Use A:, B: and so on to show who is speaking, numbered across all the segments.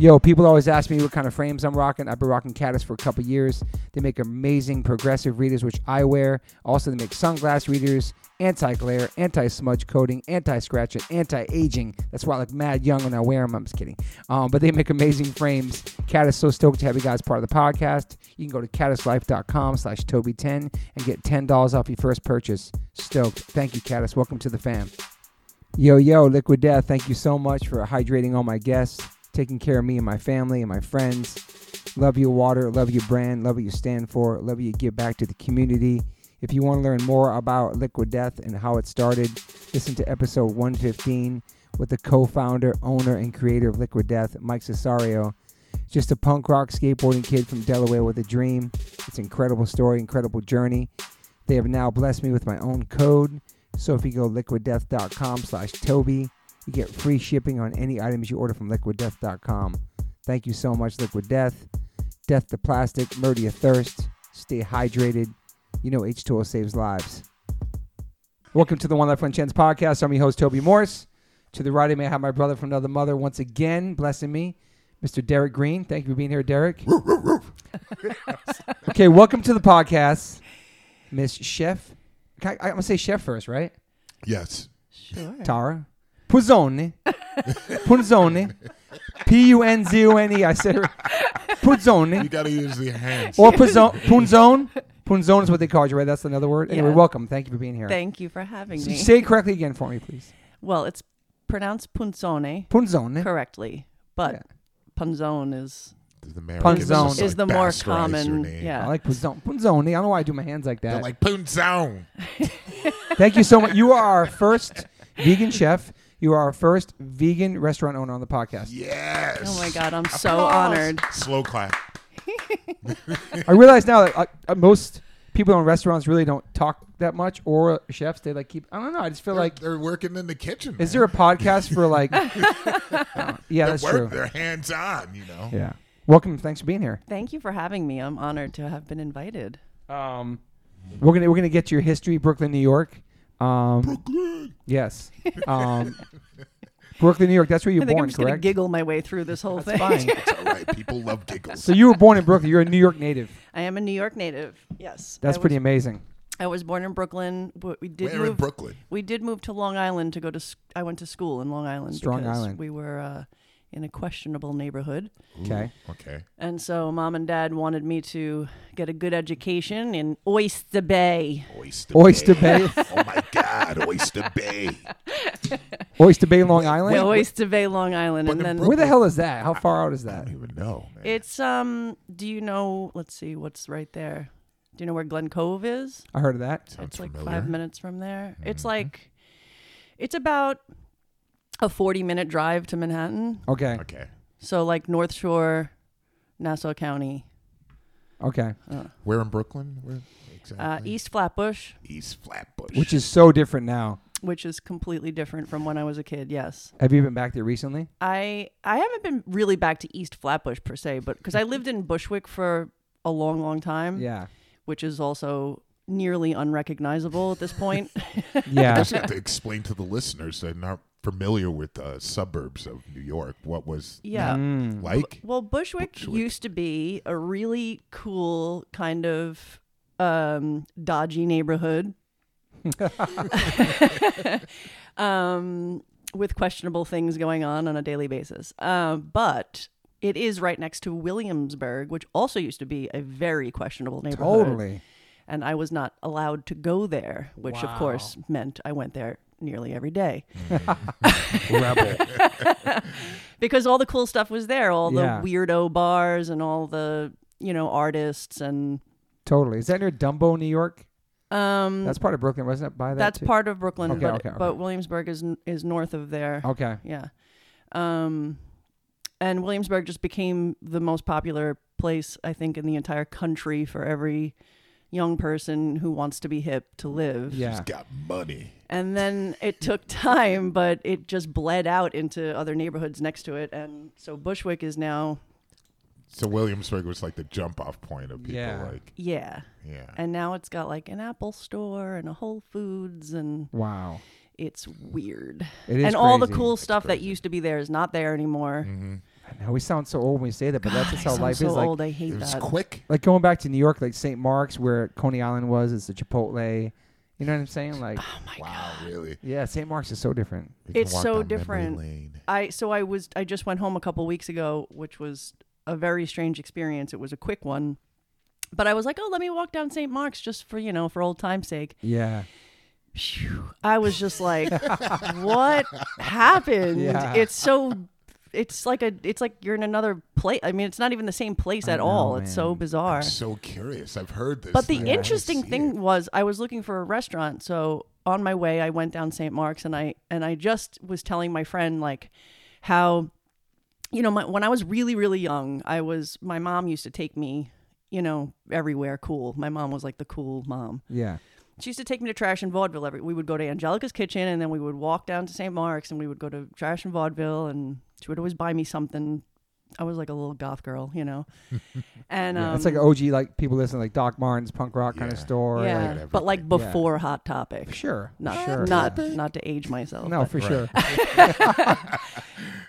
A: Yo, people always ask me what kind of frames I'm rocking. I've been rocking Caddis for a couple years. They make amazing progressive readers, which I wear. Also, they make sunglass readers, anti glare, anti smudge coating, anti scratch, and anti aging. That's why I look mad young when I wear them. I'm just kidding. Um, but they make amazing frames. Caddis, so stoked to have you guys part of the podcast. You can go to caddislife.com slash Toby10 and get $10 off your first purchase. Stoked. Thank you, Caddis. Welcome to the fam. Yo, yo, Liquid Death, thank you so much for hydrating all my guests, taking care of me and my family and my friends. Love your water, love your brand, love what you stand for, love what you give back to the community. If you want to learn more about Liquid Death and how it started, listen to episode 115 with the co founder, owner, and creator of Liquid Death, Mike Cesario. Just a punk rock skateboarding kid from Delaware with a dream. It's an incredible story, incredible journey. They have now blessed me with my own code. So if you go liquiddeath.com slash Toby, you get free shipping on any items you order from liquiddeath.com. Thank you so much, Liquid Death. Death to plastic, murder your thirst, stay hydrated. You know H2O saves lives. Welcome to the One Life One Chance podcast. I'm your host, Toby Morse. To the right of me, I have my brother from another mother once again blessing me, Mr. Derek Green. Thank you for being here, Derek. okay, welcome to the podcast, Miss Chef. Can I, I'm going to say chef first, right?
B: Yes.
C: Sure.
A: Tara. Punzone. Punzone. P U N Z O N E. I said it.
B: You
A: Punzone.
B: got to use your hands.
A: Or punzone. Punzone. Punzone is what they called you, right? That's another word. Anyway,
C: Yeah.
A: welcome. Thank you for being here.
C: Thank you for having
A: S-
C: me.
A: Say it correctly again for me, please.
C: well, it's pronounced punzone
A: Punzone.
C: correctly, but punzone is
B: The Americans
A: Punzone.
B: just,
C: is
B: like,
C: the more
B: bastardize your
C: common.
B: name.
C: Yeah.
A: I like punzone. Punzone. I don't know why I do my hands like
B: They're
A: that.
B: like punzone.
A: Thank you so much. You are our first vegan chef. You are our first vegan restaurant owner on the podcast.
B: Yes.
C: oh my god, I'm so
B: Applause.
C: honored.
B: Slow clap.
A: I realize now that like, uh, most people in restaurants really don't talk that much, or chefs. They like keep. I don't know. I just feel like
B: Like they're working in the kitchen.
A: Is
B: man.
A: there a podcast for like? Uh, yeah, that's
B: Work,
A: true.
B: They're hands on, you know.
A: Yeah. Welcome. Thanks for being here.
C: Thank you for having me. I'm honored to have been invited.
A: Um, we're gonna we're gonna get to your history, Brooklyn, New York. Um, Yes. Um, Brooklyn, New York. That's where you
C: I
A: were
C: think
A: born,
C: I'm just gonna
A: correct?
C: giggle my way through this whole
A: That's
C: thing.
A: fine.
B: It's all right. People love giggles.
A: so you were born in Brooklyn. You're a New York native.
C: I am a New York native. Yes.
A: That's
C: I
A: pretty
C: Was,
A: amazing.
C: I was born in Brooklyn, but we did
B: We're in
C: move.
B: Brooklyn.
C: we did move to Long Island to go to. Sc- I went to school in Long Island
A: Strong
C: because
A: Island.
C: we were uh, in a questionable neighborhood.
A: Okay.
B: Okay.
C: And so mom and dad wanted me to get a good education in Oyster Bay.
B: Oyster,
A: Oyster Bay,
B: oh my God, Oyster Bay.
A: Oyster Bay, Long Island.
C: Yeah, Oyster Bay, Long Island.
B: But
C: And
B: in
C: then
A: Where the hell is that? How far out is
B: I
A: that?
B: don't even know. man.
C: it's um do you know let's see what's right there. Do you know where Glen Cove is?
A: I heard of that.
B: Sounds
C: it's like
B: familiar. Mm-hmm.
C: five minutes from there. It's like it's about a forty minute drive to Manhattan.
A: Okay.
B: Okay.
C: So like North Shore, Nassau County,
A: Okay.
B: We're in Brooklyn. Where exactly?
C: uh, East Flatbush,
B: East Flatbush.
A: Which is so different now.
C: which is completely different from when I was a kid, yes.
A: Have you been back there recently?
C: I I haven't been really back to East Flatbush per se, but because I lived in Bushwick for a long, long time,
A: Yeah.
C: which is also nearly unrecognizable at this point.
A: Yeah.
B: guess you have to explain to the listeners that aren't familiar with uh, suburbs of New York what was
C: yeah.
A: Mm.
B: like.
C: Well, Bushwick,
B: Bushwick.
C: used to be a really cool kind of um, dodgy neighborhood. um, with questionable things going on on a daily basis. Um, but it is right next to Williamsburg, which also used to be a very questionable neighborhood.
A: Totally.
C: and I was not allowed to go there, which
A: Wow.
C: of course meant I went there nearly every day
B: Rebel.
C: because all the cool stuff was there, all
A: Yeah.
C: the weirdo bars and all the you know artists and
A: Totally. Is that near Dumbo, New York?
C: um
A: That's part of Brooklyn, wasn't it? By that
C: that's
A: too?
C: part of Brooklyn,
A: Okay,
C: but,
A: okay, okay.
C: but Williamsburg is n- is north of there.
A: Okay.
C: Yeah, um, and Williamsburg just became the most popular place I think in the entire country for every young person who wants to be hip to live.
A: Yeah.
B: She's got money.
C: And then it took time, but it just bled out into other neighborhoods next to it. And so Bushwick is now,
B: So Williamsburg was like the jump off point of people.
A: Yeah.
B: Like,
C: yeah.
B: yeah.
C: And now it's got like an Apple store and a Whole Foods, and
A: Wow.
C: it's weird.
A: It is
C: and all the
A: crazy.
C: cool stuff that used to be there is not there anymore.
A: Now we sound so old when we say that, but that's just how
C: I sound
A: life
C: so
A: is. Like,
C: old. I hate
B: It was
C: that.
B: quick.
A: like going back to New York, like St. Mark's, where Coney Island was, it's the Chipotle. You know what I'm saying? Like,
C: Um.
B: Wow, really?
A: yeah, St. Mark's is so different.
B: We can
C: Oh It's
B: walk
C: so
B: down memory
C: different.
B: lane.
C: I so I was I just went home a couple weeks ago, which was a very strange experience. It was a quick one, but I was like, oh, let me walk down St. Mark's just for you know for old time's sake.
A: Yeah,
C: Phew. I was just like, what happened?
A: Yeah.
C: It's so. It's like a. It's like you're in another place. I mean, it's not even the same place
A: I
C: at
A: know,
C: all. It's so
A: man.
C: bizarre.
B: I'm so curious. I've heard this.
C: Uh, But the
B: and I wanna
C: interesting
B: see
C: thing
B: it.
C: was, I was looking for a restaurant. So on my way, I went down St. Mark's, and I and I just was telling my friend like how, you know, my, when I was really really young, I was my mom used to take me, you know, everywhere. Cool. My mom was like the cool mom.
A: yeah.
C: She used to take me to Trash and Vaudeville. Every we would go to Angelica's Kitchen, and then we would walk down to St. Mark's, and we would go to Trash and Vaudeville, and she would always buy me something. I was like a little goth girl, you know, and
A: yeah.
C: um,
A: it's like an OG, like people listen to, like Doc Martens, punk rock kind of
B: Yeah.
A: store.
C: yeah,
A: like-
B: everything.
C: but like
A: Yeah.
C: before Hot Topic.
A: sure,
C: Not
A: sure.
C: not not to age myself.
A: no,
C: but-
A: for sure.
C: and,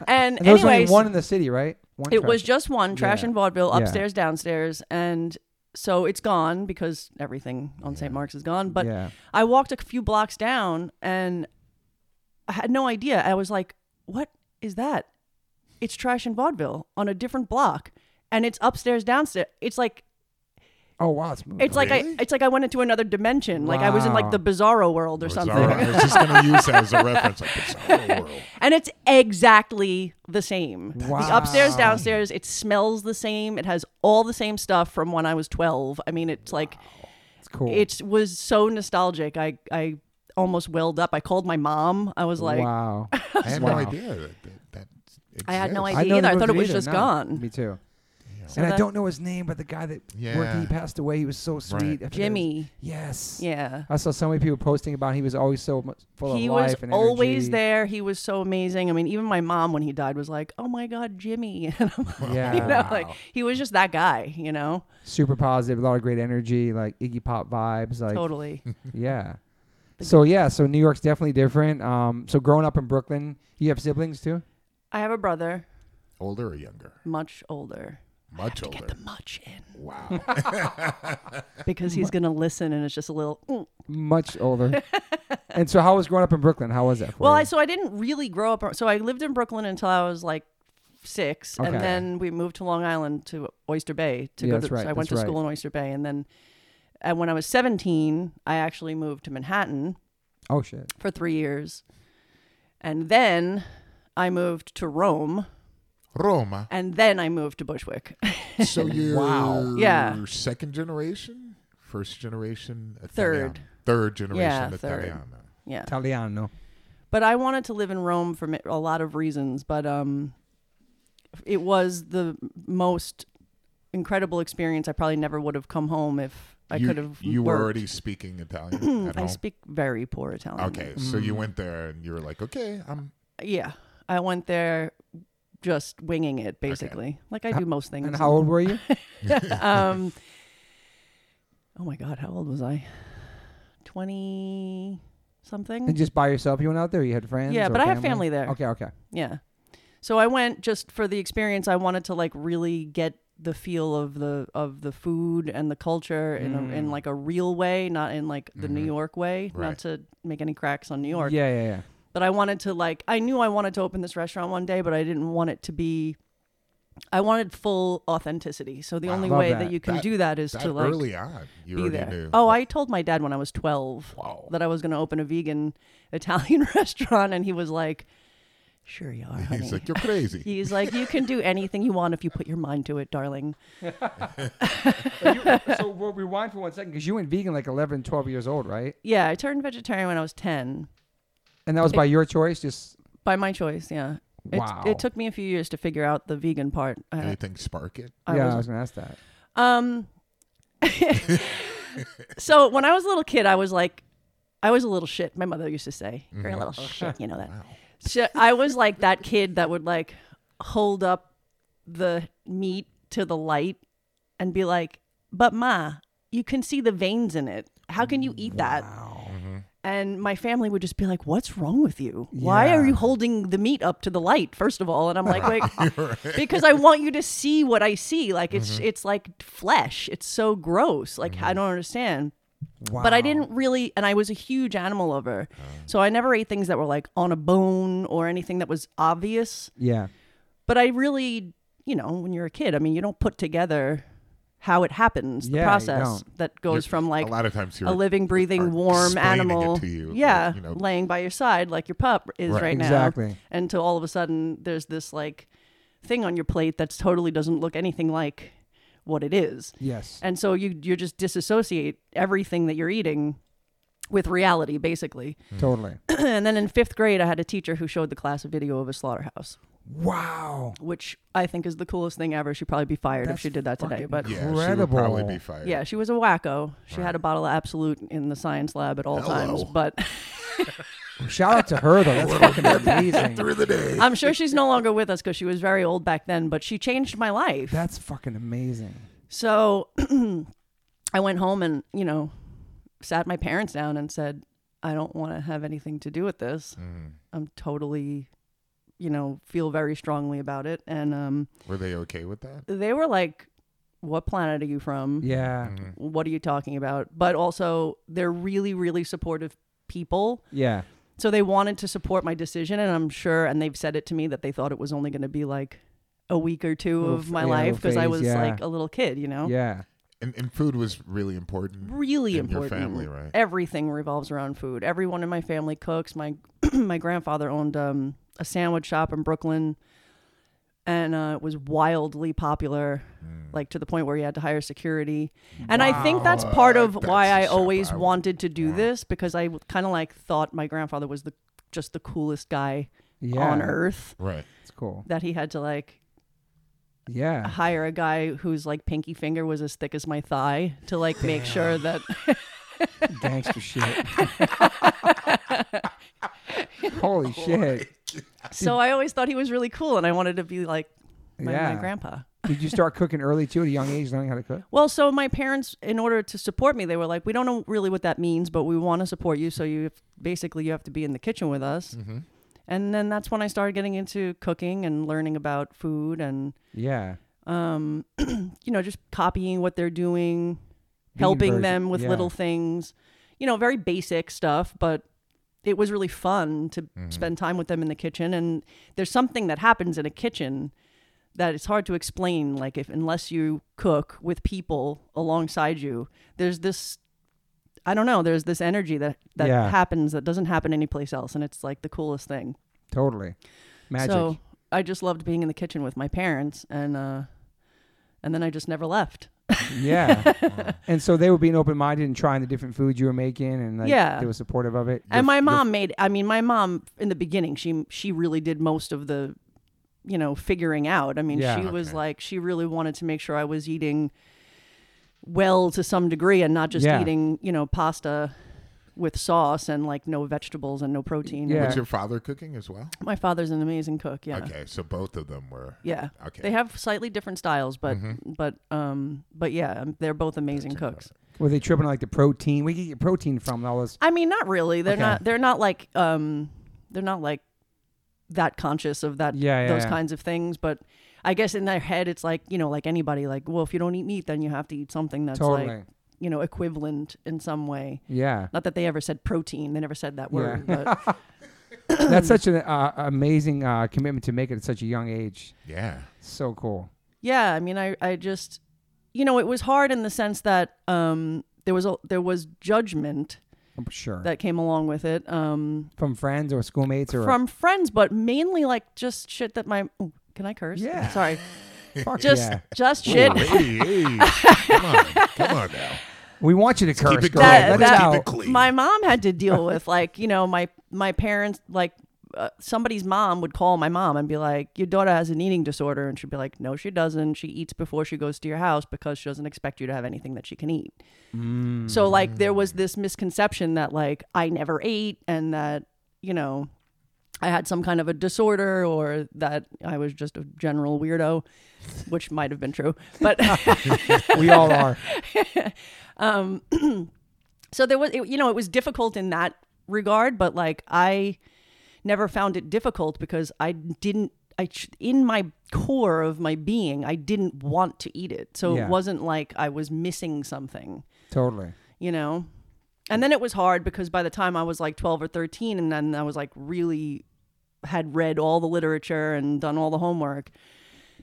A: And there was only
C: anyways,
A: one in the city, right? One
C: it
A: trash-
C: was just one trash
A: Yeah.
C: and vaudeville
A: Yeah.
C: upstairs, downstairs, and so it's gone because everything on St. Mark's is gone. But
A: yeah.
C: I walked a few blocks down and I had no idea. I was like, what is that? It's trash and vaudeville on a different block. And it's upstairs, downstairs. It's like
A: Oh wow, it's moved.
C: it's like
B: Really?
C: I it's like I went into another dimension. Like I was in
A: Wow.
C: like the bizarro world or something.
B: Bizarro- I was just going to use that as a reference. Like Bizarro World.
C: And it's exactly the same. The
A: Wow.
C: upstairs, downstairs, it smells the same. It has all the same stuff from when I was 12. I mean, it's like,
A: it's cool.
C: it was so nostalgic. I, I almost welled up. I called my mom. I was like,
A: wow.
B: I had
A: Wow.
B: no idea that, that, that
C: I had no
B: exists.
C: idea either. I
A: they
C: thought
A: moved
C: it was just
A: no.
C: gone.
A: Me too.
C: So
A: and I
C: that-
A: don't know his name, but the guy that worked,
B: Yeah.
A: he passed away. He was so sweet. I forget his-
C: Jimmy.
A: Yes.
C: Yeah.
A: I saw so many people posting about. He was always so mu- full
C: He
A: of
C: was
A: life and
C: always
A: energy.
C: there. He was so amazing. I mean, even my mom, when he died, was like, oh my God, Jimmy. And I'm like,
A: Yeah.
C: you know, like, he was just that guy, you know?
A: Super positive, a lot of great energy, like Iggy Pop vibes. Like
C: totally.
A: yeah. So yeah, so New York's definitely different. Um, so growing up in Brooklyn, you have siblings too.
C: I have a brother,
B: Older or younger?
C: much older.
B: Much
C: Get
B: older.
C: the much in.
B: Wow.
C: because he's going to listen and it's just a little "Mm."
A: Much older. and so, how was growing up in Brooklyn? How was that? For
C: well
A: you?
C: I, so i didn't really grow up so i lived in brooklyn until i was like six
A: Okay.
C: and then we moved to long island to oyster bay to
A: Yeah,
C: go to
A: that's right,
C: so i went to
A: that's
C: school in oyster bay and then and when i was 17 i actually moved to manhattan
A: oh shit.
C: for three years and then i moved to rome
B: Roma.
C: and then i moved to bushwick
B: So you're
A: Wow.
C: Yeah.
B: second generation? First generation? Italian.
C: Third.
B: Third generation
C: Yeah, third.
B: Italiano.
C: yeah
A: Italiano.
C: but I wanted to live in Rome for ma- a lot of reasons. But um, it was the most incredible experience. I probably never would have come home if I
B: you,
C: could have.
B: You were
C: worked.
B: already speaking Italian at
C: I
B: home?
C: speak very poor Italian.
B: Okay, so
A: Mm.
B: you went there and you were like, okay, I'm.
C: Yeah, I went there just winging it, basically, like I do most things.
A: And how old were you?
C: um, oh my God, how old was I? Twenty something.
A: and just by yourself, you went out there. You had friends.
C: Yeah,
A: or Oh.
C: but I have family there.
A: Okay, okay.
C: Yeah. So I went just for the experience. I wanted to like really get the feel of the of the food and the culture in
A: Mm.
C: a, in like a real way, not in like the New York way.
B: Right.
C: Not to make any cracks on New York,
A: Mm-hmm. Yeah, yeah, yeah.
C: but I wanted to like I knew I wanted to open this restaurant one day, but I didn't want it to be. I wanted full authenticity. So the only
A: Love
C: way
A: that.
C: that. you can
B: That-
C: do that is
B: That
C: to like
B: early on, you
C: be
B: already
C: there.
B: knew.
C: Oh, I told my dad when I was 12
B: Wow.
C: that I was going to open a vegan Italian restaurant, and he was like, "Sure you are, honey."
B: He's like, you're crazy.
C: He's like, "You can do anything you want if you put your mind to it, darling."
A: so we'll rewind for one second because you went vegan like 11, 12 years old, right?
C: Yeah, I turned vegetarian when I was 10
A: And that was by your choice, just
C: by my choice. Yeah. It,
A: Wow.
C: it took me a few years to figure out the vegan part. I,
B: Anything spark it?
C: I
A: yeah.
C: was
A: I was gonna ask that.
C: Um, so when I was a little kid, I was like, I was a little shit. My mother used to say, "You're a little shit," you know that. So I was like that kid that would like hold up the meat to the light and be like, "But ma, you can see the veins in it. How can you eat that?" And my family would just be like, "What's wrong with you? Why are
A: Yeah.
C: you holding the meat up to the light?" First of all, and I'm like, "Wait, because I want you to see what I see. Like it's
A: Mm-hmm.
C: it's like flesh. It's so gross. Like I don't understand."
A: Wow. Uh.
C: But I didn't really, and I was a huge animal lover, so I never ate things that were like on a bone or anything that was obvious
A: Yeah.
C: but I really, you know, when you're a kid, I mean, you don't put together how it happens, the
A: Yeah, you
C: process
A: don't.
C: that goes from like
B: a lot of times you're
C: a living,
B: are
C: breathing, warm
B: explaining it
C: animal,
B: to you,
C: yeah,
B: you know.
C: laying by your side like your pup is right,
B: Right.
C: now,
A: Exactly.
C: until all of a sudden there's this like thing on your plate that's totally doesn't look anything like what it is,
A: Yes.
C: and so you you just disassociate everything that you're eating with reality basically.
A: Totally.
C: and then in 5th grade I had a teacher who showed the class a video of a slaughterhouse
A: Wow.
C: which I think is the coolest thing ever. She'd probably be fired if
A: That's
C: she did that today.
A: fucking
C: But
B: yeah, she would
A: Incredible.
B: probably be fired.
C: yeah, she was a wacko. She had a bottle of Absolute in the science lab at all times.
B: Hello.
C: But
A: Shout out to her though. That's fucking amazing.
B: Through the day.
C: I'm sure she's no longer with us because she was very old back then. But she changed my life.
A: That's fucking amazing.
C: So I went home and, you know, sat my parents down and said, I don't want to have anything to do with this.
B: Mm.
C: I'm totally, you know, feel very strongly about it. And um,
B: Were they okay with that?
C: they were like, What planet are you from?
A: Yeah.
B: Mm-hmm.
C: what are you talking about? But also, they're really, really supportive people.
A: Yeah.
C: So they wanted to support my decision. And I'm sure, and they've said it to me that they thought it was only going to be like a week or two
A: Little
C: of
A: f-
C: my
A: yeah,
C: life
A: little
C: because I
A: phase,
C: was
A: yeah.
C: like a little kid, you know?
A: Yeah.
B: And, and food was really important.
C: Really
B: In your
C: important.
B: family, right?
C: Everything revolves around food. Everyone in my family cooks. My my grandfather owned um, a sandwich shop in Brooklyn, and uh, it was wildly popular,
B: Mm.
C: like to the point where he had to hire security. And I think that's part of
B: That's
C: why
B: the
C: I
B: shop
C: always
B: I would
C: wanted to do this because I kind of like thought my grandfather was the just the coolest guy
A: Yeah.
C: on earth
B: Right.
A: It's cool.
C: that he had to like
A: Yeah.
C: hire a guy whose like pinky finger was as thick as my thigh to like make sure that
A: Gangster shit. Holy shit.
C: so I always thought he was really cool and I wanted to be like my,
A: Yeah.
C: my grandpa.
A: Did you start cooking early too at a young age, learning how to cook?
C: Well, so my parents, in order to support me, they were like, "We don't know really what that means, but we want to support you. So you basically you have to be in the kitchen with
A: Mm.
C: us."
A: Mm-hmm.
C: And then that's when I started getting into cooking and learning about food and
A: Yeah.
C: um, you know just copying what they're doing,
A: Vegan
C: helping
A: version,
C: them with
A: yeah.
C: little things, you know, very basic stuff, but. It was really fun to
A: Mm-hmm.
C: spend time with them in the kitchen, and there's something that happens in a kitchen that it's hard to explain like if unless you cook with people alongside you there's this i don't know there's this energy that that
A: Yeah.
C: happens that doesn't happen anyplace else and it's like the coolest thing
A: Totally. Magic.
C: so i just loved being in the kitchen with my parents and uh and then i just never left
A: Yeah. and so they were being open minded and trying the different foods you were making and like
C: Yeah.
A: they were supportive of it.
C: and my mom made i mean my mom in the beginning she she really did most of the you know figuring out i mean
A: Yeah.
C: she was like she really wanted to make sure i was eating well to some degree and not just
A: Yeah.
C: eating you know pasta with sauce and like no vegetables and no protein
A: Yeah.
B: Was your father cooking as well?
C: my father's an amazing cook yeah
B: Okay, so both of them were.
C: yeah
B: Okay.
C: they have slightly different styles but
A: Mm-hmm.
C: but um but yeah um, they're both amazing cooks
A: Were they tripping on like the protein? Where you get your protein from and all this
C: I mean, not really. They're
A: Okay.
C: not. They're not like. Um, they're not like that conscious of that.
A: Yeah, yeah,
C: those
A: yeah.
C: kinds of things. But I guess in their head, it's like you know, like anybody, like well, if you don't eat meat, then you have to eat something that's
A: totally.
C: like you know equivalent in some way.
A: yeah.
C: Not that they ever said protein. They never said that word. But
A: That's such an uh, amazing uh, commitment to make it at such a young age.
B: Yeah.
A: So cool.
C: yeah, I mean, I I just you know, it was hard in the sense that um there was a there was judgment
A: I'm sure.
C: that came along with it. Um,
A: from friends or schoolmates or
C: from friends, but mainly like just shit that my. ooh, can I curse?
A: Yeah.
C: Sorry.
A: Fuck
C: Just
A: yeah.
C: just shit.
B: Ooh, hey, hey. come on, come on now.
A: We want you to curse.
B: keep it
A: go
B: clean.
A: ahead,
C: That-
A: let it
C: that-
A: out.
B: Keep it clean.
C: My mom had to deal with like you know my my parents like. Uh, somebody's mom would call my mom and be like, "Your daughter has an eating disorder," and she'd be like, "No, she doesn't. She eats before she goes to your house because she doesn't expect you to have anything that she can eat." So like there was this misconception that like I never ate and that you know I had some kind of a disorder or that I was just a general weirdo, which might have been true, but.
A: we all are.
C: so there was it, you know it was difficult in that regard, but like I never found it difficult because I didn't. I ch- in my core of my being, I didn't want to eat it, so
A: Yeah.
C: it wasn't like I was missing something
A: Totally.
C: you know and then it was hard because by the time i was like 12 or 13 and then i was like really had read all the literature and done all the homework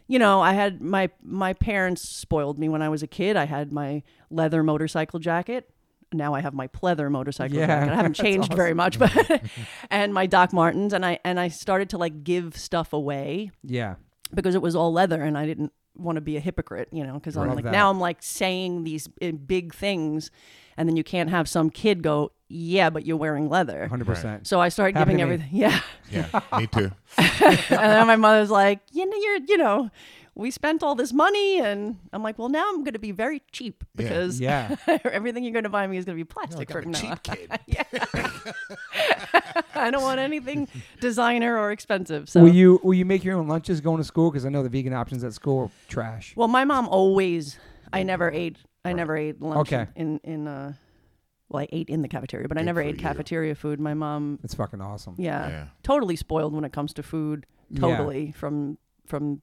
C: you know i had my my parents spoiled me when i was a kid i had my leather motorcycle jacket now i have my pleather motorcycle
A: Yeah,
C: jacket i haven't
A: that's
C: changed very much but and my doc martens and i and i started to like give stuff away
A: Yeah.
C: because it was all leather and I didn't want to be a hypocrite, you know, because I'm
A: Love
C: like,
A: that.
C: now I'm like saying these uh, big things and then you can't have some kid go, yeah, but you're wearing leather.
A: 100%.
C: So I started
A: Happened
C: giving
A: to me.
C: everything. Yeah.
B: Yeah, me too.
C: and then my mother's like, you know, you're, you know, we spent all this money. And I'm like, well, now I'm going to be very cheap
B: Yeah.
C: because
A: Yeah.
C: everything you're going to buy me is going to be
B: No,
C: plastic
B: I'm
C: from
B: a
C: now on.
B: cheap kid.
C: I don't want anything designer or expensive. So
A: Will you will you make your own lunches going to school? Because I know the vegan options at school are trash.
C: Well, my mom always. I never ate. I never ate lunch.
A: Okay.
C: In in uh, well, I ate in the cafeteria, but I
B: Good
C: never
B: for
C: ate
B: you.
C: cafeteria food. My mom,
A: It's fucking awesome.
C: yeah,
B: Yeah.
C: totally spoiled when it comes to food.
A: Yeah.
C: Totally from from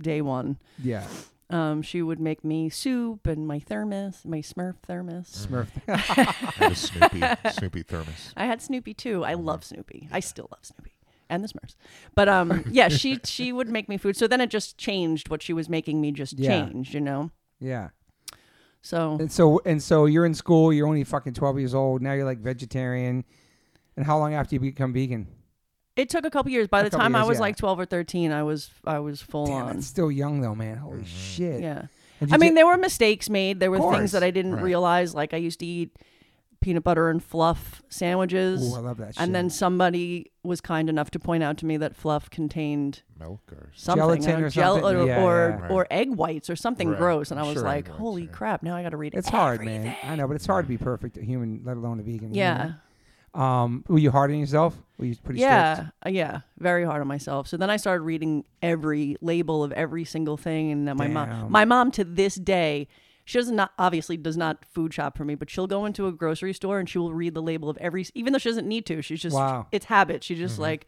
C: day one.
A: Yeah.
C: Um, she would make me soup and my thermos, my Smurf thermos.
A: Smurf.
B: And a Snoopy, Snoopy thermos.
C: I had Snoopy too. I love Snoopy. I still love Snoopy and the Smurfs. But um, yeah, she she would make me food. So then it just changed. What she was making me just
A: Yeah.
C: changed. You know.
A: yeah.
C: So
A: And so and so you're in school, you're only fucking 12 years old. Now you're like vegetarian. And how long after you become vegan?
C: It took a couple years. By
A: A
C: the
A: couple
C: time I
A: years,
C: was
A: yeah.
C: like twelve or thirteen, I was I was full
A: Damn,
C: on.
A: that's still young though, man.
B: Mm-hmm.
A: Holy shit.
C: Yeah.
A: And
C: I
A: you
C: mean,
A: did-
C: there were mistakes made. There were
A: course,
C: things that I didn't
B: right.
C: realize. Like I used to eat peanut butter and fluff sandwiches.
A: Ooh, I love that shit.
C: and then somebody was kind enough to point out to me that fluff contained
B: Milk or
C: something,
A: Gelatin
C: I don't-
A: or
C: gel-
A: something.
C: or,
A: Yeah,
C: or,
A: yeah.
B: Right.
C: or egg whites or something
B: Right.
C: gross. And I
B: I'm
C: was
B: sure
C: like,
B: egg whites,
C: holy
B: yeah.
C: crap! Now I got to read it.
A: it's hard, man. I know, but it's hard to be perfect a human, let alone a vegan. you
C: Yeah.
A: know? Um, were you hard on yourself? Were you pretty
C: yeah,
A: strict?
C: uh, yeah, very hard on myself. So then I started reading every label of every single thing, and then my
A: Damn.
C: mom, my mom to this day, she does not obviously does not food shop for me, but she'll go into a grocery store and she will read the label of every, even though she doesn't need to. She's just
A: Wow. Mm-hmm.
C: it's habit. She's just like,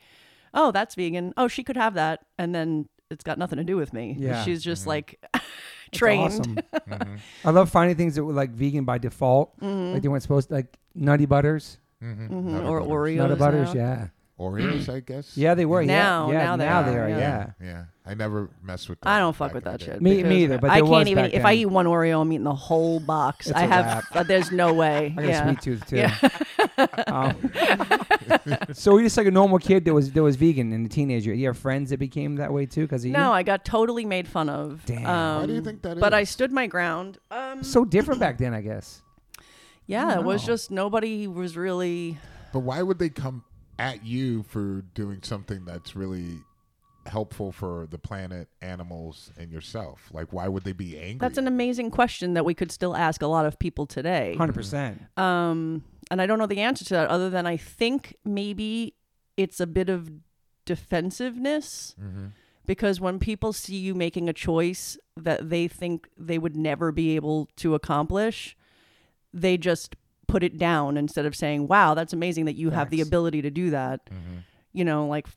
C: oh, that's vegan. Oh, she could have that, and then it's got nothing to do with me.
A: Yeah. Mm-hmm.
C: she's just like trained.
A: Awesome.
B: Mm-hmm,
A: I love finding things that were like vegan by default,
C: Mm-hmm.
A: like they weren't supposed to, like nutty butters,
B: mm-hmm.
C: Mhm,
B: Nutter
C: Or
B: butters.
C: Oreos,
A: nutty butters.
C: now.
A: Yeah,
B: Oreos, I guess.
A: yeah, they were.
C: Now-
A: yeah, yeah,
C: now they
A: they
C: are,
A: are. Yeah,
C: yeah.
B: Yeah. I never mess with.
C: I
B: that
C: don't fuck
B: back
C: with
B: in the
C: that
B: day.
C: shit.
A: Me- me
C: because
A: either, but
C: I
A: there was
C: can't even.
A: back
C: If I
A: then.
C: eat one Oreo, I'm eating the whole box.
A: It's
C: I
A: a
C: have.
A: wrap.
C: there's no way.
A: I got
C: yeah.
A: a sweet tooth too. um, so you're just like a normal kid that was that was vegan in a teenager. You have friends that became that way too because of
C: No, I got totally made fun of. Um,
A: Damn.
B: Why do you think that is?
C: But I stood my ground. Um,
A: you. So different back then, I guess.
C: yeah, it was
A: Wow.
C: just nobody was really.
B: But why would they come at you for doing something that's really helpful for the planet, animals, and yourself? Like, why would they be angry?
C: That's an amazing question that we could still ask a lot of people today.
A: Hundred percent.
C: Um, and I don't know the answer to that other than I think maybe it's a bit of defensiveness
B: Mm-hmm,
C: because when people see you making a choice that they think they would never be able to accomplish, they just put it down instead of saying, "Wow, that's amazing that you have the
A: Facts.
C: ability to do that."
B: mm-hmm.
C: You know, like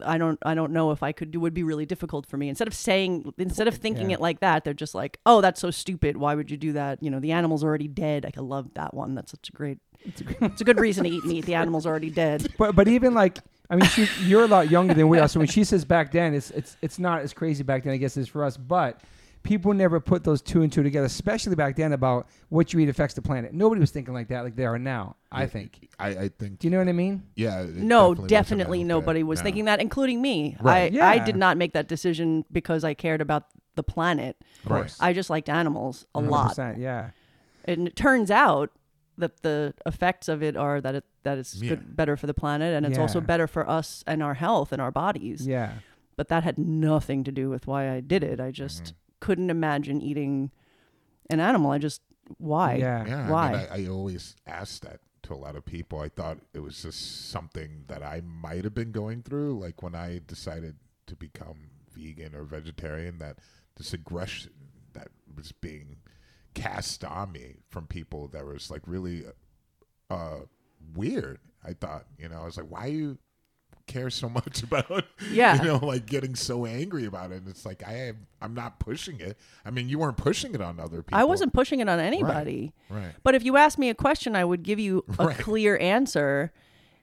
C: I don't I don't know if I could do would be really difficult for me. Instead of saying instead of thinking
A: Yeah.
C: it like that, they're just like, "Oh, that's so stupid. Why would you do that? You know, the animal's already dead." I could love that one. That's such a great It's a good reason to eat meat. The animal's already dead.
A: But but even like I mean, she, you're a lot younger than we are. So when she says back then, it's it's it's not as crazy back then, I guess, as for us. But people never put those two and two together, especially back then about what you eat affects the planet. Nobody was thinking like that, like they are now. I think.
B: I, I think.
A: Do you know what I mean?
B: yeah. it
C: No,
B: wasn't
C: definitely
B: out
C: nobody
B: there.
C: was
B: No.
C: thinking that, including me.
B: Right.
C: I,
A: Yeah.
C: I did not make that decision because I cared about the planet.
B: Of course.
C: I just liked animals a
A: 100%,
C: lot.
A: Yeah.
C: And it turns out that the effects of it are that it that it's
B: Yeah.
C: good, better for the planet and it's also
A: Yeah.
C: better for us and our health and our bodies.
A: Yeah.
C: But that had nothing to do with why I did it. I just
B: Mm-hmm.
C: couldn't imagine eating an animal. I just why?
A: Yeah.
B: Yeah,
C: Why?
B: I, mean, I, I always asked that to a lot of people. I thought it was just something that I might have been going through, like when I decided to become vegan or vegetarian. That this aggression that was being cast on me from people that was like really uh, weird. I thought, you know, I was like, why you care so much about,
C: Yeah.
B: you know, like getting so angry about it? And it's like I have, I'm not pushing it. I mean, you weren't pushing it on other people.
C: I wasn't pushing it on anybody.
B: right.
C: But if you asked me a question, I would give you a
B: Right.
C: clear answer,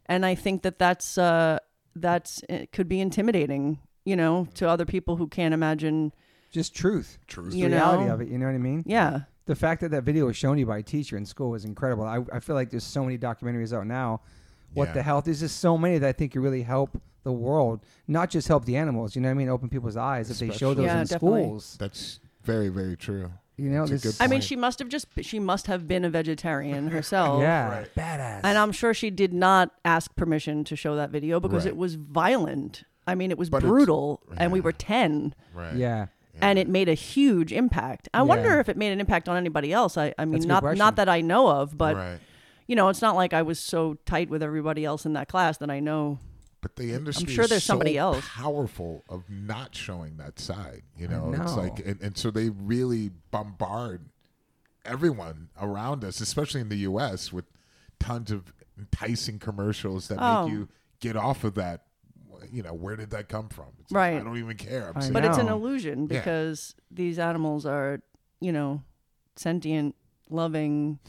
C: and I think that that's uh, that's it could be intimidating, you know, to other people who can't imagine.
A: Just truth.
B: Truth.
A: It's
C: You
A: the reality
C: know?
A: of it. You know what I mean?
C: Yeah,
A: The fact that that video was shown to you by a teacher in school was incredible. I, I feel like there's so many documentaries out now. What
B: Yeah.
A: the hell? There's just so many that I think could really help the world, not just help the animals. You know what I mean? Open people's eyes if they show those
B: Especially-
C: Yeah,
A: in
C: definitely.
A: schools.
B: That's very, very true.
A: You know,
B: That's a
A: this.
B: good
C: I mean,
B: Right.
C: she must have just she must have been a vegetarian herself.
A: yeah,
B: Right.
A: badass.
C: And I'm sure she did not ask permission to show that video because
B: Right.
C: it was violent. I mean, it was
B: But it's-
C: brutal, and we
B: yeah.
C: were 10,
B: Right.
A: Yeah,
C: and it made a huge impact. I
A: Yeah.
C: wonder if it made an impact on anybody else. I, I
A: That's
C: mean,
A: a good
C: not
A: question.
C: not that I know of, but
B: right.
C: you know, it's not like I was so tight with everybody else in that class that I know.
B: But the industry
C: sure
B: is
C: there's
B: so
C: somebody else.
B: powerful of not showing that side. You know, it's
A: know.
B: like, and, and so they really bombard everyone around us, especially in the U.S., with tons of enticing commercials that
C: Oh.
B: make you get off of that. You know, where did that come from? It's Like,
C: Right.
B: I don't even care. I'm
A: I
B: saying,
C: But it's an
A: No.
C: illusion
B: Yeah.
C: because these animals are, you know, sentient, loving,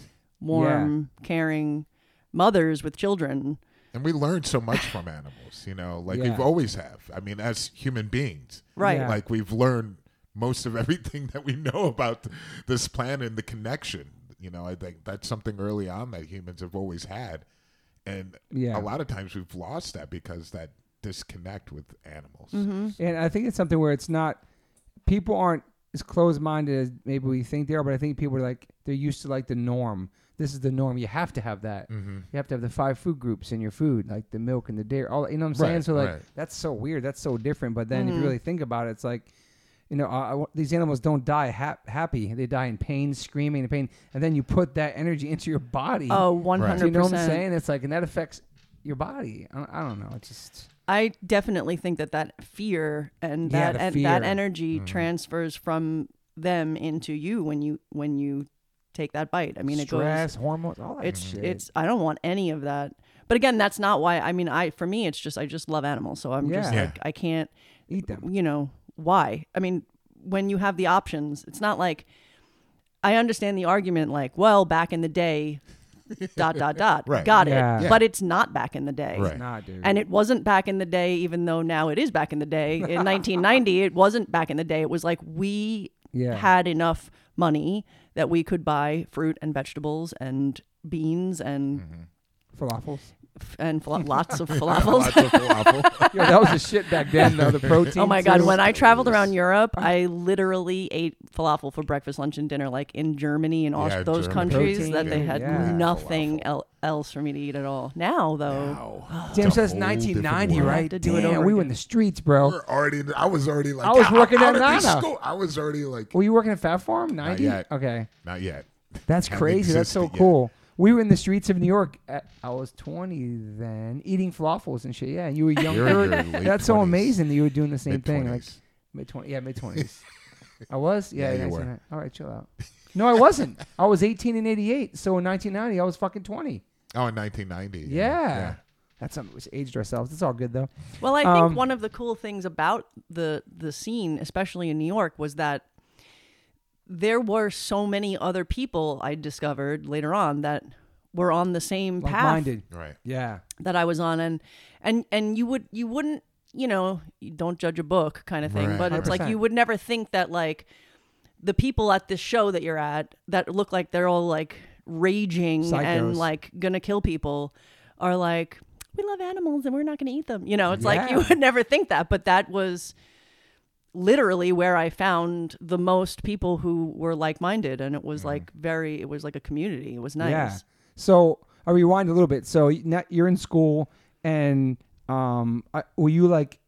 C: warm, caring mothers with children.
B: and we learn so much from animals. You know, like
A: Yeah.
B: we've always have. I mean, as human beings,
C: Right.
A: Yeah.
B: like we've learned most of everything that we know about th- this planet and the connection you know i think that's something early on that humans have always had and
A: Yeah.
B: a lot of times we've lost that because that disconnect with animals
A: and I think it's something where it's not people aren't as closed minded as maybe we think they are, but I think people are like they're used to like the norm. This is the norm. You have to have that.
B: Mm-hmm.
A: You have to have the five food groups in your food, like the milk and the dairy. All you know what I'm saying.
B: Right,
A: so like
B: right.
A: that's so weird. That's so different. But then if
C: Mm-hmm.
A: you really think about it, it's like. You know, I, I wa- these animals don't die hap- happy. They die in pain, screaming in pain, and then you put that energy into your body.
C: Oh, 100%.
A: Do you know what I'm saying? It's like, and that affects your body. I don't, I don't know. It just
C: I definitely think that that fear and
A: Yeah,
C: that
A: the
C: and
A: fear. Mm-hmm.
C: that energy transfers from them into you when you when you take that bite. I mean,
A: stress, hormones, all that
C: it goes. It's
A: shit.
C: it's. I don't want any of that. But again, that's not why. I mean, I for me, it's just I just love animals, so I'm just
A: Yeah.
C: like I can't.
A: eat them.
C: You know why? I mean, when you have the options, it's not like I understand the argument. Like, well, back in the day, dot dot dot.
B: Right.
C: Got it.
A: Yeah.
B: Yeah.
C: But it's not back in the day.
B: Right.
A: Nah, dude.
C: And it wasn't back in the day, even though now it is back in the day. In 1990, it wasn't back in the day. It was like we
A: Yeah.
C: had enough money that we could buy fruit and vegetables and beans and
A: falafels.
C: f- and fla- lots of falafels.
B: Lots of falafel.
A: Yo, that was the shit back then, though. The protein.
C: oh my god!
A: too.
C: When I traveled around Europe, I literally ate falafel for breakfast, lunch, and dinner. Like in Germany and all
B: Yeah,
C: those
B: Germany.
C: countries,
A: Protein,
C: that they had
A: yeah.
C: nothing el- else for me to eat at all. Now though,
B: Wow.
A: Damn
B: It's a
A: says
B: whole different
A: 1990,
B: world.
A: right?
C: To do it
A: Damn,
C: over
A: we were
C: again.
A: in the streets, bro.
B: We're already. I was already like.
A: I was
B: "God,
A: working
B: how
A: at
B: did they
A: Nana."
B: sco- I was already like.
A: Were you working at Fat Farm? 90?
B: yet.
A: Okay.
B: Not yet.
A: That's
B: Haven't
A: crazy. That's so
B: existed yet.
A: cool. We were in the streets of New York. At, I was 20 then, eating falafels and shit. Yeah, and you were young.
B: You're in your late
A: That's so
B: 20s,
A: amazing that you were doing the same thing. Like mid 20s.
B: mid-twenties.
A: Yeah, mid 20s. I was? Yeah,
B: Yeah, you
A: nice
B: were.
A: and that. All right, chill out. No, I wasn't. I was 18 and 88. So in 1990, I was fucking 20.
B: oh, in 1990.
A: Yeah. That's something we aged ourselves. It's all good, though.
C: Well, I think
A: Um,
C: one of the cool things about the the scene, especially in New York, was that there were so many other people I discovered later on that were on the same path
A: Like-minded.
B: Right.
A: Yeah.
C: that I was on, and and and you would you wouldn't you know you don't judge a book kind of thing,
B: Right,
C: but it's like
A: 100%.
C: you would never think that like the people at this show that you're at that look like they're all like raging
A: Psychos.
C: and like gonna kill people are like we love animals and we're not gonna eat them. You know, it's like you
A: Yeah.
C: would never think that, but that was literally where I found the most people who were like minded, and it was like very it was like a community. It was nice.
A: Mm. Yeah. So I rewind a little bit. So y- now you're in school, and um, I, were you like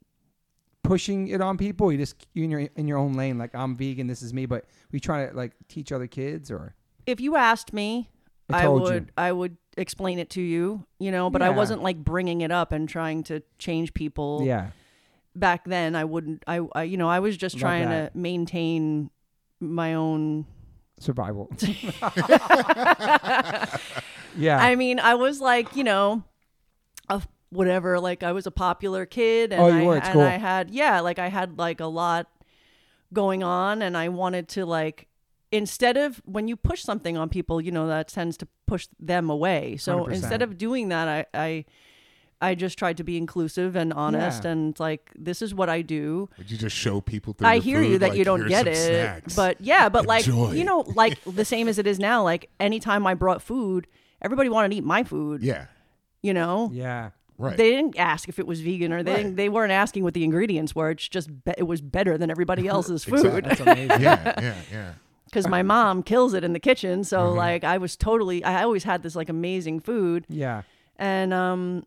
A: pushing it on people? you just you in your in your own lane, like I'm vegan, this is me. But we trying to like teach other kids, or
C: if you asked me,
A: I
C: I,
A: told
C: would
A: you.
C: I would explain it to you, you know, but I
A: Yeah.
C: wasn't like bringing it up and trying to change people.
A: yeah,
C: Back then, I wouldn't I, I you know, I was just
A: Love
C: trying
A: that.
C: to maintain my own
A: survival. Yeah.
C: I mean, I was like, you know, a whatever. Like I was a popular kid, and
A: Oh, you
C: I,
A: were at
C: and
A: school.
C: I had yeah, like I had like a lot going on, and I wanted to like instead of when you push something on people, you know, that tends to push them away. So
A: 100%.
C: instead of doing that, I. I I just tried to be inclusive and honest,
A: Yeah.
C: and like this is what I do.
B: Would you just show people? Through
C: I
B: your
C: hear you
B: food,
C: that
B: like,
C: you
B: "Here's
C: don't get
B: some
C: it,
B: snacks."
C: but yeah, but like
B: Enjoy.
C: you know, like the same as it is now. Like anytime I brought food, everybody wanted to eat my food.
B: yeah,
C: You know,
A: yeah.
B: right.
C: they didn't ask if it was vegan or they
B: Right.
C: didn't, they weren't asking what the ingredients were. It's just be- it was better than everybody else's
B: Exactly.
C: food
A: That's amazing.
B: yeah, yeah, yeah.
C: because my mom kills it in the kitchen. So
A: Mm-hmm.
C: like I was totally, I always had this like amazing food,
A: yeah.
C: and um,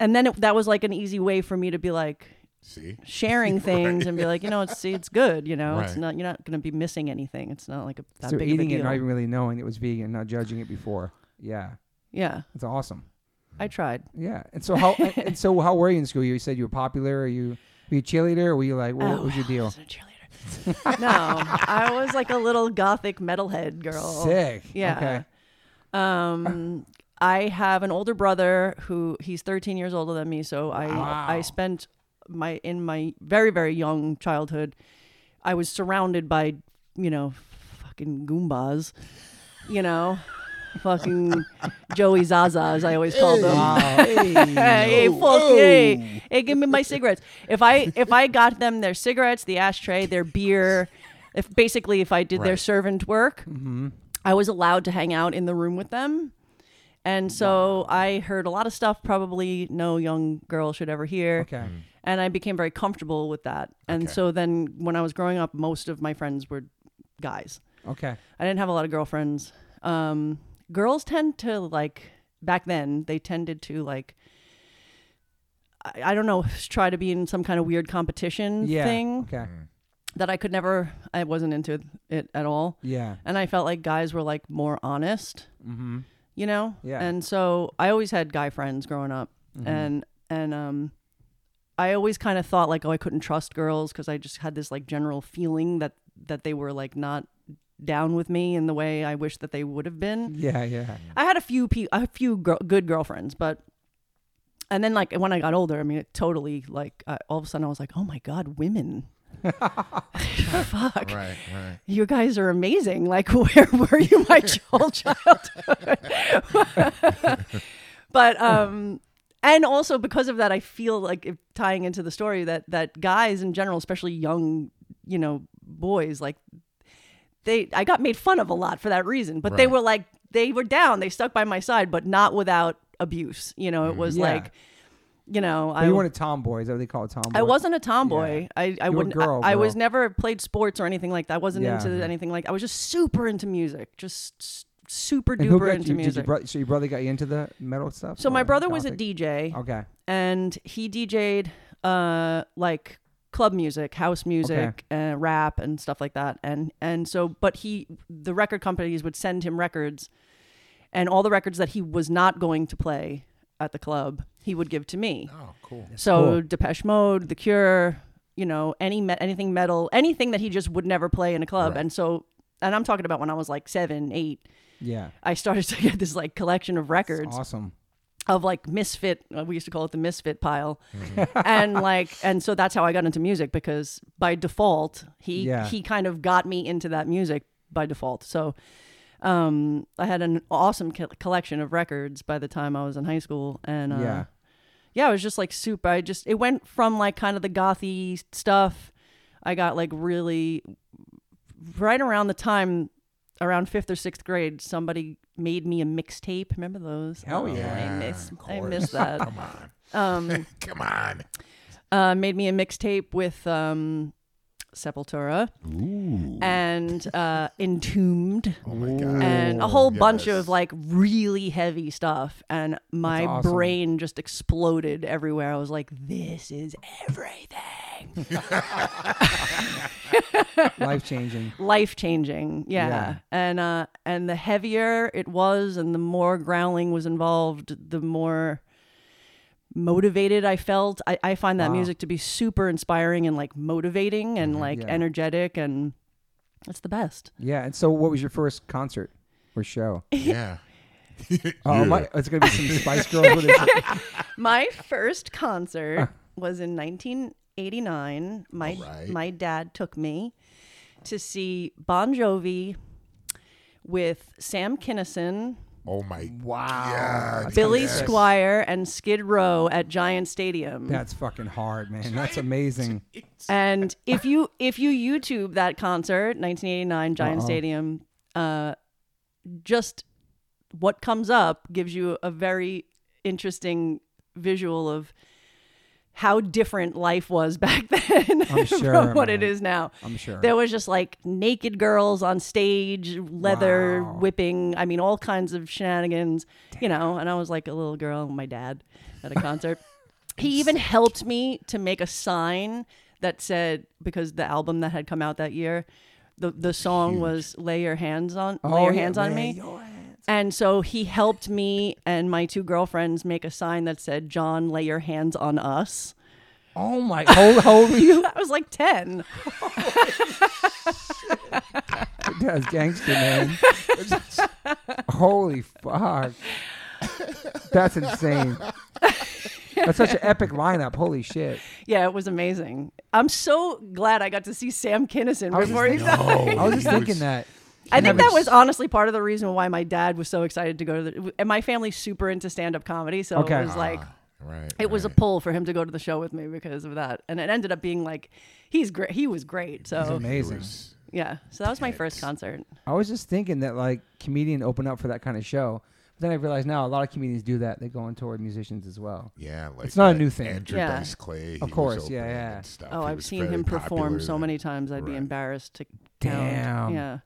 C: and then it, that was like an easy way for me to be like
B: See,
C: sharing things and be like, you know, it's see, it's good. You know, it's
B: Right.
C: not you're not going to be missing anything. It's not like a that
A: So
C: big of a
A: eating
C: deal.
A: it, not even really knowing it was vegan, not judging it before. Yeah.
C: yeah,
A: That's awesome.
C: I tried.
A: Yeah. And so how and so how were you in school? You said you were popular. Are you were you a cheerleader? Or were you like what, what
C: Oh,
A: was your
C: I
A: deal?
C: was a cheerleader. no, I was like a little gothic metalhead girl.
A: Sick.
C: Yeah.
A: Okay.
C: Um, I have an older brother who he's 13 years older than me. So I
A: Wow.
C: I spent my in my very very young childhood, I was surrounded by you know fucking goombas, you know, fucking Joey Zazas. I always call them.
A: Wow.
C: Hey, fuck
B: Oh.
C: hey. Hey, give me my cigarettes. If I if I got them their cigarettes, the ashtray, their beer, if basically if I did their
B: Right. Mm-hmm.
C: servant work, I was allowed to hang out in the room with them. And so I heard a lot of stuff probably no young girl should ever hear.
A: okay.
C: And I became very comfortable with that. And
B: Okay.
C: so then when I was growing up, most of my friends were guys.
A: Okay.
C: I didn't have a lot of girlfriends. Um, girls tend to like back then they tended to like I, I don't know try to be in some kind of weird competition
A: Yeah.
C: thing
A: Okay.
B: Mm,
C: that I could never. I wasn't into it at all,
A: Yeah.
C: and I felt like guys were like more honest,
A: Mm-hmm.
C: you know.
A: Yeah.
C: And so I always had guy friends growing up,
A: Mm-hmm.
C: and and um. I always kind of thought like, oh, I couldn't trust girls because I just had this like general feeling that that they were like not down with me in the way I wish that they would have been.
A: Yeah. Yeah.
C: I had a few pe- a few gr- good girlfriends, but and then like when I got older, I mean, it totally like I all of a sudden I was like, oh my god, women. Fuck.
B: Right, right.
C: You guys are amazing. Like, where were you my whole childhood? but um, and also because of that, I feel like if, tying into the story that that guys in general, especially young, you know, boys, like they, I got made fun of a lot for that reason. But they
B: Right.
C: were like, they were down. They stuck by my side, but not without abuse. You know, it was
A: Mm-hmm. Yeah.
C: like, you know,
A: But
C: I
A: you weren't a tomboy. Is that what they call a tomboy?
C: I wasn't a tomboy. I, I
A: were
C: wouldn't.
A: girl,
C: I, I was
A: girl.
C: never played sports or anything like that. I wasn't
A: Yeah.
C: into anything like. I was just super into music, just s- super
A: And who got
C: duper
A: you?
C: into
A: Did your
C: music.
A: brother, so your brother got you into the metal stuff?
C: so my
A: Or
C: brother was a
A: gothic?
C: DJ,
A: Okay.
C: and he DJ'd uh, like club music, house music, uh, rap, and stuff like that. And and so, but he, the record companies would send him records, and all the records that he was not going to play at the club, he would give to me.
B: Oh, cool.
C: So
A: Cool.
C: Depeche Mode, The Cure, you know, any me- anything metal, anything that he just would never play in a club.
B: Right.
C: And so, and I'm talking about when I was like seven, eight,
A: Yeah.
C: I started to get this like collection of records
A: Awesome.
C: of like misfit. uh, We used to call it the misfit pile,
A: Mm-hmm.
C: and like, and so that's how I got into music because by default, he
A: Yeah.
C: he kind of got me into that music by default. So. Um, I had an awesome co- collection of records by the time I was in high school, and uh,
A: yeah.
C: yeah, it was just like super. I just it went from like kind of the gothy stuff. I got like really right around the time around fifth or sixth grade. Somebody made me a mixtape. Remember those? Oh,
A: Hell
B: yeah.
C: I miss
B: Of
C: I
B: course.
C: miss that.
B: Come on,
C: um,
B: come on.
C: uh, made me a mixtape with um, Sepultura
B: Ooh.
C: and uh, Entombed.
B: Oh my god.
C: and a
A: Oh,
C: whole bunch
B: Yes.
C: of like really heavy stuff and my
A: awesome.
C: brain just exploded everywhere i was like this is everything uh,
A: Life changing.
C: life changing yeah.
A: Yeah.
C: and uh and the heavier it was and the more growling was involved the more motivated i felt i, I find that
A: Wow. Mm-hmm,
C: music to be super inspiring and like motivating and like
A: yeah.
C: energetic and it's the best
A: Yeah. And so, what was your first concert or show?
B: yeah.
A: Oh my! It's gonna be some Spice Girls. What is it?
C: My first concert was in 1989. My
B: All right.
C: my dad took me to see Bon Jovi with Sam Kinison,
B: Oh my!
A: Wow!
B: Yeah,
C: Billy
B: yes.
C: Squire, and Skid Row at Giant Stadium.
A: That's fucking hard, man. That's amazing.
C: And if you if you YouTube that concert, 1989 Giant
A: Uh-uh.
C: Stadium, uh, just what comes up gives you a very interesting visual of how different life was back then
A: I'm sure,
C: from what it
A: man.
C: is now.
A: I'm sure.
C: There was just like naked girls on stage, leather
A: Wow.
C: whipping. I mean, all kinds of shenanigans, you know. And I was like a little girl, and my dad at a concert. he even helped me to make a sign that said because the album that had come out that year, the the song was "Lay Your Hands on Lay Your
A: Oh, yeah,
C: Hands on
A: lay
C: Me."
A: your hands.
C: And so he helped me and my two girlfriends make a sign that said, John, lay your hands on us.
A: Oh my! How, how old were you?
C: I was like 10.
A: That's gangster, man. Holy fuck! That's insane. That's such an epic lineup. Holy shit!
C: Yeah, it was amazing. I'm so glad I got to see Sam Kinison
A: I was
C: before he
A: just
C: died.
A: thinking,
B: died.
A: I was just
B: No, he
A: thinking
B: was-
A: that.
C: I think that
B: Kinison.
C: was honestly part of the reason why my dad was so excited to go to the. And my family's super into stand up comedy, so
A: Okay.
C: it was like
B: Ah, Right.
C: it was a
B: right.
C: pull for him to go to the show with me because of that. And it ended up being like he's great. He was great. So
A: Amazing.
B: was-
C: yeah, so that was my first concert.
A: I was just thinking that like comedian open up for that kind of show. But then I realized now a lot of comedians do that. They go on tour with musicians as well.
B: Yeah, like
A: It's not a
B: that
A: new thing.
B: Andrew
C: Yeah.
B: Dice Clay,
A: Of course, yeah, yeah.
C: Oh, I've seen him perform so many times. I'd be
B: Right.
C: embarrassed to. count.
A: Damn.
C: Yeah,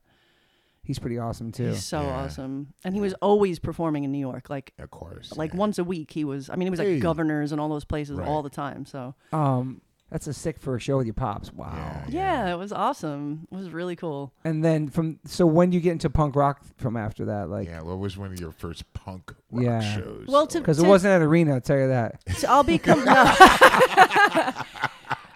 A: He's pretty awesome too.
C: he's so
B: Yeah.
C: awesome, and he was always performing in New York. Like
B: Of course,
C: like
B: yeah.
C: once a week he was i mean he was
B: Hey.
C: at governors and all those places
B: Right.
C: all the time so
A: Um, that's a sick for a show with your pops. Wow.
B: Yeah.
C: yeah it was awesome it was really cool
A: And then from so when do you get into punk rock from after that, like
B: Yeah, what was one of your first punk rock
A: Yeah.
B: shows?
C: Well, to-
A: because it wasn't at arena. I'll tell you that.
C: so i'll be com- no.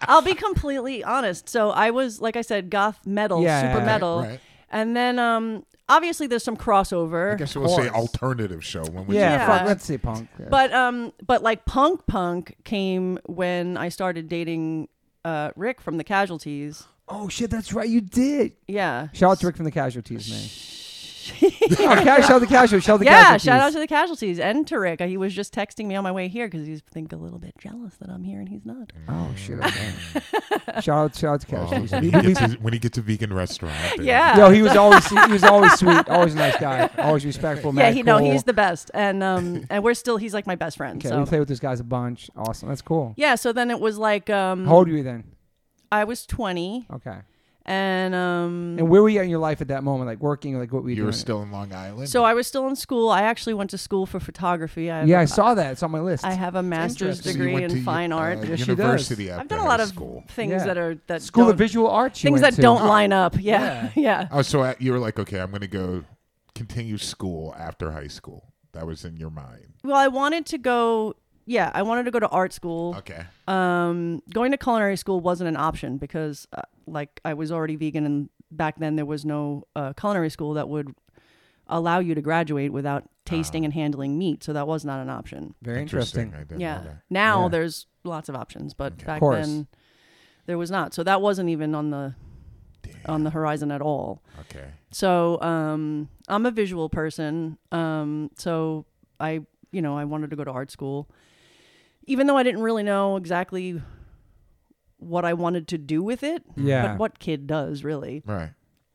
C: i'll be completely honest so i was like i said goth metal
A: Yeah,
C: super
A: yeah,
C: metal
B: right.
C: and then um obviously there's some crossover
B: I guess we'll say
A: course.
B: alternative show when we
A: Yeah,
C: Yeah.
A: fuck, let's say punk. Yeah.
C: but um but like punk punk came when i started dating uh rick from the casualties
A: oh shit, that's right, you did.
C: yeah
A: Shout out to Rick from the Casualties, man. oh, ca- shout out the Casualties. Shout out the
C: yeah,
A: Casualties.
C: shout out to the casualties and to Rick. He was just texting me on my way here because he's I think a little bit jealous that I'm here and he's not.
A: oh shit. okay. Oh, shout out, shout out to
B: Well,
A: Casualties.
B: when, he gets his, when he gets a vegan restaurant. then-
C: Yeah.
A: Yo, he was always he was always sweet, always a nice guy, always respectful.
C: yeah,
A: mad
C: he no,
A: cool.
C: he's the best, and um, and we're still he's like my best friend.
A: Okay, we
C: so
A: play with those guys a bunch. Awesome, that's cool.
C: yeah, so then it was like um,
A: How old were you then?
C: I was 20,
A: Okay,
C: and um,
A: and where were you in your life at that moment? Like working, like what were you,
B: You
A: doing?
B: were still in Long Island?
C: so I was still in school. I actually went to school for photography. I have
A: yeah,
C: a-
A: I saw that. It's on my list.
C: I have a master's
A: interesting.
B: So you
C: degree
B: went to
C: in
B: u-
C: fine
B: uh,
C: art.
A: Yes, she does.
B: university after
C: I've done a
B: high
C: lot of
B: school.
C: things
A: Yeah.
C: that are that
A: School of
C: don't-
A: Visual Arts. you
C: things
A: went
C: that
A: to.
C: don't line up. Yeah, yeah.
B: Oh, so uh, you were like, okay, I'm going to go continue school after high school. That was in your mind.
C: Well, I wanted to go. Yeah, I wanted to go to art school.
B: Okay.
C: um, going to culinary school wasn't an option because uh, like I was already vegan and back then there was no uh, culinary school that would allow you to graduate without tasting and handling meat so that was not an option
A: Very interesting.
B: I didn't
C: yeah
B: know that.
C: now
A: Yeah.
C: there's lots of options but back
A: course.
C: then there was not so that wasn't even on the on the horizon at all
B: Okay.
C: so um, I'm a visual person. Um, so I, you know, I wanted to go to art school, even though I didn't really know exactly what I wanted to do with it.
A: Yeah.
C: But what kid does really?
B: Right.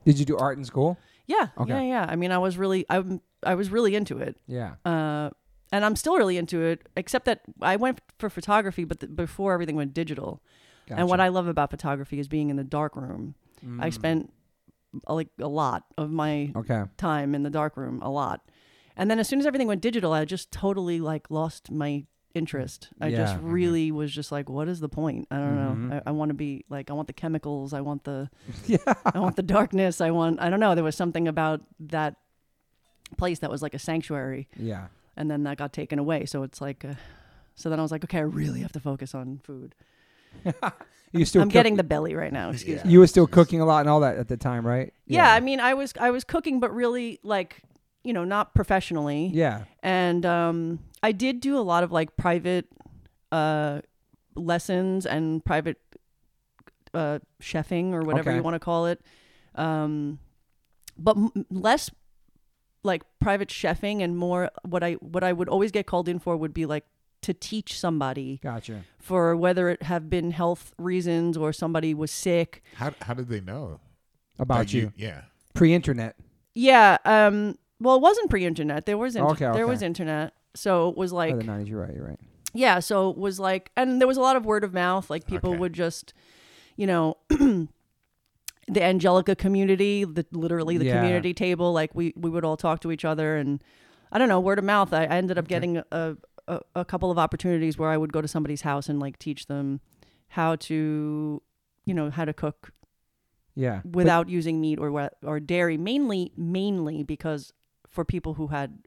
A: Did you do art in school?
C: Yeah.
A: Okay.
C: Yeah. Yeah. I mean, I was really, I'm, I was really into it.
A: Yeah.
C: Uh, and I'm still really into it, except that I went for photography, but th- before everything went digital. And what I love about photography is being in the dark room. I spent uh, like a lot of my
A: Mm. Okay.
C: time in the dark room a lot. And then as soon as everything went digital, I just totally like lost my interest. I just
A: Yeah. mhm. Mm-hmm.
C: really was just like, what is the point? I don't know. I, I want to be like, I want the chemicals. I want the,
A: Yeah.
C: I want the darkness. I want, I don't know. There was something about that place that was like a sanctuary
A: Yeah.
C: and then that got taken away. So it's like, uh, so then I was like, okay, I really have to focus on food.
A: You still.
C: I'm
A: cook-
C: getting the belly right now. Excuse me.
A: You were still cooking a lot and all that at the time, right?
C: yeah i mean i was i was cooking but really like you know, not professionally.
A: Yeah.
C: And um, I did do a lot of like private uh, lessons and private uh, chefing or whatever
A: Okay.
C: you want to call it. Um, but m- less like private chefing and more what I what I would always get called in for would be like to teach somebody
A: Gotcha.
C: for whether it have been health reasons or somebody was sick.
B: How how did they know
A: About
B: that
A: you.
B: Yeah.
A: Pre-internet.
C: Yeah. Um. Well, it wasn't pre-internet. There was inter-
A: Okay, okay.
C: there was internet, so it was like
A: oh, the 90s. You're right. You're right.
C: yeah. So it was like, and there was a lot of word of mouth. Like people
B: Okay.
C: would just, you know. The Angelica community, the literally the
A: Yeah.
C: community table, like we we would all talk to each other, and I don't know, word of mouth. I, I ended up getting a, a a couple of opportunities where I would go to somebody's house and like teach them how to, you know, how to cook
A: Yeah.
C: without using meat or wa- or dairy mainly mainly because for people who had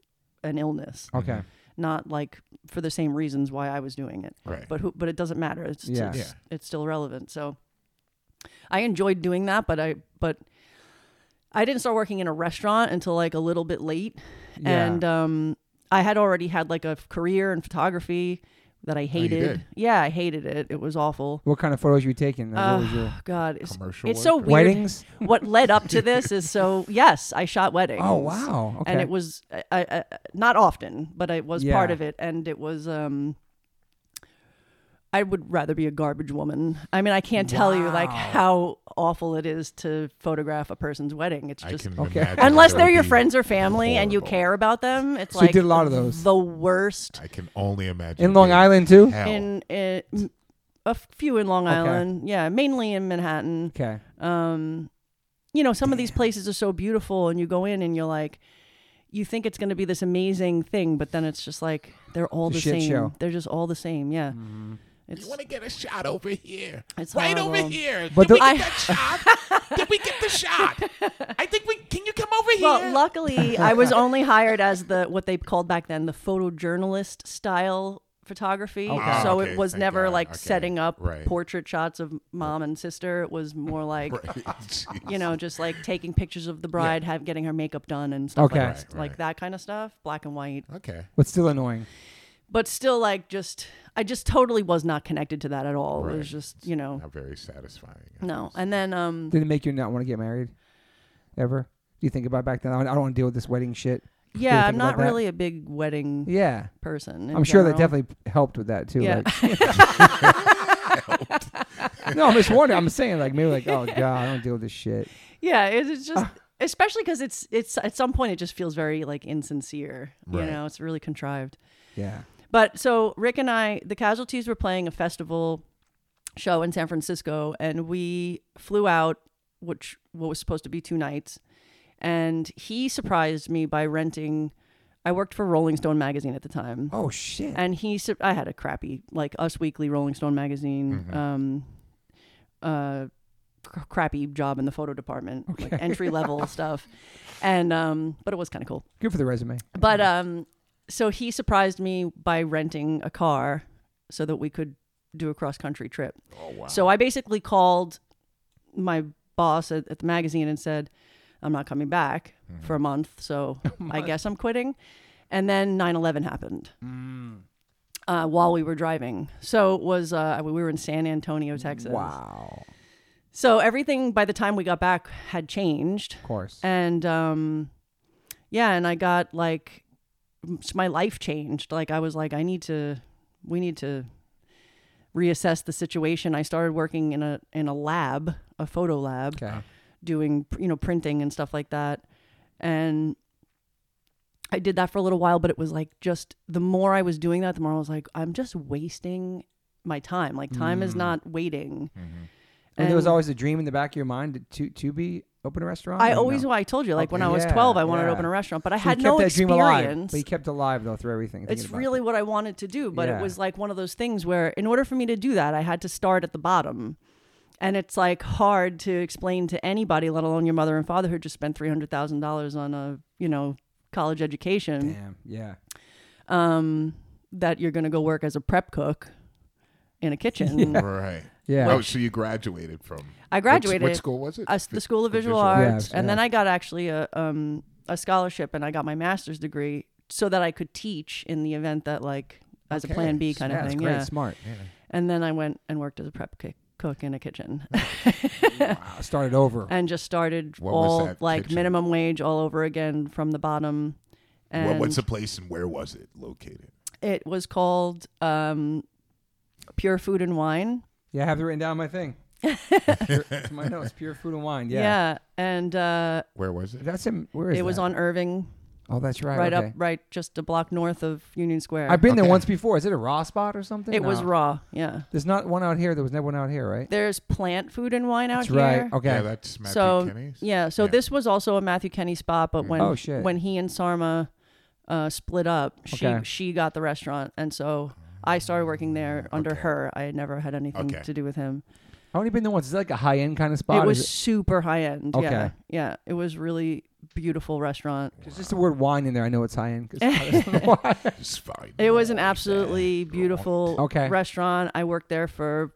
C: an illness
A: But- okay.
C: not like for the same reasons why I was doing it
B: Right.
C: but who but it doesn't matter it's
A: Yeah.
C: it's,
B: Yeah.
C: it's still relevant so I enjoyed doing that but I but I didn't start working in a restaurant until like a little bit late
A: Yeah.
C: and um I had already had like a f- career in photography that
A: Oh,
C: I
B: you
C: hated
B: did?
C: yeah I hated it it was awful
A: what kind of photos were you taking? Like, what was
C: Ugh,
A: your
C: god it's,
B: Commercial
C: it's so
B: work
C: weird
B: or-
A: weddings?
C: what led up to this is so yes, I shot weddings.
A: Oh wow. Okay.
C: And it was I, I, I- not often, but I was part
A: Yeah.
C: of it, and it was. um I would rather be a garbage woman. I mean, I can't tell you like
A: Wow.
C: how awful it is to photograph a person's wedding. It's
B: I
C: just
B: can
A: Okay.
B: imagine
C: unless
B: that would
C: they're your
B: be
C: friends or family and you
B: horrible.
C: care about them. It's
A: So you
C: like
A: did a lot of those.
C: The worst
B: I can only imagine
A: in Long
B: being
A: Island too.
B: Hell.
C: in uh, m- a few in Long
A: Okay.
C: Island. Yeah, mainly in Manhattan.
A: Okay.
C: um, you know, some of these places are so beautiful, and you go in and you're like, you think it's going to be this amazing thing, but then it's just like they're all
A: It's a
C: the
A: shit
C: same.
A: show. Mm-hmm.
C: They're just all the same. Yeah, it's
B: You want to get a shot over here.
C: It's
B: right
C: horrible.
B: over here.
A: But
B: Did we
A: the-
B: get that shot? Did we get the shot? I think we. Can you come over
C: well.
B: here?
C: Luckily, I was only hired as the what they called back then the photojournalist style photography.
A: Okay.
C: So
B: Ah, okay,
C: it was
B: thank
C: never
B: God.
C: like
B: Okay,
C: setting up
B: right.
C: portrait shots of mom and sister. It was more like.
B: Jeez.
C: You know, just like taking pictures of the bride, have getting her makeup done and stuff
A: Okay.
C: like,
A: Right,
C: like
B: right.
C: that kind of stuff, black and white.
B: Okay.
A: But still annoying.
C: but still like just i just totally was not connected to that at all it
B: Right.
C: was just you know
B: Not very satisfying.
C: no and then um
A: Did it make you not want to get married? Ever? Do you think about back then? I don't want to deal with this wedding shit.
C: yeah i'm
A: think about
C: not
A: that?
C: really a big wedding
A: Yeah.
C: person in
A: I'm sure that
C: general.
A: definitely helped with that too.
C: Yeah.
A: Like, no, I'm just wondering. I'm saying like maybe like oh god, I don't deal with this shit.
C: yeah it's, it's
A: Ah.
C: just especially because it's it's at some point it just feels very like insincere
B: Right.
C: you know it's really contrived
A: Yeah.
C: But so Rick and I, the casualties were playing a festival show in San Francisco, and we flew out, which what was supposed to be two nights, and he surprised me by renting. I worked for Rolling Stone magazine at the time,
A: Oh shit.
C: and he, sur- I had a crappy like Us Weekly, Rolling Stone magazine, um, uh, cr- crappy job in the photo department, like entry level stuff, and um, but it was kind of cool.
A: Good for the resume.
C: But um, so he surprised me by renting a car so that we could do a cross country trip.
B: Oh wow.
C: So I basically called my boss at, at the magazine and said, "I'm not coming back
B: Mm-hmm.
C: for a month, so I guess I'm quitting." And then 9/11 happened. Uh, while we were driving, so it was uh, we were in San Antonio, Texas.
A: Wow.
C: So everything by the time we got back had changed
A: Of course.
C: and um yeah and i got like m- my life changed like i was like i need to we need to reassess the situation i started working in a in a lab a photo lab
A: Okay.
C: doing you know printing and stuff like that and i did that for a little while but it was like just the more i was doing that the more i was like i'm just wasting my time like time
A: Hmm.
C: is not waiting
B: Mm-hmm.
A: And there was
C: And-
A: always a dream in the back of your mind to to be open a restaurant.
C: I
A: or no?
C: always, well, I told you, like when
A: Okay.
C: I was
A: Yeah,
C: 12, I wanted
A: yeah.
C: to open a restaurant, but I
A: So you
C: had
A: kept
C: no
A: that dream alive,
C: experience.
A: but you kept alive though through everything. thinking
C: It's
A: about
C: really what I wanted to do, but
A: Yeah.
C: it was like one of those things where, in order for me to do that, I had to start at the bottom. And it's like hard to explain to anybody, let alone your mother and father who just spent three hundred thousand dollars on a you know college
A: it.
C: education,
A: Damn. Yeah.
C: um, that you're going to go work as a prep cook in a kitchen.
B: right.
A: Yeah.
B: Oh, so you graduated from?
C: I
B: Which,
C: graduated
B: what school was it?
C: uh, the School of Visual,
A: Arts.
C: Arts,
A: Yeah,
C: and then
A: yeah.
C: I got actually a um, a scholarship and I got my master's degree so that I could teach in the event that like as a plan B kind
A: yeah,
C: of
A: that's
C: thing.
A: great,
C: Yeah.
A: smart.
C: And then I went and worked as a prep ki- cook in a kitchen
A: Uh-huh. Wow, started over.
C: and just started
B: What was
C: all
B: that
C: like
B: kitchen?
C: minimum wage all over again from the bottom. And
B: What, what's the place and where was it located?
C: it was called um, Pure Food and Wine.
A: Yeah, I have it written down on my thing. it's my notes. Pure food and wine. Yeah.
C: And uh,
B: Where was it?
A: That's in. Where is
C: it was
A: that?
C: on Irving,
A: Oh, that's right.
C: right
A: okay.
C: up, right just a block north of Union Square.
A: I've been there
B: Okay.
A: once before. Is it a raw spot or something?
C: it was
A: No.
C: raw. Yeah.
A: There's not one out here. There was never one out here, right?
C: There's plant food and wine
A: That's
C: out here.
A: right. Okay.
B: Yeah, that's Matthew
C: so
B: Kenny's.
C: yeah, so this was also a Matthew Kenny spot, but when
A: Oh, shit.
C: when he and Sarma uh, split up, she
A: Okay.
C: she got the restaurant, and so I started working there under
B: Okay.
C: her. I had never had anything
B: Okay.
C: to do with him.
A: I've only been there once. Is it like a high end kind of spot?
C: it
A: Is
C: was super high end. Yeah,
A: Okay.
C: yeah, it was really beautiful restaurant.
A: There's just the word wine in there. I know it's high end. 'cause I don't know why.
B: It's fine.
C: It was an absolutely beautiful
A: Okay.
C: restaurant. I worked there for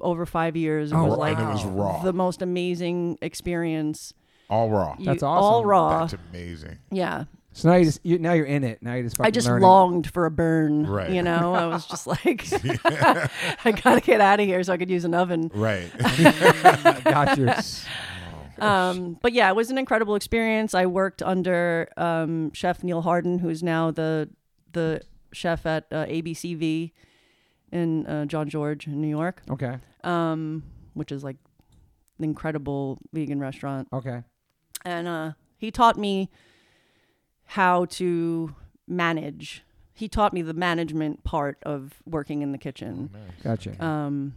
C: over five years. It
A: Oh,
C: was
B: Raw-
C: like
B: and it was raw.
C: the most amazing experience.
B: all raw.
A: That's
C: All
A: awesome.
C: raw.
B: That's amazing.
C: yeah.
A: so now you just you, now you're in it. Now you just fucking
C: I just
A: learning.
C: longed for a burn.
B: Right.
C: You know, I was just like, I gotta get out of here so I could use an oven.
B: Right.
A: Got you.
C: Um, but yeah, it was an incredible experience. I worked under um, Chef Neil Harden, who's now the the chef at uh, ABCV in uh, John George in New York,
A: Okay.
C: um, which is like an incredible vegan restaurant.
A: Okay.
C: and uh, he taught me how to manage. He taught me the management part of working in the kitchen,
B: Oh,
A: Gotcha.
C: um,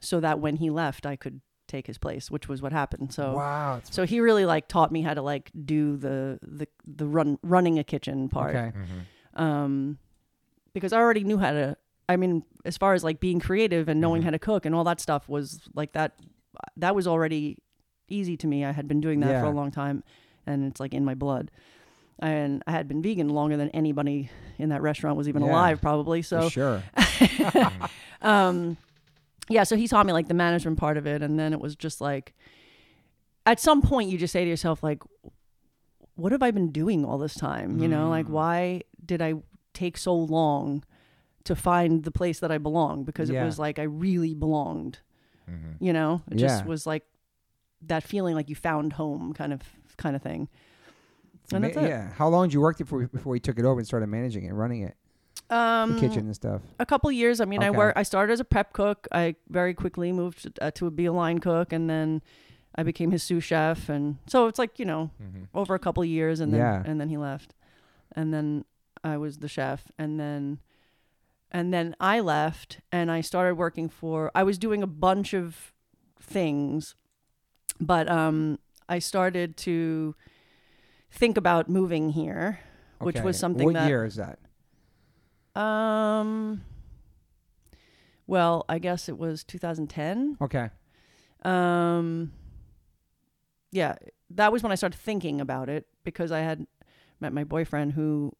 C: so that when he left, I could take his place, which was what happened. So,
A: wow. It's
C: so he really like taught me how to like do the the the run running a kitchen part,
A: okay.
B: Mm-hmm.
C: um, because I already knew how to. I mean, as far as like being creative and
A: Mm-hmm.
C: knowing how to cook and all that stuff was like that. That was already easy to me. I had been doing that for
A: Yeah.
C: a long time, and it's like in my blood. And I had been vegan longer than anybody in that restaurant was even
A: Yeah.
C: alive, probably.
A: For
C: So,
A: sure.
B: Mm-hmm.
C: um, yeah. So he taught me like the management part of it, and then it was just like, at some point, you just say to yourself, like, what have I been doing all this time? You know,
A: Hmm.
C: like why did I take so long to find the place that I belong? Because
A: Yeah.
C: it was like I really belonged.
B: Mm-hmm.
C: You know, it just
A: Yeah.
C: was like that feeling like you found home kind of kind of thing.
A: It's
C: And
A: ama-
C: that's it.
A: yeah. How long did you work there before before you took it over and started managing it, running it, the
C: Um,
A: kitchen and stuff?
C: a couple years. I mean, I
A: Okay.
C: work. I started as a prep cook. I very quickly moved uh, to be a line cook, and then I became his sous chef. And so it's like you know,
B: Mm-hmm.
C: over a couple years, and then
A: Yeah.
C: and then he left, and then I was the chef, and then and then I left, and I started working for. I was doing a bunch of things, but um, I started to think about moving here, which
A: Okay.
C: was something
A: What
C: that
A: year is that?
C: um. Well, I guess it was 2010.
A: Okay.
C: Um. Yeah, that was when I started thinking about it because I had met my boyfriend who.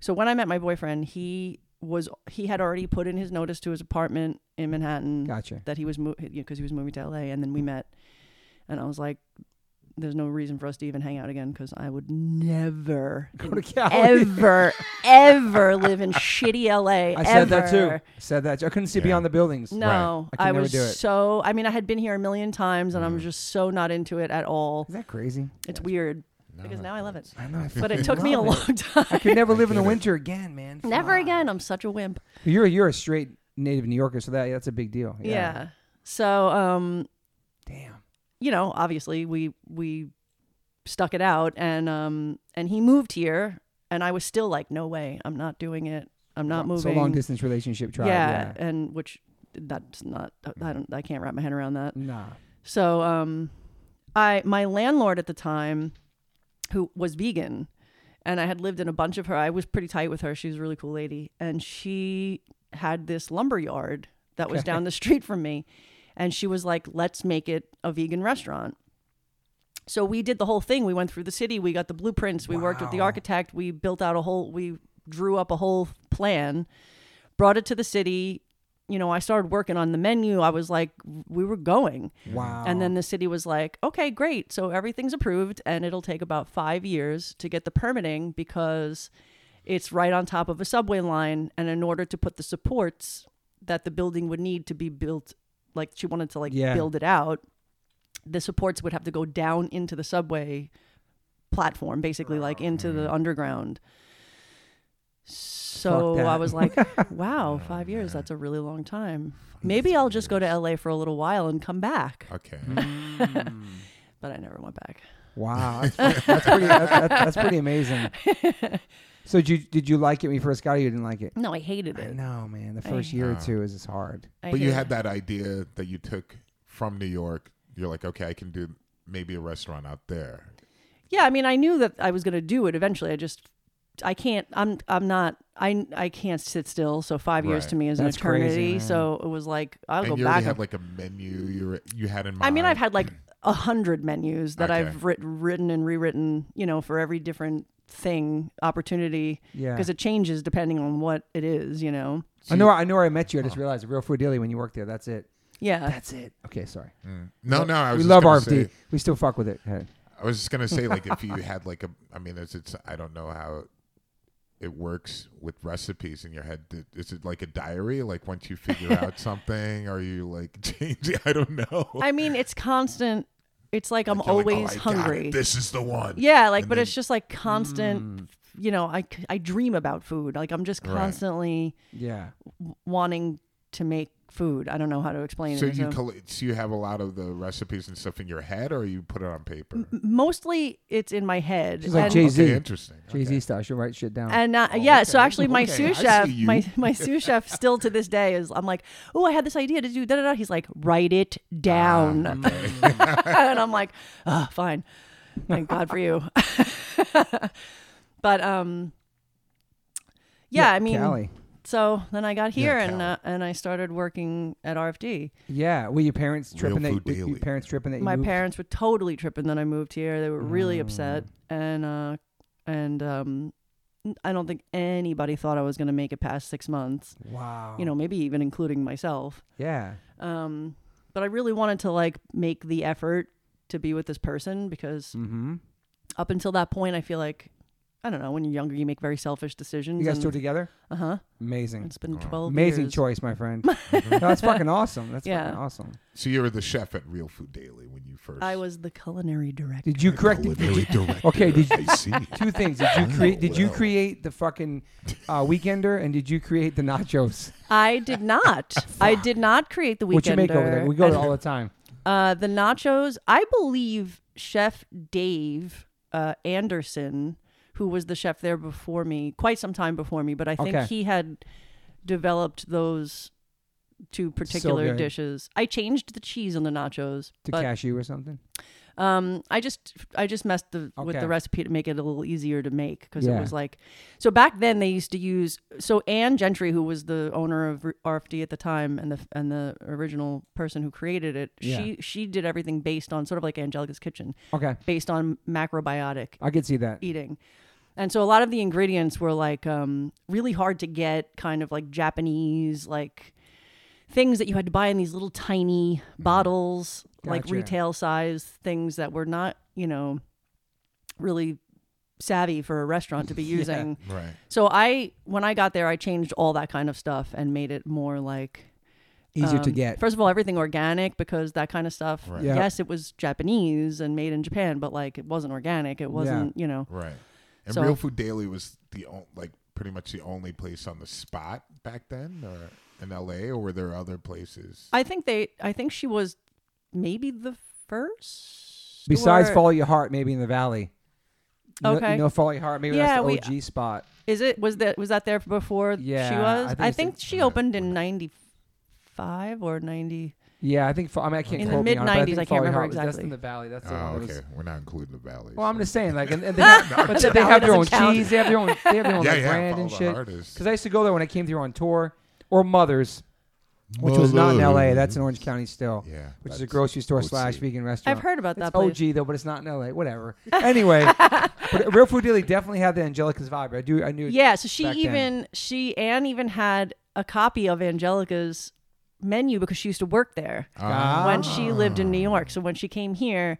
C: So when I met my boyfriend, he was he had already put in his notice to his apartment in Manhattan
A: Gotcha.
C: that he was moving you know, because he was moving to LA, and then we met, and I was like, "There's no reason for us to even hang out again because I would never
A: Go to
C: Oh,
A: Cali.
C: ever, ever live in shitty LA.
A: I said that
C: ever.
A: too. Said that. I couldn't see
B: Yeah.
A: beyond the buildings.
C: No,
A: Right. I could
C: I,
A: never
C: was
A: do it. Mm.
C: so. I mean, I had been here a million times, and I'm just so not into it at all.
A: Is that crazy?
C: It's weird because now I love it,
A: I know. I
C: but it
A: fucking
C: took me a
A: love it.
C: long
A: I
C: time.
A: could never live in
B: get
A: the
B: it.
A: winter again, man.
C: Never
A: Fuck.
C: again. I'm such a wimp.
A: You're you're a straight native New Yorker, so that that's a big deal.
C: Yeah. So, um,
A: Damn.
C: you know, obviously we we stuck it out, and um, and he moved here, and I was still like, no way, I'm not doing it. I'm not
A: Well,
C: moving.
A: So long distance relationship tribe.
C: yeah,
A: Yeah.
C: and which that's not. I don't. I can't wrap my head around that.
A: Nah.
C: So um I my landlord at the time who was vegan and I had lived in a bunch of her I was pretty tight with her. She was a really cool lady and she had this lumber yard that was down the street from me and she was like let's make it a vegan restaurant. So we did the whole thing. We went through the city, we got the blueprints, we worked with the
A: Wow.
C: architect, we built out a whole we drew up a whole plan, brought it to the city you know, I started working on the menu. I was like, we were going.
A: Wow.
C: And then the city was like, okay, great. So everything's approved, and it'll take about five years to get the permitting because it's right on top of a subway line. And in order to put the supports that the building would need to be built, like she wanted to like
A: Yeah.
C: build it out, the supports would have to go down into the subway platform, basically, like into
A: Mm.
C: the underground. So
A: that.
C: I was like, wow, five years, that's a really long time. Maybe I'll just go to LA for a little while and come back
B: Okay.
A: Mm-hmm.
C: but I never went back.
A: Mm. wow, that's, that's pretty. That's, that's, that's pretty amazing. So did you did you like it when you first got it? or You didn't like it.
C: No, I hated
A: I
C: it.
A: know, man. The first year or two is just hard.
C: I
B: But you
C: hated
B: had
C: it.
B: that idea that you took from New York. You're like, okay, I can do maybe a restaurant out there.
C: yeah. I mean, I knew that I was gonna do it eventually. I just, I can't. I'm, I'm not. I, I can't sit still. So five years
B: Right.
C: to me is
A: That's
C: an
A: crazy,
C: eternity.
A: man.
C: so it was like I'll
B: and
C: go
B: you
C: back.
B: already had like a menu you were, you had in mind.
C: I mean, I've had like a hundred menus that
B: Okay.
C: I've writ- written and rewritten. You know, for every different thing opportunity
A: Yeah.
C: because it changes depending on what it is. You know.
A: I know. I know where I met you. I just realized Real Food Daily when you worked there. That's it.
C: Yeah.
A: That's it. Okay, sorry.
B: Mm. no, no. I was
A: we
B: just
A: love
B: gonna
A: RFD.
B: say-
A: we still fuck with it. Hey.
B: I was just gonna say like if you had like a. I mean, it's, it's I don't know how it works with recipes in your head. Did- Is it like a diary? Like once you figure out something, are you like changing? I don't know.
C: I mean, it's constant. It's like I'm
B: You're like, "Oh,
C: always
B: I got it.
C: hungry.
B: This is the one.
C: Yeah, like,
B: And
C: but
B: then- Mm.
C: it's just like constant. You know, I c- I dream about food. Like, I'm just
B: Right.
C: constantly
A: Yeah.
C: wanting to make food. I don't know how to explain
B: So
C: it.
B: you coll- so you have a lot of the recipes and stuff in your head, or you put it on paper?
C: mostly it's in my head.
A: She's like
C: and,
A: Jay Z.
B: Okay, interesting.
A: Jay Z
B: Okay.
A: style. She'll write shit down.
C: and uh,
B: Oh,
C: yeah, so
B: okay.
C: actually, my
B: Okay,
C: sous
B: I
C: chef,
B: see you.
C: my my sous chef, still to this day is. I'm like, oh, I had this idea to do da da da. He's like, write it down,
B: Ah,
C: and I'm like, oh, fine. Thank God for you. but um, yeah, I mean,
A: Cali.
C: So then I got here and
B: Cali.
C: uh, and I started working at RFD.
A: Yeah. Were your parents
B: Real
A: tripping that?
B: Food
A: were your
B: Daily.
A: parents tripping that? you
C: My
A: moved?
C: parents were totally tripping that I moved here. They were really upset
A: Mm.
C: and uh and um I don't think anybody thought I was going to make it past 6 months.
A: Wow.
C: You know, maybe even including myself.
A: Yeah.
C: Um but I really wanted to like make the effort to be with this person because
A: Mm-hmm.
C: up until that point I feel like I don't know, when you're younger you make very selfish decisions.
A: You guys
C: and-
A: still together?
C: uh-huh.
A: Amazing.
C: It's been 12
A: Amazing
C: years.
A: choice, my friend. No, that's fucking awesome. That's
C: Yeah.
A: fucking awesome.
B: So you were the chef at Real Food Daily when you first.
C: I was the culinary director.
A: Did you correct?
B: Culinary director.
A: Okay, did you-
B: I see.
A: Two things. Did you
B: Oh,
A: create? Did you
B: wow.
A: create the fucking uh, weekender, and did you create the nachos?
C: I did not. I did not create the weekender.
A: What you make over there? We go
C: And,
A: there all the time.
C: uh, the nachos. I believe Chef Dave uh, Anderson, who was the chef there before me, quite some time before me, but I think
A: Okay.
C: he had developed those two particular
A: good.
C: dishes. I changed the cheese on the nachos,
A: To
C: but
A: cashew or something.
C: um, I just I just messed the, with
A: Okay.
C: the recipe to make it a little easier to make because
A: Yeah.
C: it was like so back then they used to use so Anne Gentry who was the owner of RFD at the time and the and the original person who created it
A: Yeah.
C: she she did everything based on sort of like Angelica's kitchen
A: Okay,
C: based on macrobiotic
A: I could see that.
C: eating. And so a lot of the ingredients were like um, really hard to get, kind of like Japanese, like things that you had to buy in these little tiny bottles, like
A: Mm-hmm. Gotcha.
C: retail size things that were not, you know, really savvy for a restaurant to be using.
B: Right.
C: So I, when I got there, I changed all that kind of stuff and made it more like
A: Easier to
C: um,
A: get.
C: First of all, everything organic because that kind of stuff.
B: Right.
A: Yeah.
C: Yes, it was Japanese and made in Japan, but like it wasn't organic. It wasn't, you know.
B: Right. And
C: So-
B: Real Food Daily was the on, like pretty much the only place on the spot back then, or in LA, or were there other places?
C: I think they. I think she was maybe the first.
A: Besides
C: or-
A: follow your heart, maybe in the valley. You know-
C: Okay.
A: you know, follow your heart. Maybe that's
C: Yeah,
A: the
C: we-
A: OG spot.
C: is it was that was that there before she
A: Yeah,
C: was?
A: I
C: I
A: think
C: think,
A: it's the-
C: she opened in ninety five or ninety.
A: Yeah, I think. fo- I mean, I can't.
C: In the
A: quote me on it, but I
C: mid-nineties,
A: think
C: I can't
A: follow your
C: remember
A: heart was- That's
C: exactly.
A: in the valley. That's the one.
B: oh,
A: that was-
B: okay. We're not including the valley.
A: Well, I'm
B: so-
A: just saying, like, and, and they have, but they, they have their own
C: Doesn't count.
A: cheese. They have their own, they have their own
B: yeah,
A: like,
B: yeah.
A: brand
B: follow
A: and
B: the
A: shit.
B: artist.
A: Because I used to go there when I came through on tour, or Mother's, which was not in L.A. That's in Orange County still,
B: Yeah,
A: which is a
B: that's
A: grocery store
B: OC.
A: slash vegan restaurant.
C: I've heard about that
A: It's
C: place.
A: OG though, but it's not in L.A. Whatever. Anyway, but Real Food Daily definitely had the Angelica's vibe. I do. I knew.
C: Yeah, so she
A: back then.
C: even she Anne even had a copy of Angelica's menu because she used to work there
A: Ah,
C: when she lived in New York. So when she came here,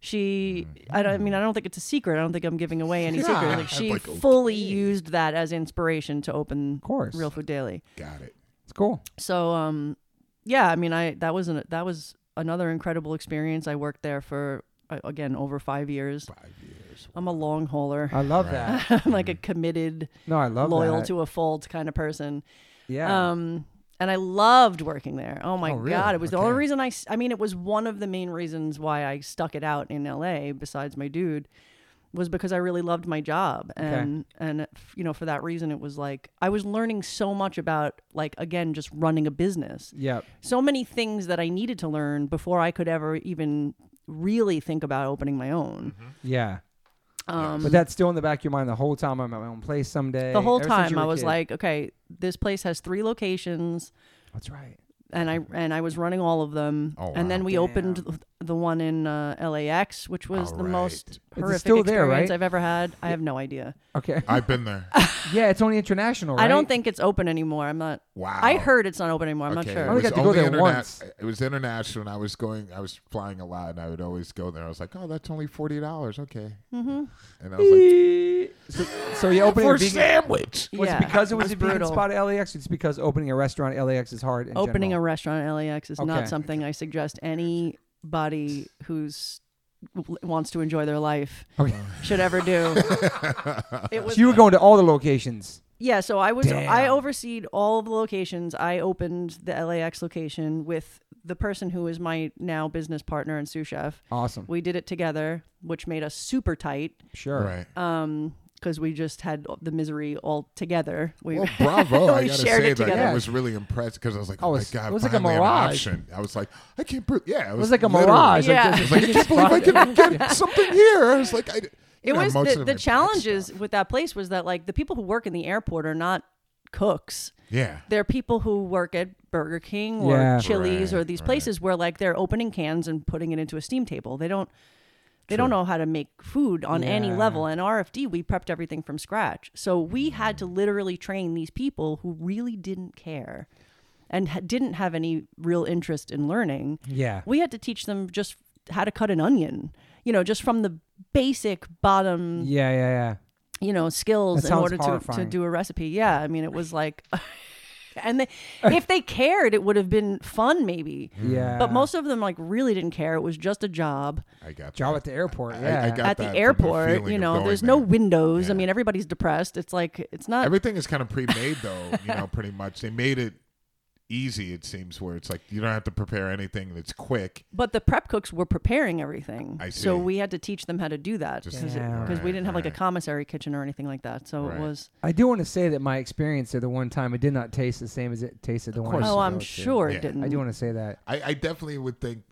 C: she
A: Hmm.
C: I don't I mean I don't think it's a secret. I don't think I'm giving away any secret. Like she
B: Like,
C: fully used that as inspiration to open
A: course.
C: Real Food Daily.
B: Got it.
A: It's cool.
C: So um yeah, I mean I that was an, that was another incredible experience. I worked there for uh, again over 5 years.
B: Five years.
C: I'm a long hauler.
A: I love that.
C: I'm like a committed
A: No, I Mm-hmm. love
C: loyal
A: that.
C: to a fault kind of person.
A: yeah.
C: Um, and I loved working there. Oh my
A: Oh, really?
C: God. It was the
A: Okay.
C: only reason I, s- I mean, it was one of the main reasons why I stuck it out in LA besides my dude was because I really loved my job. And, and, f- you know, for that reason, it was like, I was learning so much about like, again, just running a business.
A: yeah.
C: So many things that I needed to learn before I could ever even really think about opening my own.
A: Yeah.
C: Um,
A: But that's still in the back of your mind the whole time. I'm at my own place someday.
C: the whole
A: Ever since you
C: time
A: were
C: I
A: a
C: was
A: kid.
C: like, okay, this place has three locations.
A: that's right.
C: and I and I was running all of them.
B: Oh,
C: and then
B: wow.
C: we opened
A: Damn.
C: th- the one in uh, LAX, which was
B: All
C: the
B: right.
C: most
A: it's
C: horrific
A: still there,
C: experience
A: right?
C: I've ever had. I have no idea.
A: Okay.
B: I've been there.
A: yeah, it's only international. Right?
C: I don't think it's open anymore. I'm not.
B: Wow.
C: I heard it's not open anymore. I'm
B: Okay,
C: not sure.
A: I only
B: was
A: got to go
B: only
A: there
B: interna-
A: once.
B: It was international, and I was going. I was flying a lot, and I would always go there. I was like, "Oh, that's only forty dollars. Okay." Mm-hmm. And I was like,
A: so, so you opening
B: "For
A: a
B: a
A: vegan.
B: sandwich."
A: Was
C: yeah,
A: it because it was a vegan
C: brutal.
A: spot at LAX? It's because opening a restaurant at LAX is hard. In
C: Opening
A: general.
C: a restaurant at LAX is
A: Okay.
C: not something I suggest anybody who's w- wants to enjoy their life
A: Okay.
C: should ever do. it was
A: So you were going to all the locations.
C: Yeah, so I was I
A: Damn.
C: overseed all of the locations. I opened the LAX location with the person who is my now business partner and sous chef.
A: Awesome.
C: We did it together, which made us super tight
A: Sure.
B: Right.
C: um because we just had the misery all together. We
B: Well, bravo! I
C: we
B: gotta
C: shared
B: say
C: it
B: that
C: together.
B: I was really impressed because I was like,
A: Oh,
B: "Oh,
A: it's-
B: my god!"
A: it was like a
B: finally an
A: mirage.
B: option. I was like, "I can't prove." Yeah,
A: It was like a
B: literally-
A: mirage.
C: Yeah.
A: Like,
C: I
A: there's
B: It's
A: a
B: like, I
A: vegan
B: can't believe I
A: spot.
B: can get something here. I was like, I, d-
C: it
B: you know,
C: was
B: most
C: the,
B: of my
C: the
B: back
C: challenges
B: stuff.
C: with that place was that like the people who work in the airport are not cooks.
B: Yeah,
C: There are people who work at Burger King or
A: Yeah.
C: Chili's or
B: Right,
C: these
B: right.
C: places where like they're opening cans and putting it into a steam table. They don't they don't know how to make food on any
A: Yeah.
C: level. And RFD, we prepped everything from scratch. So we had to literally train these people who really didn't care and ha- didn't have any real interest in learning.
A: Yeah.
C: We had to teach them just how to cut an onion, you know, just from the basic bottom
A: Yeah. Yeah. Yeah.
C: you know skills
A: That
C: in
A: sounds
C: order to, to
A: horrifying.
C: do a recipe yeah i mean it was like and they, if they cared it would have been fun maybe
B: Mm.
A: Yeah.
C: but most of them like really didn't care it was just a job
B: I got
A: job
B: that.
A: at the airport.
B: I- I
A: Yeah.
B: got- that
C: at the
B: from the
C: airport
B: feeling
C: you
B: of
C: know
B: going
C: there's no
B: there.
C: windows i
B: Yeah.
C: mean everybody's depressed it's like it's not
B: Everything is kind of pre-made though, you know, pretty much. They made it easy it seems where it's like you don't have to prepare anything and it's quick.
C: but the prep cooks were preparing everything
B: I
C: so
B: see.
C: we had to teach them how to do that
B: Just-
C: because
A: Damn.
C: we didn't have like a
B: Right, right.
C: commissary kitchen or anything like that so
B: Right.
C: it was
A: I do want to say that my experience there the one time it did not taste the same as it tasted the one. I
B: course
A: was
C: oh i'm
A: supposed to.
C: sure
B: Yeah.
C: it didn't
A: I do want to say that.
B: I, I definitely would think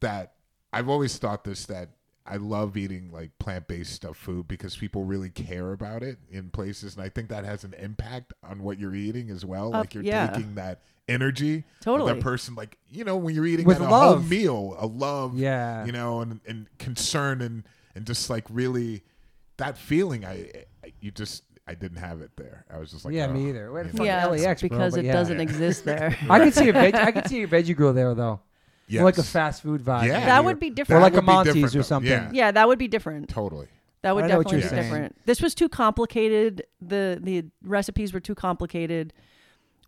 B: that I've always thought this that I love eating like plant-based stuff food because people really care about it in places and I think that has an impact on what you're eating as well.
C: Uh,
B: like you're
C: yeah.
B: taking that energy of
C: Totally.
B: that person like you know when you're eating
A: With
B: that a whole
A: love.
B: meal, a love
A: Yeah.
B: you know, and, and concern and, and just like really that feeling. I, I you just I didn't have it there. I was just like,
A: yeah,
B: oh,
A: me either. Where the
B: you
A: fuck
C: yeah
A: LAX,
C: it's
A: E bro,
C: because
A: but
C: it
A: yeah.
C: doesn't exist there
B: Mm.
A: I could see a veg. I could see a veggie grill there though.
B: Yes.
A: Like a fast food vibe.
B: Yeah.
C: that would be
A: Or
C: different
A: like
B: would
A: a
B: be
A: Monty's
B: different,
A: or
B: though.
A: something.
B: Yeah.
C: yeah that would be different
B: Totally.
C: That would
A: I know what
C: definitely
A: you're
C: be
A: saying.
C: different. This was too complicated. The the recipes were too complicated.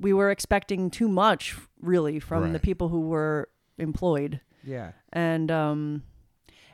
C: We were expecting too much, really, from the
B: Right.
C: people who were employed,
A: Yeah.
C: and um,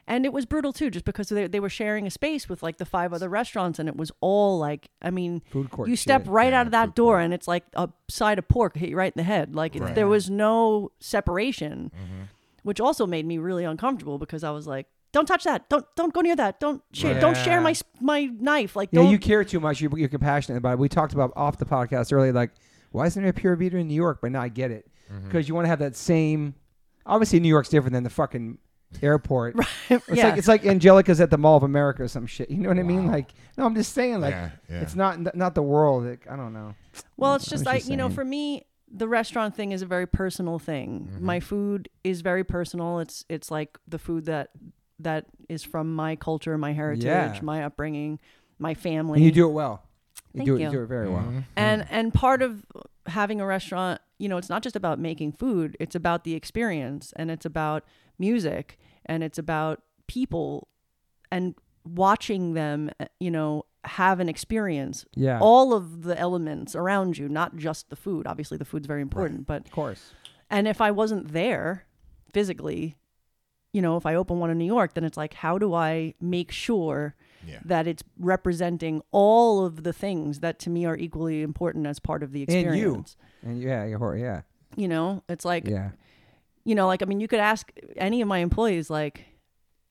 C: and it was brutal too, just because they they were sharing a space with like the five other restaurants, and it was all like, I mean,
A: Food court.
C: you step
A: shit.
C: right
B: Yeah,
C: out of that
B: food
C: door, and it's like a side of pork hit you right in the head. Like it-
B: Right.
C: there was no separation,
B: Mm-hmm.
C: which also made me really uncomfortable because I was like, "Don't touch that! Don't don't go near that! Don't share!
A: Right.
C: Don't
A: Yeah.
C: share my s- my knife! Like
A: Yeah,
C: don't."
A: you care too much. You, you're compassionate about it. We talked about off the podcast earlier, like, why isn't there a pure beater in New York? But now I get it.
B: Mm-hmm.
A: Because you want to have that same. Obviously, New York's different than the fucking airport. right. It's,
C: Yeah.
A: like, it's like Angelica's at the Mall of America or some shit. You know what I mean? Like, no, I'm just saying, like,
B: Yeah, yeah.
A: it's not not the world. Like, I don't know.
C: well, it's just
A: was
C: I
A: just
C: you know
A: saying.
C: for me the restaurant thing is a very personal thing.
A: Mm-hmm.
C: My food is very personal. It's it's like the food that that is from my culture, my heritage,
A: Yeah.
C: my upbringing, my family.
A: And you do it well. You
C: Thank
A: do it.
C: you.
B: Mm-hmm.
A: You do it very well.
C: and and part of having a restaurant you know, it's not just about making food, it's about the experience and it's about music and it's about people and watching them, uh, you know, have an experience.
A: Yeah.
C: All of the elements around you, not just the food. Obviously, the food's very important, but
A: Of course.
C: and if I wasn't there physically, you know, if I open one in New York, then it's like, how do I make sure
B: Yeah.
C: that it's representing all of the things that to me are equally important as part of the
A: you.
C: experience?
A: And yeah, you're hor- yeah,
C: You, know, it's like,
A: yeah.
C: you know, like, I mean, you could ask any of my employees, like,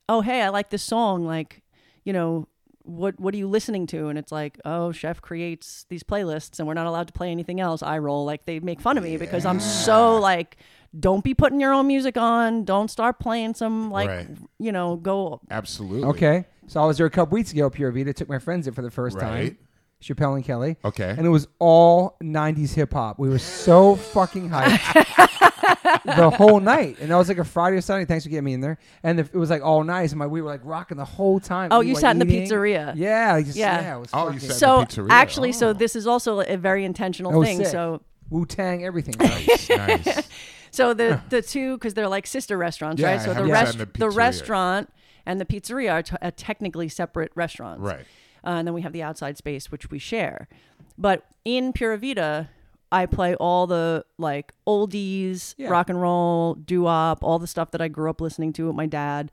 C: oh, hey, I like this song. Like, you know, what what are you listening to? And it's like, oh, chef creates these playlists, and we're not allowed to play anything else. I roll like they make fun of me because I'm so like, don't be putting your own music on. Don't start playing some like,
B: Right.
C: you know, go.
B: Absolutely.
A: Okay. So I was there a couple weeks ago, Pura Vida, took my friends in for the first time.
B: Right.
A: Chappelle and Kelly.
B: Okay.
A: And it was all 90s hip hop. We were so fucking hyped the whole night. And that was like a Friday or Sunday. Thanks for getting me in there. And if- it was like all nights. And like, we were like rocking the whole time.
C: Oh,
A: We
C: you
A: were,
C: sat
A: like,
C: in the
A: eating.
C: pizzeria.
A: Yeah. like, just- yeah.
C: Yeah.
A: it was
B: Oh, you
A: fucking-
B: sat-
C: So
B: the pizzeria.
C: actually, so
B: Oh.
C: this is also a very intentional
A: That was
C: thing.
A: sick.
C: So
A: Wu Tang, everything. right?
B: Nice. nice.
C: So the the two because they're like sister restaurants,
B: Yeah,
C: right?
B: I
C: So the
B: haven't
C: rest
B: sat in a
C: the
B: pizzeria.
C: restaurant and the pizzeria are, t- are technically separate restaurants,
B: Right.
C: Uh, and then we have the outside space which we share. But in Pura Vida, I play all the like oldies,
A: Yeah.
C: rock and roll, doo wop, all the stuff that I grew up listening to with my dad.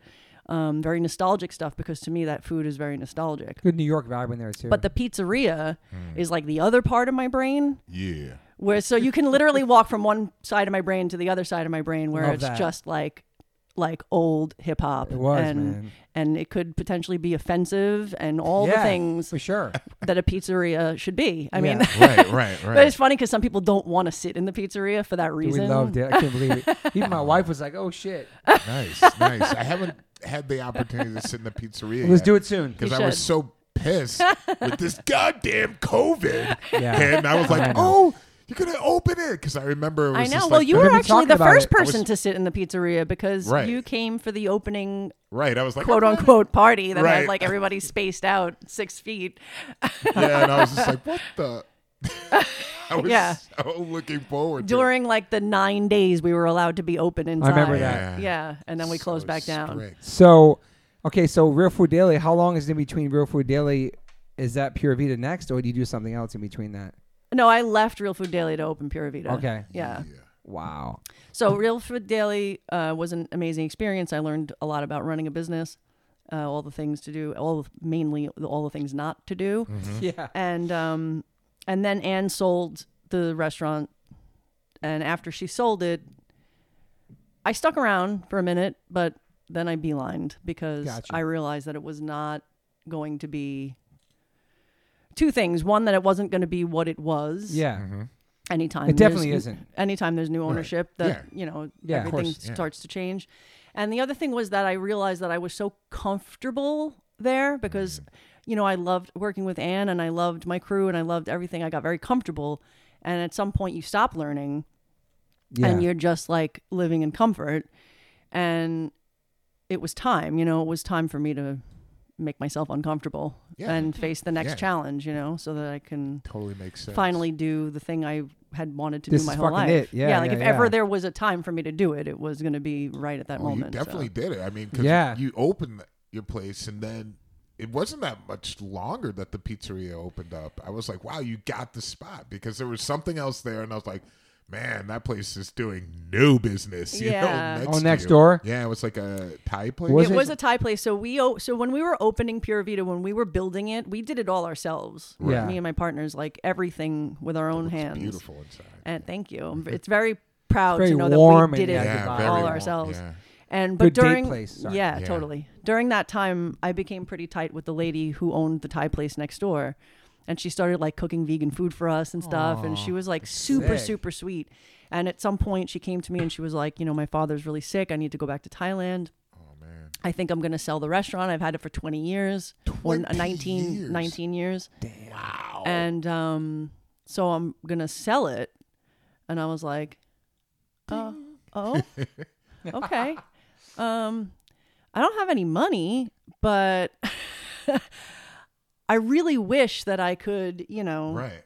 C: Um, very nostalgic stuff because to me that food is very nostalgic.
A: Good New York vibe in there, too.
C: But the pizzeria
B: Hmm.
C: is like the other part of my brain
B: Yeah.
C: where so you can literally walk from one side of my brain to the other side of my brain where
A: Love
C: it's
A: that.
C: just like like old hip hop
A: It was,
C: and
A: man.
C: and it could potentially be offensive and all
A: Yeah,
C: the things
A: For sure.
C: that a pizzeria should be. I mean,
A: Yeah.
B: Right. Right.
C: but
B: Right.
C: it's funny cuz some people don't want to sit in the pizzeria for that
A: Dude,
C: reason.
A: we loved it. I couldn't believe it. Even my wife was like, oh, shit.
B: nice. Nice. I haven't had the opportunity to sit in the pizzeria.
A: Let's do it soon.
B: Because
C: You
B: I was
C: should.
B: so pissed with this goddamn COVID,
A: Yeah.
B: and I was like,
A: know.
B: oh, you're gonna open it because I remember. It was
C: I know.
B: Just
C: well,
B: like
C: you
B: the-
A: We've
C: were
A: been
C: actually
A: talking
C: the
A: about
C: first
A: it. I
C: person to sit in the pizzeria because
B: Right.
C: you came for the opening
B: right. I was like,
C: quote
B: "I'm in it."
C: unquote party that had
B: Right.
C: like everybody spaced out six feet.
B: Yeah, and I was just like, what the. I was
C: Yeah.
B: so looking forward to it.
C: during like the nine days we were allowed to be open inside.
A: remember
B: that.
C: Yeah, and then we
B: So
C: closed back down.
B: strict.
A: So, okay, so Real Food Daily, how long is in between Real Food Daily? Is that Pura Vida next, or do you do something else in between that?
C: No, I left Real Food Daily to open Pura Vida.
A: Okay.
B: Mm-hmm.
C: Yeah.
A: Wow.
C: So Real Food Daily uh, was an amazing experience. I learned a lot about running a business, uh, all the things to do, all mainly all the things not to do,
A: Yeah.
C: and um, and then Anne sold the restaurant, and after she sold it, I stuck around for a minute, but then I beelined because
A: Gotcha.
C: I realized that it was not going to be two things. One, that it wasn't going to be what it was.
A: Yeah.
C: Anytime
A: It definitely
C: there's-
A: isn't.
C: Anytime there's new ownership, that you know
A: Yeah, of
C: everything
A: course.
B: Yeah.
C: starts to change. And the other thing was that I realized that I was so comfortable there because
A: Mm-hmm.
C: you know I loved working with Anne and I loved my crew and I loved everything. I got very comfortable. And at some point, you stop learning
A: Yeah.
C: and you're just like living in comfort. And it was time, you know, it was time for me to make myself uncomfortable
B: Yeah.
C: and face the next
B: Yeah.
C: challenge, you know, so that I can
B: Totally makes sense.
C: finally do the thing I had wanted to
A: This
C: do my
A: is
C: whole
A: fucking
C: life.
A: it. Yeah,
C: like
A: yeah,
C: if
A: yeah. Oh,
C: ever there was a time for me to do it, it was going to be right at that
B: Well,
C: moment.
B: You
C: so.
B: definitely did it. I mean, 'cause
A: Yeah.
B: you opened your place and then it wasn't that much longer that the pizzeria opened up. I was like, wow, you got the spot because there was something else there. And I was like, man, that place is doing no business. You
C: Yeah.
B: know,
A: Oh,
B: to
A: next
B: you.
A: door?
B: Yeah, it was like a Thai place.
A: Was
C: it
A: it-
C: was a Thai place. So we o- so when we were opening Pura Vida, when we were building it, we did it all ourselves.
A: Yeah.
C: Me and my partners, like everything with our own
B: It's
C: hands.
B: beautiful inside.
C: And thank you. I'm- It's very proud
A: very
C: to know
A: warm
C: that we did
A: and
C: it
A: Yeah, very
C: all
A: warm,
C: ourselves.
B: yeah.
C: And but
A: Good date
C: during
A: place, sorry.
C: yeah,
B: Yeah.
C: totally. During that time, I became pretty tight with the lady who owned the Thai place next door, and she started like cooking vegan food for us and stuff. and she was like super
A: sick.
C: super sweet. And at some point, she came to me and she was like, you know, my father's really sick. I need to go back to Thailand.
B: Oh, man.
C: I think I'm gonna sell the restaurant. I've had it for 20 years, or
B: 20
C: 19
B: years.
C: 19 years
B: Wow.
C: and um, so I'm gonna sell it. And I was like, oh, oh, okay. Um, I don't have any money, but I really wish that I could, you know,
B: right.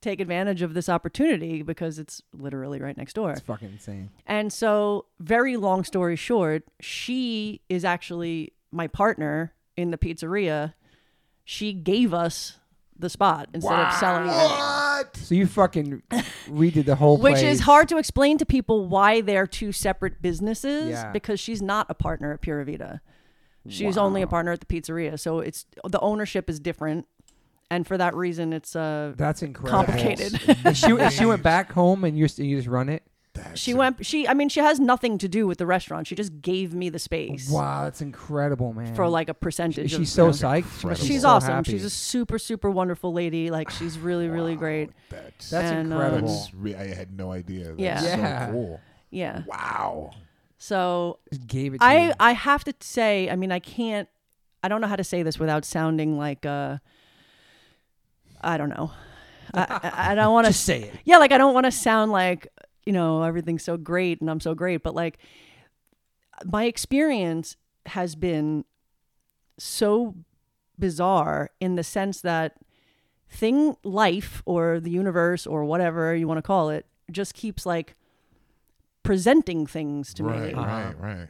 C: take advantage of this opportunity because it's literally right next door.
A: It's fucking insane.
C: And so, very long story short, she is actually my partner in the pizzeria. She gave us the spot instead of selling it.
B: What?
A: So you fucking redid the whole
C: Which
A: place.
C: is hard to explain to people why they're two separate businesses
A: Yeah.
C: because she's not a partner at Pura Vida. She's only a partner at the pizzeria. So it's the ownership is different. And for that reason, it's uh,
A: That's incredible.
C: Complicated.
A: if, she, if she went back home and you you just run it.
C: she went, she, I mean, she has nothing to do with the restaurant. She just gave me the space
A: Wow, that's incredible, man.
C: for like a percentage
A: is
C: of
A: she so
C: the-
A: psyched? She must be
C: She's
A: so
C: awesome.
A: happy.
C: She's a super, super wonderful lady. Like she's really, really great.
B: That's
A: That's
C: and, um,
A: incredible.
B: that's re- I had no idea. That's
C: Yeah.
A: Yeah.
B: so cool.
C: Yeah.
B: Wow.
C: So
A: Just gave it. To you.
C: I, I have to say, I mean, I can't, I don't know how to say this without sounding like, uh, I don't know. I, I, I don't want to
A: Just say it.
C: Yeah, like I don't want to sound like, you know, everything's so great and I'm so great, but like my experience has been so bizarre in the sense that thing life or the universe or whatever you want to call it just keeps like presenting things to me.
B: Right,
A: Uh-huh.
B: right, right.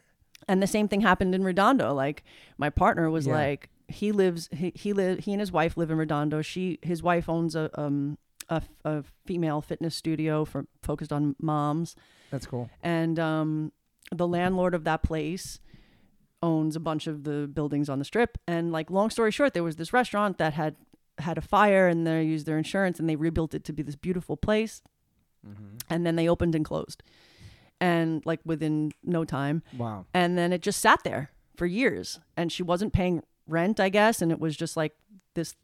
C: And the same thing happened in Redondo. Like my partner was
A: Yeah.
C: like, he lives, he he live, he and his wife live in Redondo. She, his wife owns a um a, a female fitness studio for focused on moms,
A: That's cool.
C: and um the landlord of that place owns a bunch of the buildings on the strip. And like, long story short, there was this restaurant that had had a fire, and they used their insurance, and they rebuilt it to be this beautiful place.
A: Mm-hmm.
C: And then they opened and closed, and like within no time
A: Wow.
C: and then it just sat there for years and she wasn't paying rent i guess and it was just like this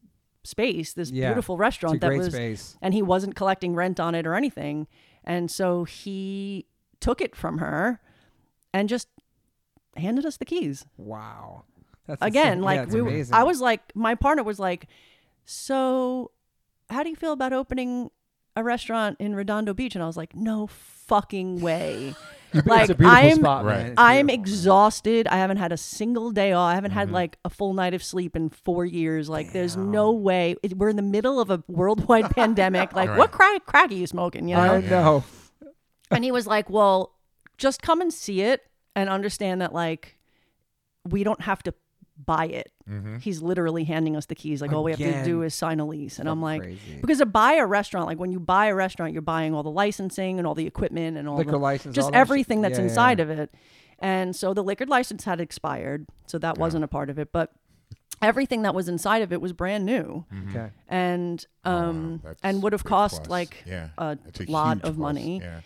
C: space this
A: Yeah.
C: beautiful
A: It's
C: restaurant
A: a
C: that
A: great
C: was
A: space.
C: and he wasn't collecting rent on it or anything and so he took it from her and just handed us the keys
A: Wow. That's
C: again
A: insane.
C: like
A: yeah, it's
C: we were-
A: amazing.
C: i was like my partner was like so how do you feel about opening a restaurant in redondo beach and i was like no fucking way like
A: it's a beautiful
C: i'm
A: spot,
B: Right.
A: man. It's
C: I'm
A: beautiful.
C: exhausted. I haven't had a single day off. I haven't
A: Mm-hmm.
C: had like a full night of sleep in four years. Like, there's no way. It, we're in the middle of a worldwide pandemic. Like, what crack, crack are you smoking? You know?
A: I know.
C: and he was like, well, just come and see it and understand that, like, we don't have to buy it. He's literally handing us the keys. Like, all we have to
A: Mm-hmm. Again.
C: do is sign a lease. And I'm like,
A: crazy.
C: because to buy a restaurant, like when you buy a restaurant, you're buying all the licensing and all the equipment and all
A: Liquor
C: the
A: license, all
C: just
A: that shit.
C: everything that's
A: Yeah, yeah,
C: inside of it. And so the liquor license had expired, so that wasn't a part of it, but everything that was inside of it was brand new
A: Okay.
C: and
A: Oh,
C: um
B: That's
C: and would have
B: big
C: cost
B: plus.
C: like
B: yeah.
C: a
B: It's a
C: lot
B: huge plus.
C: of money.
B: Yeah.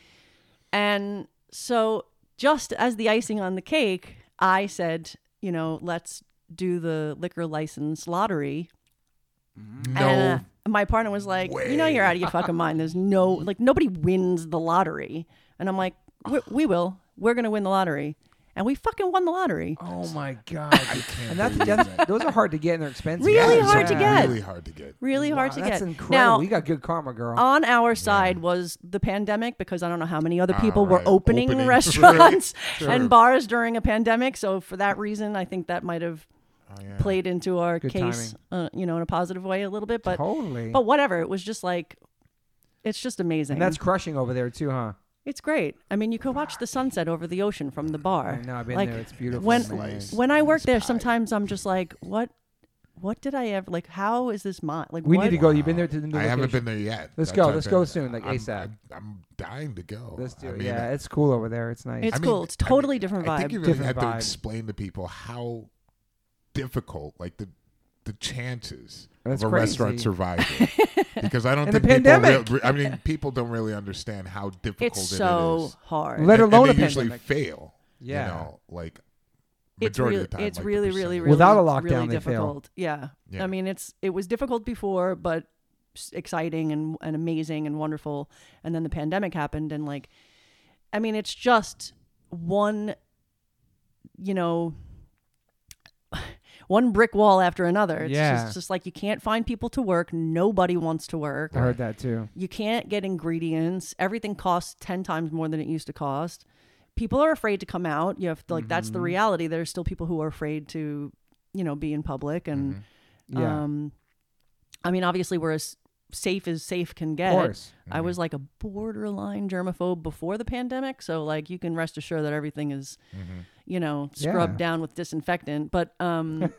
C: And so, just as the icing on the cake, I said, you know, let's do the liquor license lottery.
A: Mm.
C: And uh, my partner was like, you know, you're out of your fucking mind. There's no, like, nobody wins the lottery. And I'm like, we, we will. We're going to win the lottery. And we fucking won the lottery.
A: Oh my god. and that's, that's those are hard to get and they're expensive.
C: Really
A: Yeah,
C: hard to
A: yeah.
C: get.
B: Really hard to get.
C: Really hard
A: Wow,
C: to
A: That's
C: get.
A: incredible.
C: Now, oh,
A: you got good karma, girl.
C: on our side was the pandemic because I don't know how many other people were
B: right.
C: opening,
B: Opening,
C: restaurants
B: right. Sure.
C: and bars during a pandemic. So for that reason, I think that might have
B: Oh, yeah.
C: played into our
A: Good
C: case, uh, you know, in a positive way a little bit. But
A: totally.
C: but whatever, it was just like it's just amazing.
A: and that's crushing over there too, huh?
C: it's great. I mean, you could watch the sunset over the ocean from the bar.
A: I know. I've been
C: Uh, like
A: there. It's beautiful.
C: when
A: man.
B: Slice.
C: when I work there, sometimes I'm just like, what what did I ever like? How is this mine? Like
A: we
C: what-
A: need to go. You've been there to the new
B: I haven't
A: location.
B: been there yet.
A: Let's
B: That's
A: go.
B: what
A: Let's
B: I've
A: go
B: been-
A: soon, like
B: I'm-
A: ASAP.
B: I'm, I'm dying to go.
A: Let's do
B: I
A: it.
B: mean,
A: yeah, it's cool over there. It's nice.
C: It's
B: I mean,
C: cool. It's
B: I mean,
C: totally different
B: I
C: vibe.
B: think you really
A: Different
B: had
A: vibe.
B: to explain to people how difficult, like the the chances
A: That's
B: of a restaurant
A: crazy.
B: surviving, because I don't
A: In the
B: think people. real-
A: pandemic.
B: I mean, people don't really understand how difficult
C: it's
B: it
C: so
B: is.
C: hard.
A: Let
B: And-
A: alone a
B: and they usually
A: pandemic.
B: fail.
A: Yeah.
B: You know, like
C: it's
B: majority
C: really,
B: of the time.
C: it's
B: like, the
C: really, really, really,
B: percentage.
A: Without a
C: really
A: lockdown, they fail.
C: difficult. Yeah.
B: Yeah.
C: I mean, it's it was difficult before, but s- exciting and and amazing and wonderful. And then the pandemic happened, and like, I mean, it's just one, you know. One brick wall after another. It's
A: Yeah.
C: just, just like you can't find people to work. Nobody wants to work.
A: I heard that too.
C: You can't get ingredients. Everything costs 10 times more than it used to cost. People are afraid to come out. You have to, like that's
A: Mm-hmm.
C: the reality. There's still people who are afraid
B: Mm-hmm.
C: to, you know, be in public and
A: Mm-hmm. Yeah.
C: um I mean obviously we're a s- safe as safe can
A: Of
C: get.
A: course. Mm-hmm.
C: I was like a borderline germaphobe before the pandemic, so like you can rest assured that everything is,
B: Mm-hmm.
C: you know, scrubbed
A: Yeah.
C: down with disinfectant. But um,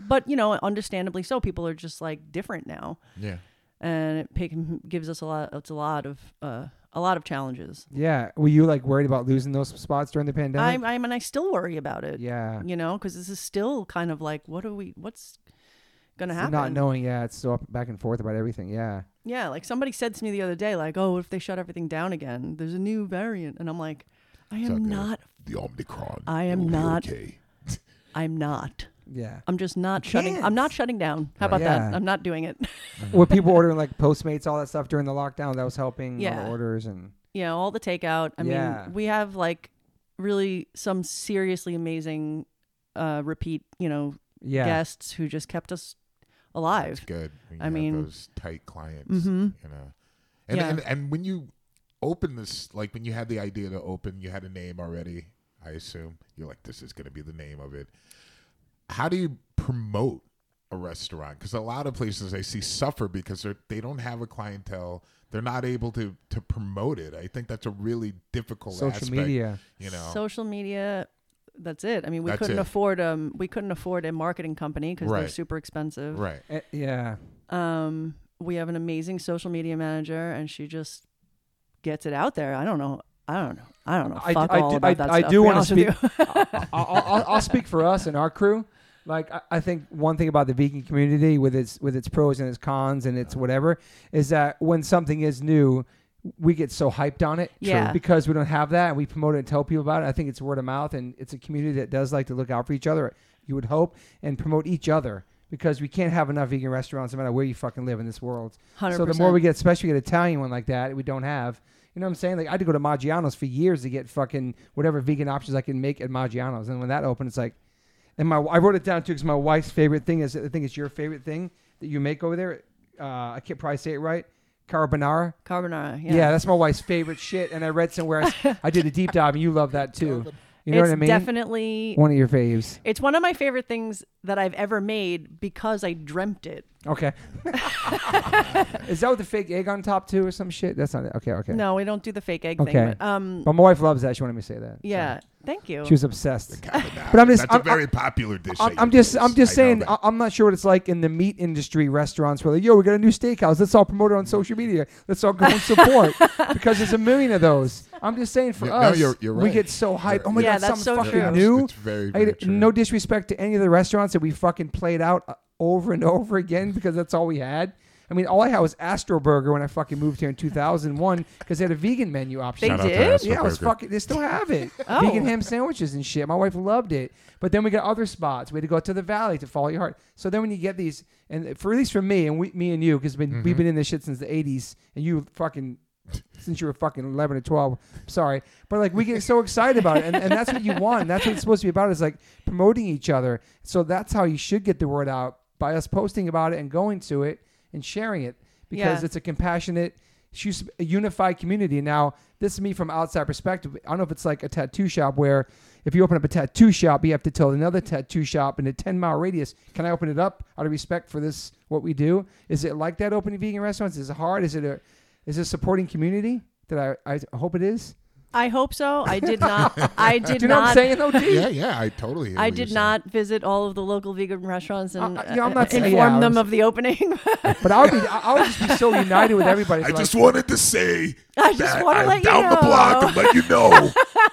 C: but you know, understandably so, people are just like different now,
B: Yeah.
C: and it pick, gives us a lot. It's a lot of uh, a lot of challenges.
A: Yeah. Were you like worried about losing those spots during the
C: I,
A: pandemic?
C: I mean, I still worry about it.
A: yeah.
C: you know, because this is still kind of like, what are we? What's gonna happen?
A: Not knowing, yeah, it's so up back and forth about everything. Yeah.
C: Yeah, like somebody said to me the other day, like, oh, what if they shut everything down again? There's a new variant, and I'm like, I
B: It's all
C: am
B: good.
C: not.
B: The Omnicron.
C: I am
B: It'll be
C: not-
B: Okay.
C: I'm not.
A: Yeah.
C: I'm just not
A: You
C: shutting. I'm not
A: can't.
C: shutting down. How
B: Right.
C: about that?
A: Yeah.
C: I'm not doing it.
A: Were people ordering like Postmates, all that stuff during the lockdown? That was helping all the
C: Yeah.
A: orders and
C: you know, all the takeout. I
A: Yeah.
C: mean, we have like really some seriously amazing uh repeat, you know,
A: yeah.
C: guests who just kept us
B: It's
C: alive.
B: good. when you
C: I
B: have
C: mean-
B: those tight clients,
C: Mhm.
B: you know. And,
C: Yeah.
B: and and when you open this, like when you had the idea to open, you had a name already. I assume you're like, this is going to be the name of it. How do you promote a restaurant? Because a lot of places I see suffer because they are they don't have a clientele. They're not able to to promote it. I think that's a really difficult
A: Social
B: aspect,
A: media.
B: You know,
C: social media that's it. I mean, we
B: That's
C: couldn't
B: it.
C: afford um we couldn't afford a marketing company cuz they're
B: Right.
C: super expensive.
B: right?
A: Eh, yeah.
C: Um we have an amazing social media manager and she just gets it out there. I don't know. I don't know. I don't know.
A: I d-
C: Fuck
A: I
C: all
A: d-
C: about
A: I-
C: that
A: I
C: stuff,
A: do
C: be
A: wanna
C: honest with you.
A: I- I'll, I'll, I'll speak for us and our crew. Like I, I think one thing about the vegan community, with its with its pros and its cons and its whatever, is that when something is new, we get so hyped on it.
C: True. Yeah.
A: Because we don't have that, and we promote it and tell people about it. I think it's word of mouth, and it's a community that does like to look out for each other. You would hope and promote each other because we can't have enough vegan restaurants, no matter where you fucking live in this world. So the
C: 100%.
A: more we get, especially an Italian one like that, we don't have. You know what I'm saying? Like I had to go to Maggiano's for years to get fucking whatever vegan options I can make at Maggiano's, and when that opened, it's like, and my I wrote it down too because my wife's favorite thing is I think it's your favorite thing that you make over there. Uh, I can't probably say it right. Carbonara.
C: Carbonara.
A: Yeah. that's my wife's favorite shit. And I read somewhere I, s- I did a deep dive, and you love that too. You know
C: it's
A: what I mean?
C: definitely
A: one of your faves.
C: it's one of my favorite things that I've ever made because I dreamt it.
A: Okay. is that with the fake egg on top too, or some shit? That's not it. Okay. Okay.
C: No, we don't do the fake egg
A: Okay.
C: thing. But, um
A: But my wife loves that. She wanted me to say that.
C: yeah, thank you.
A: She was obsessed.
B: Carbonara.
A: But I'm just-
B: that's
A: I'm-
B: a very popular dish.
A: I'm,
B: that
A: I'm
B: you
A: just,
B: use.
A: I'm just
B: I know
A: saying,
B: that.
A: I, I'm not sure what it's like in the meat industry restaurants where like, yo, we got a new steakhouse. Let's all promote it on social media. Let's all go and support because there's a million of those. I'm just saying for
B: Yeah, no,
A: us,
B: you're- you're
A: we
B: right.
A: get so hyped. Oh my
C: Yeah,
A: god,
C: that's
A: something
C: so
A: fucking
C: true.
B: Yeah, it's-
A: new.
B: It's very,
A: I-
B: very true.
A: no disrespect to any of the restaurants that we fucking played out uh, over and over again because that's all we had. I mean, all I had was Astro Burger when I fucking moved here in 2001 because they had a vegan menu option.
C: They
B: Shout out to
C: did?
B: Astro
A: Yeah, it was
B: Burger.
A: fucking. They still have it.
C: Oh.
A: Vegan ham sandwiches and shit. My wife loved it. But then we got other spots. We had to go out to the valley to follow your heart. So then when you get these, and for at least for me and we, me and you, because we've been in this shit since the '80s, and you fucking since you were fucking 11 or 12. Sorry, but like we get so excited about it, and, and that's what you want. That's what it's supposed to be about. Is like promoting each other. So that's how you should get the word out by us posting about it and going to it and sharing it because
C: Yeah.
A: it's a compassionate she's a unified community now this is me from outside perspective i don't know if it's like a tattoo shop where if you open up a tattoo shop you have to tell another tattoo shop in a 10 mile radius can i open it up out of respect for this what we do is it like that opening vegan restaurants is it hard is it a is it a supporting community that i, I hope it is
C: I hope so. I did not. I did
A: do you know
C: not.
A: what i'm saying though D?
B: yeah, yeah, I totally. Hear
C: I
B: what you're
C: did
B: saying.
C: not visit all of the local vegan restaurants and
A: Uh, uh, yeah, I'm
C: uh,
A: not saying-
C: inform
A: yeah,
C: them
A: I was-
C: of the opening.
A: but i would be i I would just be so united with everybody
B: I
A: Like,
B: just wanted to say
C: I just
B: that
C: wanna
B: I'm
C: let you
B: down the block
C: know.
B: and let you know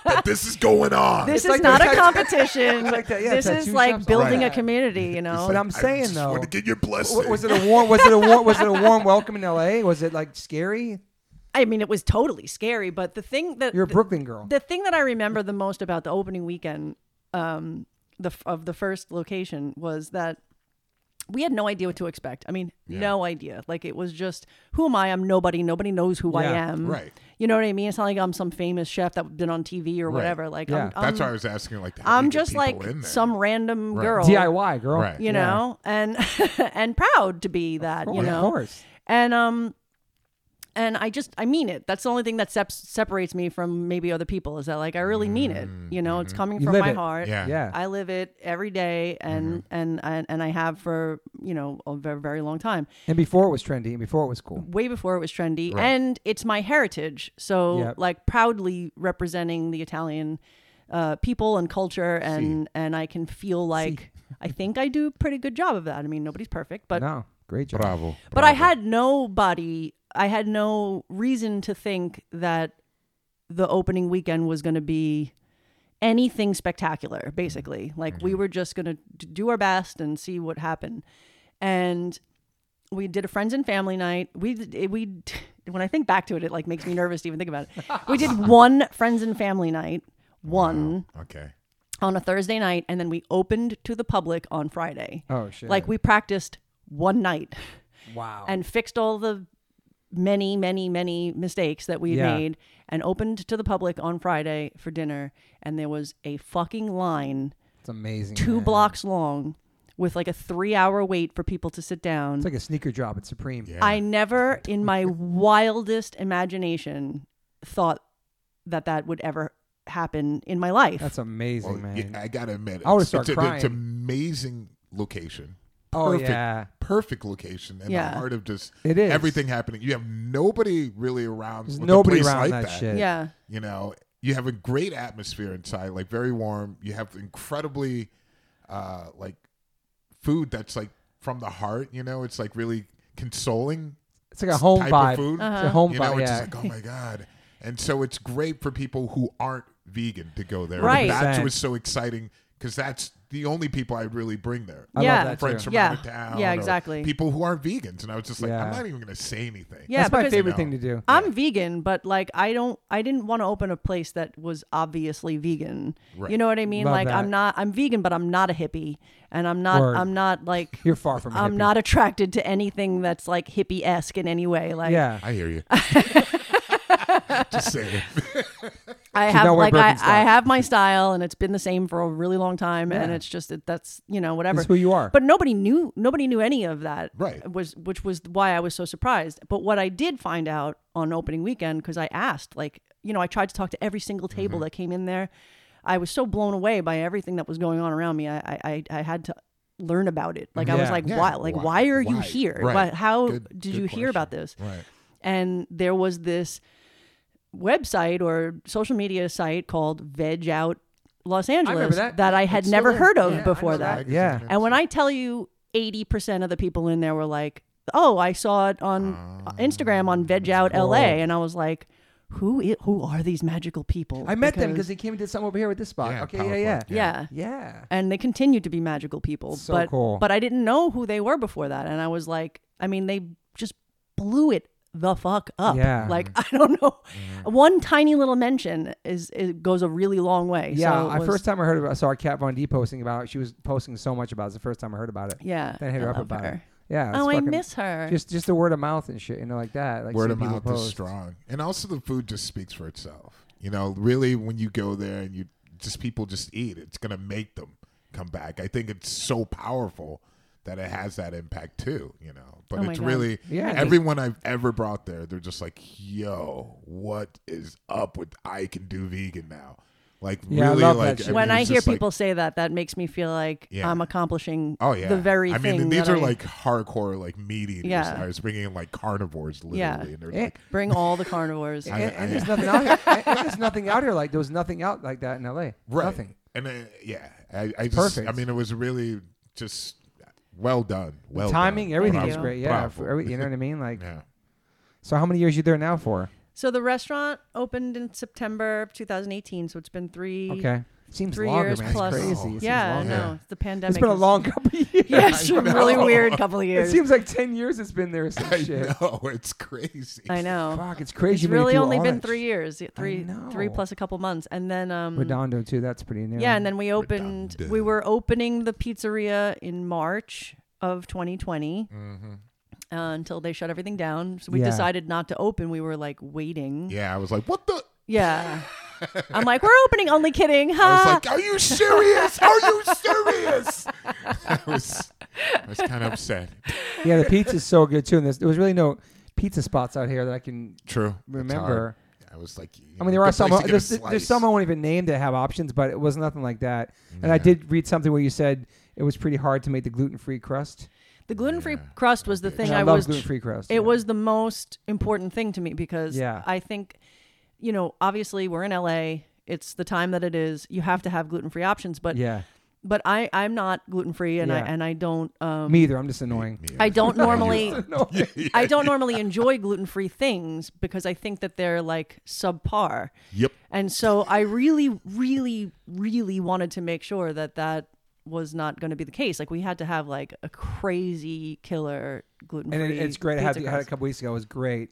B: that this is going on.
C: this is
A: like
C: not
A: the
C: a
A: tat-
C: competition.
A: like the- yeah,
C: this is
A: tattoo shops,
C: like building
A: right.
C: a community. You know.
A: but i'm
B: I
A: saying
B: just
A: though
B: wanted to get your blessing.
A: w- was it a warm was it a warm was it a warm welcome in la was it like scary
C: I mean, it was totally scary. But the thing that
A: you're a
C: the-
A: brooklyn girl
C: the thing that I remember the most about the opening weekend um, the f- of the first location was that we had no idea what to expect. I mean, no idea. Like it was just, who am I? I'm nobody. Nobody knows who I
A: Yeah,
C: am.
B: right.
C: You know what I mean? It's not like I'm some famous chef that's been on TV or whatever. Like
A: Yeah.
C: I'm, I'm,
B: That's why I was asking. Like, how do
C: um, I'm
B: you get
C: just
B: people
C: like
B: in there?
C: some random
B: Right.
C: girl.
A: DIY girl.
B: Right.
A: Yeah.
C: You know, and and proud to be that.
A: Oh,
C: you know,
A: Of course.
C: and um and I just I mean it. That's the only thing that sep- separates me from maybe other people is that like I really mean it. You know, it's coming
A: You
C: from
A: live
C: my
A: it.
C: heart.
B: Yeah.
A: Yeah.
C: I live it every day, and and and and I have for you know a very, very long time,
A: and before it was trendy and before it was cool.
C: way before it was trendy, and it's my heritage. So
A: Yep.
C: like proudly representing the Italian uh, people and culture, and and I can feel like I think I do a pretty good job of that. I mean, nobody's perfect, but
A: no, great job.
B: Bravo.
C: but I had nobody. I had no reason to think that the opening weekend was going to be anything spectacular. Basically, like we were just going to do our best and see what happened. And we did a friends and family night. We did- we when I think back to it, it like makes me nervous to even think about it. We did one friends and family night, one
B: Okay.
C: on a Thursday night, and then we opened to the public on Friday.
A: Oh shit!
C: Like we practiced one night
A: wow.
C: and fixed all the many, many, many mistakes that we had
A: Yeah.
C: made and opened to the public on Friday for dinner. And there was a fucking line
A: it's amazing.
C: two
A: man.
C: blocks long with like a three hour wait for people to sit down.
A: It's like a sneaker drop at Supreme.
B: Yeah.
C: I never in my wildest imagination thought that that would ever happen in my life.
A: That's amazing,
B: Well,
A: man.
B: yeah, I gotta admit,
A: I would've
B: it's-
A: started
B: it's, an- it's
A: crying.
B: amazing location.
A: oh
B: perfect.
A: yeah.
B: Perfect location in
C: Yeah.
B: the heart of just
A: It is.
B: everything happening. You have nobody really around.
A: There's
B: with a
A: nobody
B: place
A: around
B: like
A: that shit.
C: yeah.
B: You know, you have a great atmosphere inside, like very warm. You have incredibly, uh, like food that's like from the heart. You know, it's like really consoling
A: It's like a home
B: type
A: vibe.
B: of food.
C: Uh-huh.
A: It's a home
B: You
A: vibe.
B: know, it's
A: yeah.
B: just like, oh my God. And so it's great for people who aren't vegan to go there.
C: Right.
B: That's
A: 100%.
B: what's so exciting because that's the only people I'd really bring there.
A: I
C: Yeah.
A: love that
B: Friends
A: too.
B: from
C: Yeah.
B: out of town.
C: Yeah,
B: or
C: exactly.
B: People who aren't vegans. And I was just like,
A: Yeah.
B: I'm not even going to say anything.
C: Yeah,
A: That's my
C: because-
A: favorite
B: No.
A: thing to do.
C: I'm vegan, but like I don't I didn't want to open a place that was obviously vegan.
B: Right.
C: You know what I mean?
A: Love
C: like
A: that.
C: I'm not I'm vegan, but I'm not a hippie and I'm not
A: Word.
C: I'm not like
A: You're far from. a
C: I'm
A: hippie.
C: not attracted to anything that's like hippie esque in any way. Like
A: Yeah.
B: I hear you. just saying.
C: I
A: now
C: have
A: we're
C: like I,
A: Birkenstock.
C: I have my style and it's been the same for a really long time and it's just that that's you know whatever.
A: That's who you are.
C: But nobody knew nobody knew any of that.
B: Right.
C: Was which was why I was so surprised. But what I did find out on opening weekend because I asked like you know I tried to talk to every single table
B: Mm-hmm.
C: that came in there. I was so blown away by everything that was going on around me. I I, I- I had to learn about it. Like I was
A: Yeah.
C: like
B: Yeah.
C: why like
B: Why?
C: why, are you
B: Why?
C: here?
B: Right.
C: Why, how
B: Good-
C: did
B: good
C: you hear
B: question.
C: about this?
B: Right.
C: And there was this website or social media site called Veg Out Los Angeles
A: that.
C: I had never heard of
A: Yeah, I know
C: before that.
A: that. Yeah.
C: And when I tell you 80% of the people in there were like, oh, I saw it on
A: Ah.
C: Instagram on Veg Out LA. And I was like, who, i- who are these magical people?
A: I met them because they came and did something over here with this spot.
B: Yeah,
A: okay,
B: powerful.
A: yeah, yeah,
C: yeah.
A: yeah.
C: And they continued to be magical people.
A: So
C: but,
A: cool.
C: but I didn't know who they were before that. And I was like, I mean, they just blew it the fuck up.
A: Yeah. Mm.
C: Like, I don't know. One tiny little mention is, it goes a really long way.
A: Yeah,
C: So it
A: I
C: was-
A: first time I heard about, I saw Kat Von D posting about it. She was posting so much about it. It's the first time I heard about it.
C: Yeah.
A: Then hit her
C: I
A: up
C: love
A: about
C: her.
A: it. Yeah. it's
C: Oh, I
A: fucking-
C: miss her.
A: Just just the word of mouth and shit, you know, like that. Like
B: word
A: seeing
B: of
A: people
B: mouth
A: post.
B: is strong and also the food just speaks for itself you know really when you go there and you just people just eat it's gonna make them come back i think it's so powerful that it has that impact too you know but
C: Oh my
B: it's
C: God.
B: really
A: Yeah.
B: everyone i've ever brought there they're just like yo what is up with i can do vegan now like
A: Yeah, I
B: really
A: love that
B: like
A: shit.
B: mean,
C: when I
B: it's
C: hear
B: just like-
C: people say that, that makes me feel like
B: Yeah.
C: I'm accomplishing
B: Oh yeah,
C: the very
B: I
C: thing.
B: mean, these
C: that
B: are
C: I-
B: like hardcore, like meat eaters.
C: Yeah.
B: I was bringing in like carnivores, literally,
C: Yeah.
B: and they're
A: Eh,
B: like,
C: bring all the carnivores.
B: I-
A: And,
B: I-
A: and there's nothing out here. and- and there's nothing out here like there was nothing out like that in LA.
B: Right.
A: Nothing.
B: And uh, yeah, I, I just,
A: Perfect.
B: I mean, it was really just well done. Well,
A: Timing,
B: done.
A: everything
C: Thank
A: was
C: you.
A: great. Yeah.
B: Bravo.
A: for every- you know what I mean? Like
B: Yeah.
A: so how many years you there now for?
C: so the restaurant opened in September of 2018, so it's been three,
A: Okay. Seems
C: three
A: longer,
C: years
A: man.
C: plus.
A: It's crazy. It seems
C: yeah,
A: longer.
C: no, it's the pandemic.
A: It's been a
C: is-
A: long couple of years.
C: yeah, it's
B: I
C: been a really
B: know.
C: weird couple of
A: It
C: years.
A: seems like ten years it's been there or some
B: I
A: shit.
B: know it's crazy.
C: I know.
A: Fuck, it's crazy.
C: It's
A: when you
C: really
A: do
C: only
A: all
C: been
A: that
C: three
A: shit.
C: years, yeah, three, three
A: know.
C: plus a couple months, and then um,
A: Redondo too. That's pretty new.
C: yeah, and then we opened. We
B: Redondo.
C: were opening the pizzeria in March of 2020. Uh, until they shut everything down, so we
A: Yeah.
C: decided not to open. We were like waiting.
B: Yeah, I was like, what the?
C: Yeah. I'm like, we're opening. Only kidding.
B: I was
C: Ha.
B: like, are you serious? Are you serious? I was, I was kind of upset.
A: yeah, the pizza's so good too. And this, there was really no pizza spots out here that I can
B: True. It's hard.
A: remember.
B: I was like, you
A: I mean,
B: know,
A: there are
B: good
A: some.
B: place to get a
A: There's, there's
B: slice.
A: some I won't even name that have options, but it was nothing like that. And I
B: Yeah.
A: did read something where you said it was pretty hard to make the gluten-free crust.
C: The gluten free
B: Yeah.
C: crust was the thing
A: And I,
C: I,
A: love
C: was.
A: gluten-free crust.
C: It
A: yeah.
C: was the most important thing to me because
A: Yeah.
C: I think, you know, obviously we're in LA. It's the time that it is. You have to have gluten free options, but
A: Yeah,
C: but I I'm not gluten free and I
A: Yeah.
C: and I don't um
A: me either. I'm just annoying.
B: Yeah.
C: I don't
B: Yeah, you
C: normally
B: are.
A: No.
C: I don't normally enjoy gluten free things because I think that they're like subpar.
B: Yep.
C: And so I really, really, really wanted to make sure that that was not going to be the case. Like we had to have like a crazy killer gluten
A: and
C: free.
A: it, it's great. I had, I had a couple weeks ago. It was great.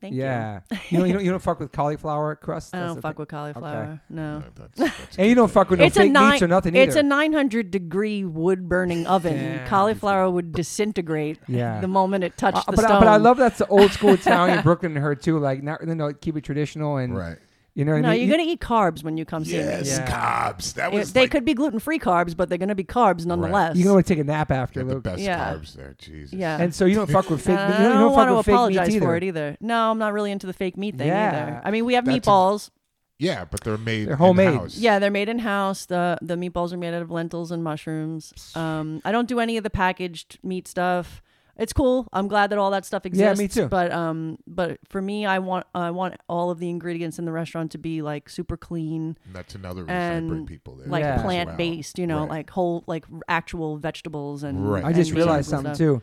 C: Thank you.
A: yeah. You. don't, you don't you don't fuck with cauliflower crust.
C: I
A: That's
C: don't
A: the
C: fuck
A: thing.
C: with cauliflower. No.
B: No, that's- that's
A: And you don't fuck with no
C: It's a
A: fake
C: nine.
A: meats or nothing
C: it's a
A: either.
C: 900 degree wood burning oven.
A: Yeah.
C: Cauliflower would disintegrate
A: Yeah.
C: the moment it touched
A: Uh,
C: the
A: but
C: stone.
A: I, but I love that's the old school Italian Brooklyn in her too. Like not you know keep it traditional and
B: Right.
A: you know what
C: No,
A: I mean.
C: you're gonna eat carbs when you come see me.
B: Yes,
A: Yeah.
B: carbs. That
C: It-
B: was
C: they
B: like,
C: could be gluten free carbs, but they're gonna be carbs nonetheless.
A: you can only take a nap after.
B: they had the
A: Luke.
B: best
C: Yeah.
B: carbs there. Jesus.
C: yeah.
A: And so you don't fuck with fake.
C: Uh,
A: you don't, you
C: I
A: don't
C: don't
A: fuck
C: want to
A: with fake meats
C: apologize
A: either.
C: for it either. No, I'm not really into the fake meat thing
A: Yeah.
C: either. I mean, we have
B: That's a-
C: meatballs.
B: Yeah, but they're made.
A: They're homemade.
B: in-house.
C: yeah, they're made in house. The the meatballs are made out of lentils and mushrooms. Um, I don't do any of the packaged meat stuff. It's cool. I'm glad that all that stuff
A: Yeah,
C: exists.
A: me too.
C: But um, but for me, I want I want all of the ingredients in the restaurant to be like super clean,
B: And that's another reason I bring
C: And,
B: people there.
C: like
A: Yeah.
B: as well.
C: plant based. You know,
B: Right.
C: like whole like actual vegetables and.
B: Right.
A: I just
C: and
A: realized
C: meat
A: something
C: stuff.
A: too.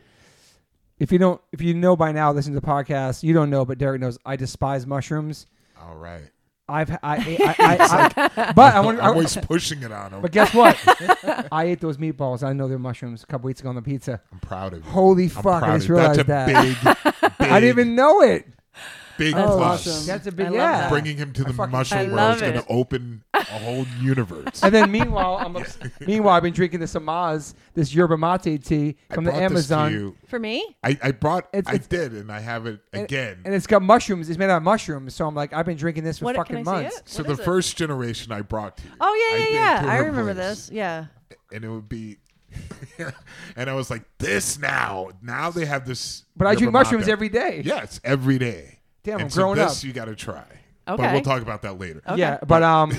A: If you don't, if you know by now, listen to the podcast. You don't know, but Derek knows. I despise mushrooms.
B: All right.
A: I've, I, I, I, I, but I want.
B: I'm
A: I,
B: always pushing it on them.
A: but guess what? I ate those meatballs. I know they're mushrooms. A couple weeks ago on the pizza.
B: I'm proud of you.
A: Holy
B: I'm
A: fuck!
B: proud
A: I
B: of
A: just
B: you.
A: realized
B: that's
A: that.
B: a big, big,
A: I didn't even know it. Oh,
B: big
C: That's
B: plus.
C: awesome.
A: That's a big
C: I love
A: yeah.
C: that.
B: Bringing him to the
A: fucking-
B: mushroom
C: I
B: where I was
C: love
B: going to
C: it.
B: open a whole universe.
A: And then meanwhile, I'm obs- meanwhile I've been drinking this Amaz, this yerba mate tea
B: I
A: from
B: brought
A: the
B: this to
A: Amazon,
B: you.
C: For me,
B: I, I brought.
A: It's-
B: I
A: it's-
B: did, and I have it again.
A: and it's got mushrooms. It's made out of mushrooms. So I'm like, I've been drinking this for
C: What-
A: fucking
C: can I see
A: months.
C: it?
B: so
C: What
B: the
C: is it?
B: first generation I brought to you.
C: oh yeah,
B: did
C: yeah,
B: to
C: yeah. I
B: her
C: remember
B: place.
C: this. Yeah.
B: and it would be and I was like, this now. Now they have this
A: But I drink
B: yerba mate.
A: mushrooms every day.
B: Yes, every day.
A: Damn,
B: and
A: I'm
B: so
A: growing
B: this
A: up.
B: you gotta try. But
C: Okay.
B: we'll talk about that later.
A: Yeah, but um,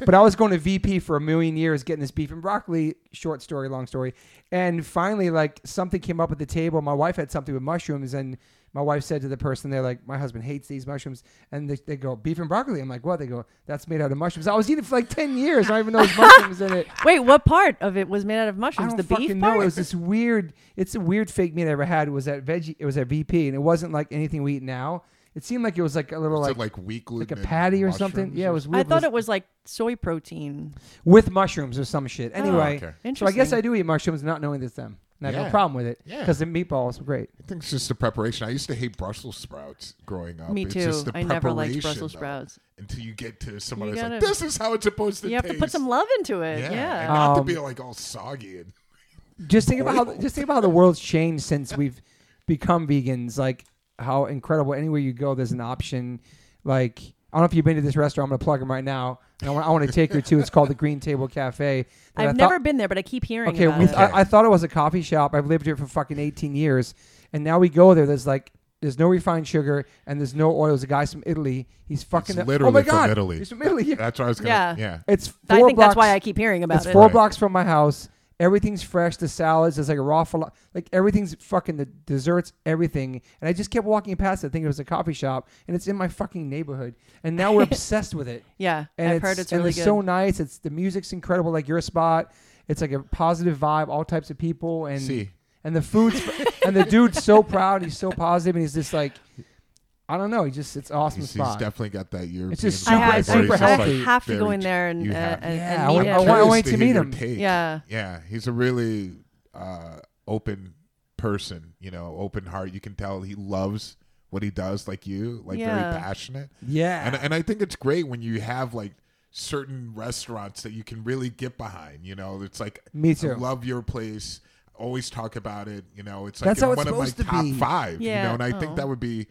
A: but I was going to VP for a million years, getting this beef and broccoli. Short story, long story, and finally, like something came up at the table. My wife had something with mushrooms, and my wife said to the person, "They're like, my husband hates these mushrooms," and they, they go, "Beef and broccoli." I'm like, "What?" They go, "That's made out of mushrooms." I was eating for like ten years. I don't even know there's mushrooms in it.
C: Wait, what part of it was made out of
A: I
C: mushrooms?
A: don't
C: the
A: fucking
C: beef
A: know.
C: part?
A: It was this weird. It's a weird fake meat I ever had. It was at veggie. It was at VP, and it wasn't like anything we eat now. It seemed like it was like a little like
B: Was it like wheat gluten
A: like a
B: and
A: patty or something.
B: mushrooms
A: Yeah, it
B: or
A: was
C: I
A: weird.
C: thought it was like soy protein.
A: with mushrooms or some shit. Anyway, so I
B: okay.
A: guess
C: Oh, Interesting.
A: I do eat mushrooms, not knowing this them. And I have no
B: Yeah.
A: problem with it
B: Yeah.
A: because the meatballs were great.
B: I think it's just the preparation. I used to hate Brussels sprouts growing up.
C: Me
B: It's
C: too.
B: just the
C: I never liked
B: preparation,
C: Brussels
B: though,
C: sprouts.
B: Until you get to someone that's like,
C: gotta-
B: this is how it's supposed to
C: You have to put
B: taste."
C: some love into it.
B: Yeah.
C: Yeah.
B: And not to
A: Um,
B: be like all soggy and
A: Just think about how just think about how the world's changed since we've become vegans. Like how incredible! Anywhere you go, there's an option. Like I don't know if you've been to this restaurant. I'm gonna plug them right now. And I want, I want to take her to. It's called the Green Table Cafe. that I
C: I've
A: thought-
C: never been there, but I keep hearing
A: Okay,
C: about
A: we
C: it.
A: I, I thought it was a coffee shop. I've lived here for fucking 18 years, and now we go there. There's like there's no refined sugar and there's no oil. There's a guy's from Italy. He's fucking. oh
B: literally
A: my
B: from
A: god,
B: Italy.
A: He's from Italy. Yeah.
B: that's what I was gonna
C: Yeah.
B: yeah.
A: It's
C: I
A: four
C: think
A: blocks.
C: that's why I keep hearing about
A: It's
C: it.
A: four
B: Right.
A: blocks from my house. Everything's fresh. The salads. There's like a raw fala- like everything's fucking the desserts. Everything. And I just kept walking past it, thinking it was a coffee shop, and it's in my fucking neighborhood. And now we're obsessed with it.
C: yeah,
A: And
C: I've
A: it's,
C: heard it's
A: and
C: really
A: it's
C: good.
A: so nice. It's the music's incredible. Like your spot. It's like a positive vibe. All types of people and
B: See.
A: and the food's and the dude's so proud. He's so positive, and he's just like, I don't know. He just it's an awesome
B: He's, he's
A: spot.
B: definitely got that European.
A: just
C: I,
A: super
C: had,
A: healthy.
B: vibe
A: super
B: where
C: I
B: he's just,
A: healthy.
B: like,
C: have to go
B: very-
C: in there and, uh,
B: you have-
C: and, and,
A: Yeah, I
C: meet
A: want-
C: it.
A: I want-
B: curious
A: wait to
B: hear
A: meet
B: your
A: him.
B: take.
C: Yeah.
B: Yeah, he's a really uh, open person, you know, open heart. You can tell he loves what he does, like you, like
C: Yeah.
B: very passionate.
A: yeah,
B: And, uh, and I think it's great when you have like certain restaurants that you can really get behind, you know, it's like,
A: Me
B: I
A: too.
B: love your place. Always talk about it. You know, it's like
A: That's
B: in
A: how it's
B: one of my
A: supposed to
B: top
A: be.
B: five. You know,
C: Yeah.
B: and I think
C: Oh.
B: that would be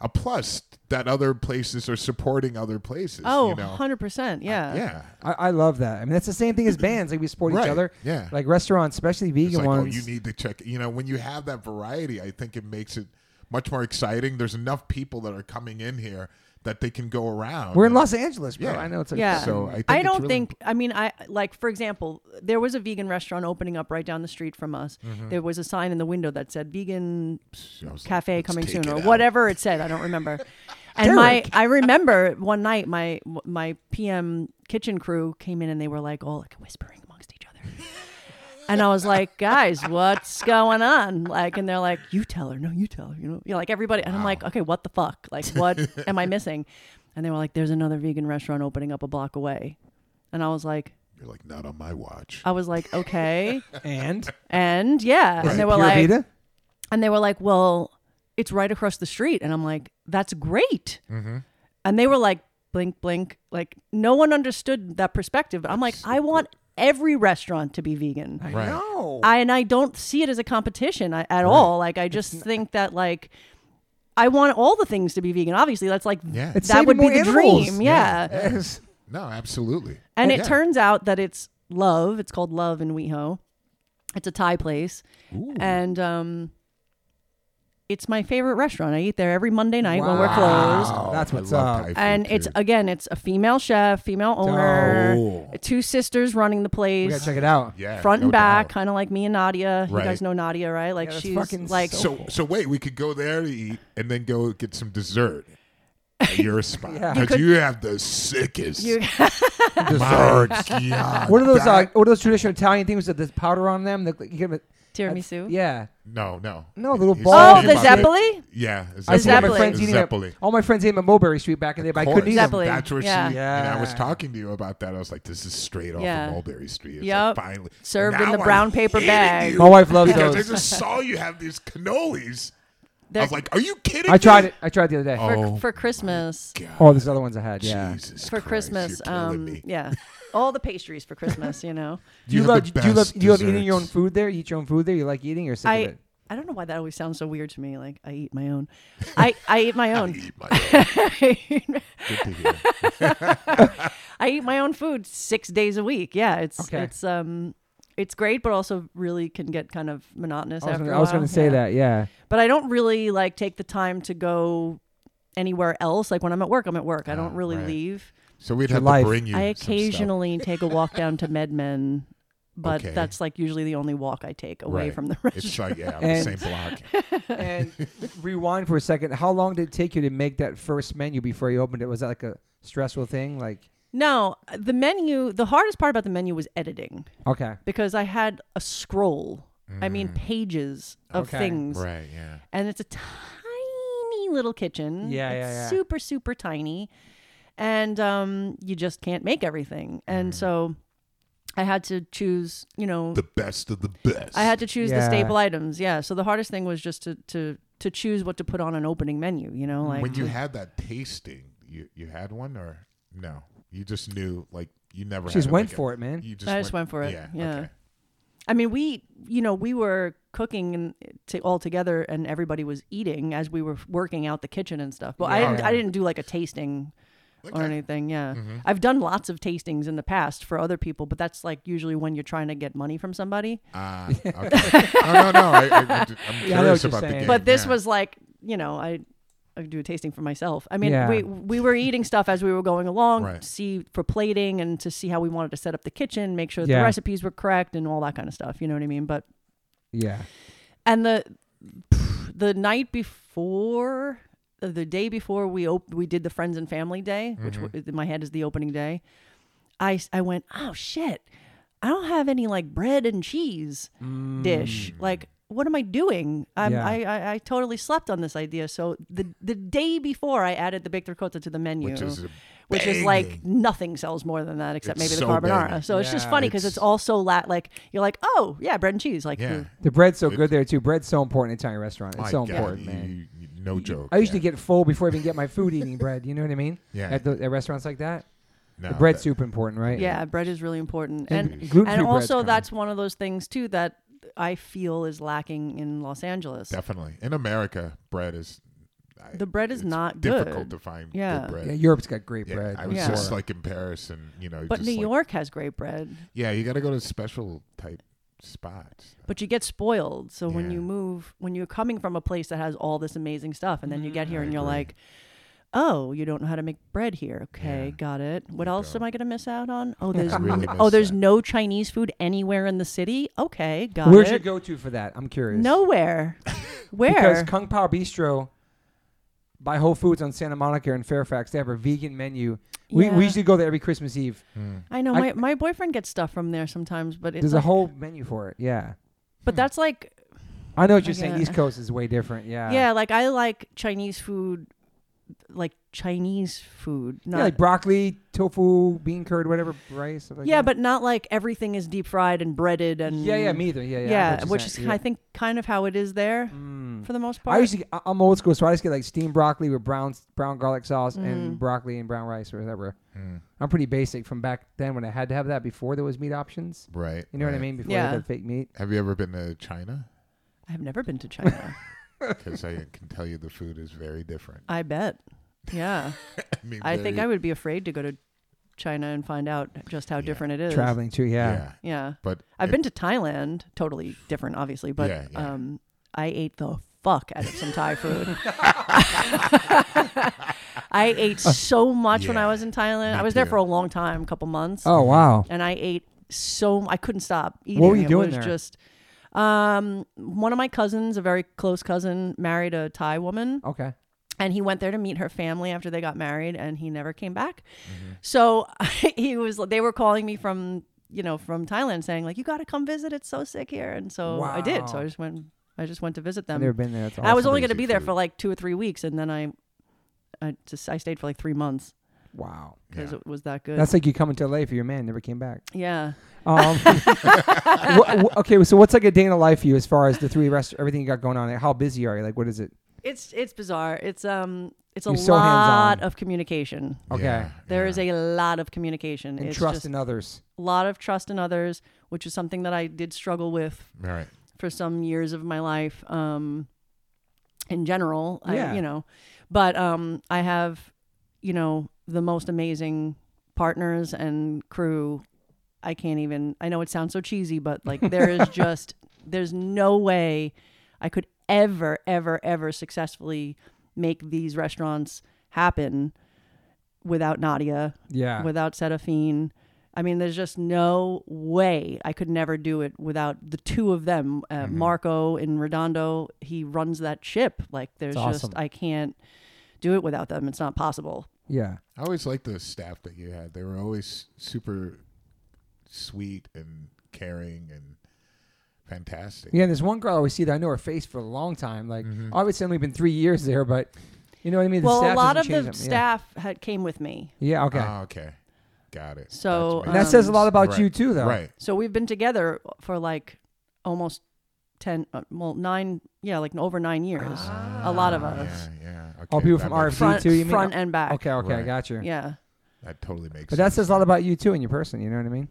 B: a plus that other places are supporting other places.
C: Oh,
B: you know?
C: 100%. Yeah.
B: yeah.
A: I, I love that. I mean, that's the same thing as bands. Like we support each
B: Right,
A: other.
B: yeah.
A: Like restaurants, especially vegan
B: It's like,
A: ones.
B: oh, you need to check. You know, when you have that variety, I think it makes it much more exciting. There's enough people that are coming in here that they can go around.
A: We're in Los Angeles, bro.
B: Yeah.
A: I know it's like
C: Yeah.
B: So I think
C: I
B: it's
C: don't
B: really
C: think. I mean, I like for example, there was a vegan restaurant opening up right down the street from us.
B: Mm-hmm.
C: There was a sign in the window that said "vegan
B: I was like,
C: cafe
B: "Let's
C: coming
B: take
C: soon"
B: it
C: or
B: out.
C: whatever it said. I don't remember. And my, I remember one night my my PM kitchen crew came in and they were like all like whispering amongst each other. And I was like, guys, what's going on? Like, and they're like, you tell her. No, you tell her. You know, you know, like everybody. And I'm like, okay, what the fuck? Like, what am I missing? And they were like, there's another vegan restaurant opening up a block away. And I was like,
B: You're like not on my watch.
A: Uh,
C: I was like, okay.
A: and
C: and yeah.
A: Is
C: And
A: it
C: they were
A: Pura
C: like,
A: Vida?
C: and they were like, well, it's right across the street. And I'm like, that's great.
B: Mm-hmm.
C: And they were like, blink, blink. Like, no one understood that perspective. I'm like, I want every restaurant to be vegan.
B: Right.
A: No.
C: I and I don't see it as a competition I, at all. Like I just think that like I want all the things to be vegan. Obviously, that's like
B: Yeah. It's
C: that would be
A: saving
C: the
A: more animals.
C: dream. Yeah.
A: Yes.
B: No, absolutely.
C: And
B: Yeah.
C: it turns out that it's Love. It's called Love in WeHo. It's a Thai place, and um, it's my favorite restaurant. I eat there every Monday night when we're
A: Wow.
C: closed.
A: That's
B: Oh, I
A: what's
B: love
A: up.
B: Thai food,
C: And it's
B: too.
C: again, it's a female chef, female owner,
B: Oh.
C: two sisters running the
A: We
C: place
A: gotta check it out.
B: yeah,
C: front
B: no
C: and back,
B: doubt.
C: kind of like me and Nadia.
B: Right.
C: You guys know Nadia, right? Like
A: Yeah, that's
C: she's
A: fucking
C: like
A: so-
B: So so wait, we could go there to eat and then go get some dessert. at Your spot
A: Yeah.
B: because you, have the sickest.
C: You-
B: Margherita.
A: What are those? Uh,
B: That-
A: what are those traditional Italian things with the powder on them? That you give it,
C: tiramisu.
A: yeah.
B: no, no,
A: No, little
B: He's
A: balls.
C: Oh,
B: talking
C: the
B: about it.
C: Zeppeli?
B: Yeah,
A: I see all my
C: Zeppeli.
A: friends eating at-
B: Zeppeli.
A: all my friends eating at Mulberry Street back in the day, but I couldn't
B: course.
A: eat them.
C: Zeppeli,
B: That's where
C: yeah.
B: she. And I was
A: Yeah.
B: talking to you about that. I was like, "This is straight off
C: Yeah.
B: of Mulberry Street." It's
C: Yep.
B: like, finally
C: Served
B: Now
C: in the
B: I
C: brown paper
B: hated
C: bag.
B: you
A: My wife loves
B: because I
A: those.
B: just saw you have these cannolis. I
C: They're-
B: was like, "Are you kidding?"
A: I tried
B: me?
A: it. I tried it the other day.
B: Oh.
A: Oh,
C: for, for Christmas.
B: God,
A: there's other ones I had. Yeah.
B: Jesus
C: For
B: Christ,
C: Christmas.
B: you're killing
C: Um,
B: me.
C: yeah. All the pastries for Christmas, you know.
A: Do you
B: You're the
A: love? Do you love?
B: best
A: Do you love eating your own
B: desserts.
A: food there? You Eat your own food there. You like eating or sick of
C: I
A: it?
C: I don't know why that always sounds so weird to me. Like I eat my own. I, I eat my own.
B: Eat my-
C: I
B: Good to hear.
C: eat my own food six days a week. Yeah. It's
A: Okay.
C: it's um it's great, but also really can get kind of monotonous
A: I was,
C: after
A: gonna,
C: a
A: I was
C: while.
A: gonna say
C: Yeah.
A: that. Yeah.
C: but I don't really like take the time to go anywhere else. Like when I'm at work, I'm at work. I don't really
B: Ah, right.
C: leave.
B: So we'd
A: Your
B: have
A: life.
B: to bring you.
C: I
B: some stuff.
C: occasionally take a walk down to MedMen, but
B: Okay.
C: that's like usually the only walk I take away
B: Right.
C: from the rest.
B: It's like yeah, on the
A: And-
B: same block.
A: and rewind for a second. How long did it take you to make that first menu before you opened it? Was that like a stressful thing? Like,
C: No, the menu, the hardest part about the menu was editing
A: okay,
C: because I had a scroll. I mean,
B: Mm.
C: pages of
A: Okay.
C: things.
B: Right. Yeah.
C: and it's a tiny little kitchen.
A: Yeah,
C: It's
A: yeah, yeah.
C: Super, super tiny, and um, you just can't make everything. And
A: Mm.
C: so, I had to choose. You know,
B: The best of the best.
C: I had to choose
A: Yeah.
C: the staple items. Yeah. So the hardest thing was just to to to choose what to put on an opening menu. You
A: Mm.
C: know, like
B: when you had that tasting, you you had one or no? You just knew like you never.
A: she
B: had
A: just
B: it,
A: went
B: like,
A: for it, man.
B: You just
C: I just went for it,
B: Yeah.
C: yeah.
B: Okay.
C: I mean, we you know we were cooking and t- all together, and everybody was eating as we were working out the kitchen and stuff. But I
B: Yeah.
C: didn't, I didn't do like a tasting. or
B: Okay. Mm-hmm.
C: anything. Yeah. I've done lots of tastings in the past for other people, but that's like usually when you're trying to get money from somebody.
B: Ah, okay. no, no, no. I, I,
A: Yeah, I
B: I'm
A: know what
B: curious
A: you're
B: about the
A: saying.
B: game.
C: But this
B: yeah.
C: was like, you know, I I do a tasting for myself. I mean,
A: Yeah.
C: we we were eating stuff as we were going along,
B: Right.
C: see for plating and to see how we wanted to set up the kitchen, make sure that
A: Yeah.
C: the recipes were correct and all that kind of stuff, you know what I mean? But
A: Yeah,
C: and the the night before uh, the day before we op- we did the friends and family day
B: Mm-hmm.
C: which w- in my head is the opening day i s- i went oh shit i don't have any like bread and cheese dish
B: Mm.
C: like what am i doing I'm,
A: Yeah.
C: I, I i totally slept on this idea so the the day before i added the baked ricotta to the menu
B: which is a
C: which is
B: banging-
C: like nothing sells more than that except
B: It's
C: maybe the
B: so
C: carbonara.
B: banging.
C: So it's just
A: Yeah.
C: funny because
B: It's-
C: it's, all so la- like you're like, oh yeah, bread and cheese. Like
B: yeah.
A: the bread's so
B: It-
A: good there too. Bread's so important in Italian restaurant. It's
B: My
A: so
B: God,
A: important,
B: you-
A: man.
B: you- you- no joke.
A: I usually
B: yeah.
A: get full before I even get my food eating bread. You know what I mean?
B: Yeah.
A: At, the, at restaurants like that,
B: no,
A: the bread's
B: that-
A: super important, right?
C: Yeah, bread is really important,
A: And
C: and
A: gluten-free
C: and
A: bread's
C: also
A: coming.
C: that's one of those things too that I feel is lacking in Los Angeles.
B: Definitely in America, bread is. I,
C: The bread is
B: it's
C: not
B: difficult
C: good.
B: to find
C: Yeah.
B: good bread.
A: Yeah, Europe's got great
B: Yeah,
A: bread.
B: I was
C: Yeah.
B: just like in Paris, and you know,
C: but
B: just
C: New
B: like-
C: York has great bread.
B: Yeah, you got to go to special type spots.
C: but you get spoiled. So when
B: Yeah.
C: you move, when you're coming from a place that has all this amazing stuff, and then you get here
B: Mm, I
C: and you're
B: agree.
C: like, oh, you don't know how to make bread here. Okay,
B: Yeah.
C: got it. What
B: You
C: else
B: go.
C: am I gonna miss out on? Oh, there's
B: really
C: oh,
B: miss
C: there's
B: that.
C: no Chinese food anywhere in the city. Okay, got
A: Where's
C: it.
A: your go-to for that? I'm curious.
C: Nowhere. Where?
A: Because Kung Pao Bistro by Whole Foods on Santa Monica and Fairfax, they have a vegan menu. We,
C: Yeah.
A: we usually go there every Christmas Eve.
C: I know
A: I-
C: my, my boyfriend gets stuff from there sometimes, but it's
A: There's a
C: like-
A: whole menu for it. Yeah.
C: But that's like
A: I know what
C: I
A: you're saying.
C: get it.
A: East Coast is way different. Yeah.
C: yeah, like I like Chinese food, like Chinese food. Not,
A: Yeah, like broccoli, tofu, bean curd, whatever, rice. stuff Like
C: yeah,
A: that.
C: but not like everything is deep fried and breaded and
A: yeah, yeah, me either. Yeah, yeah. I
C: yeah,
A: know what you're
C: which is
A: saying.
C: I think kind of how it is there for the most
A: I
C: part.
A: usually I- I'm old school, so I just get like steamed broccoli with brown brown garlic sauce
C: Mm-hmm.
A: and broccoli and brown rice or whatever. I'm pretty basic from back then when I had to have that before there was meat options.
B: Right.
A: You know what I
B: right.
A: mean? Before they
C: Yeah.
A: had that fake meat.
B: Have you ever been to China?
C: I've never been to China.
B: Because I can tell you the food is very different.
C: I bet. Yeah,
B: I, mean,
C: I think I
B: very-
C: would be afraid to go to China and find out just how
B: Yeah.
C: different it is.
A: Traveling too, yeah.
B: Yeah.
C: Yeah,
B: But
C: I've
B: it-
C: been to Thailand. Totally different, obviously, but
B: Yeah, yeah.
C: um, I ate the fuck out of some Thai food. I ate so much when I
B: Yeah,
C: was in Thailand.
B: me
C: I was there
B: too.
C: for a long time, a couple months.
A: Oh wow.
C: and I ate so I couldn't stop eating.
A: were you
C: it
A: doing
C: was
A: there?
C: Just um, one of my cousins, a very close cousin, married a Thai woman,
A: Okay.
C: and he went there to meet her family after they got married, and he never came back.
B: mm-hmm,
C: So he was. They were calling me from you know from Thailand saying like you got to come visit. It's so sick here, and so I did. So
A: Wow.
C: I just went. I just went to visit
A: I've
C: them.
A: never been there. That's
C: And I was
A: awesome.
C: only going to
B: Crazy
C: be there
B: food.
C: for like two or three weeks, and then I, I just I stayed for like three months
A: wow.
C: because
B: Yeah.
C: it was that good.
A: That's like you coming to LA for your man, never came back.
C: yeah.
A: Um, wha- wha- okay, so what's like a day in the life for you as far as the three rest, everything you got going on? How busy are you? Like, what is it?
C: It's it's bizarre. It's um it's a
A: You're so
C: lot
A: hands-on.
C: of communication.
A: Okay.
B: yeah,
C: There is
B: yeah.
C: a lot of communication.
A: And
C: it's
A: trust
C: just
A: in others.
C: a lot of trust in others, which is something that I did struggle with
B: Right.
C: for some years of my life. Um in general,
A: Yeah.
C: I, you know, but um I have you know the most amazing partners and crew. I can't even I know it sounds so cheesy, but like there is just there's no way I could ever, ever, ever successfully make these restaurants happen without Nadia,
A: Yeah.
C: without Setafine. I mean, there's just no way I could never do it without the two of them. Uh,
A: Mm-hmm.
C: Marco in Redondo, he runs that ship. Like, there's
A: That's
C: just,
A: awesome.
C: I can't do it without them. It's not possible.
A: yeah.
B: I always liked the staff that you had. They were always super sweet and caring and fantastic.
A: Yeah, and there's one girl I always see that I know her face for a long time. Like
B: Mm-hmm.
A: obviously, it's only been three years there, but you know what I mean. The
C: well, a
A: staff
C: lot of
A: doesn't
C: the
A: change them. Yeah.
C: staff had, came with me.
A: Yeah. Okay.
B: Ah, okay. Got it.
C: So,
A: and
B: That's right.
A: that
C: um,
A: says a lot about
B: Right.
A: you too, though.
B: Right.
C: So we've been together for like almost 10, uh, well, nine, yeah, like over nine years. Ah. a lot of us.
B: Yeah, yeah. Okay,
A: All people
B: that
A: from
B: makes-
A: RFD
C: Front,
A: too. Ah, You mean
C: front and back.
A: Okay. Okay. I
B: Right.
A: got you.
C: Yeah.
B: That totally makes
A: But that
B: sense.
A: says a lot about you too and your person. You know what I mean?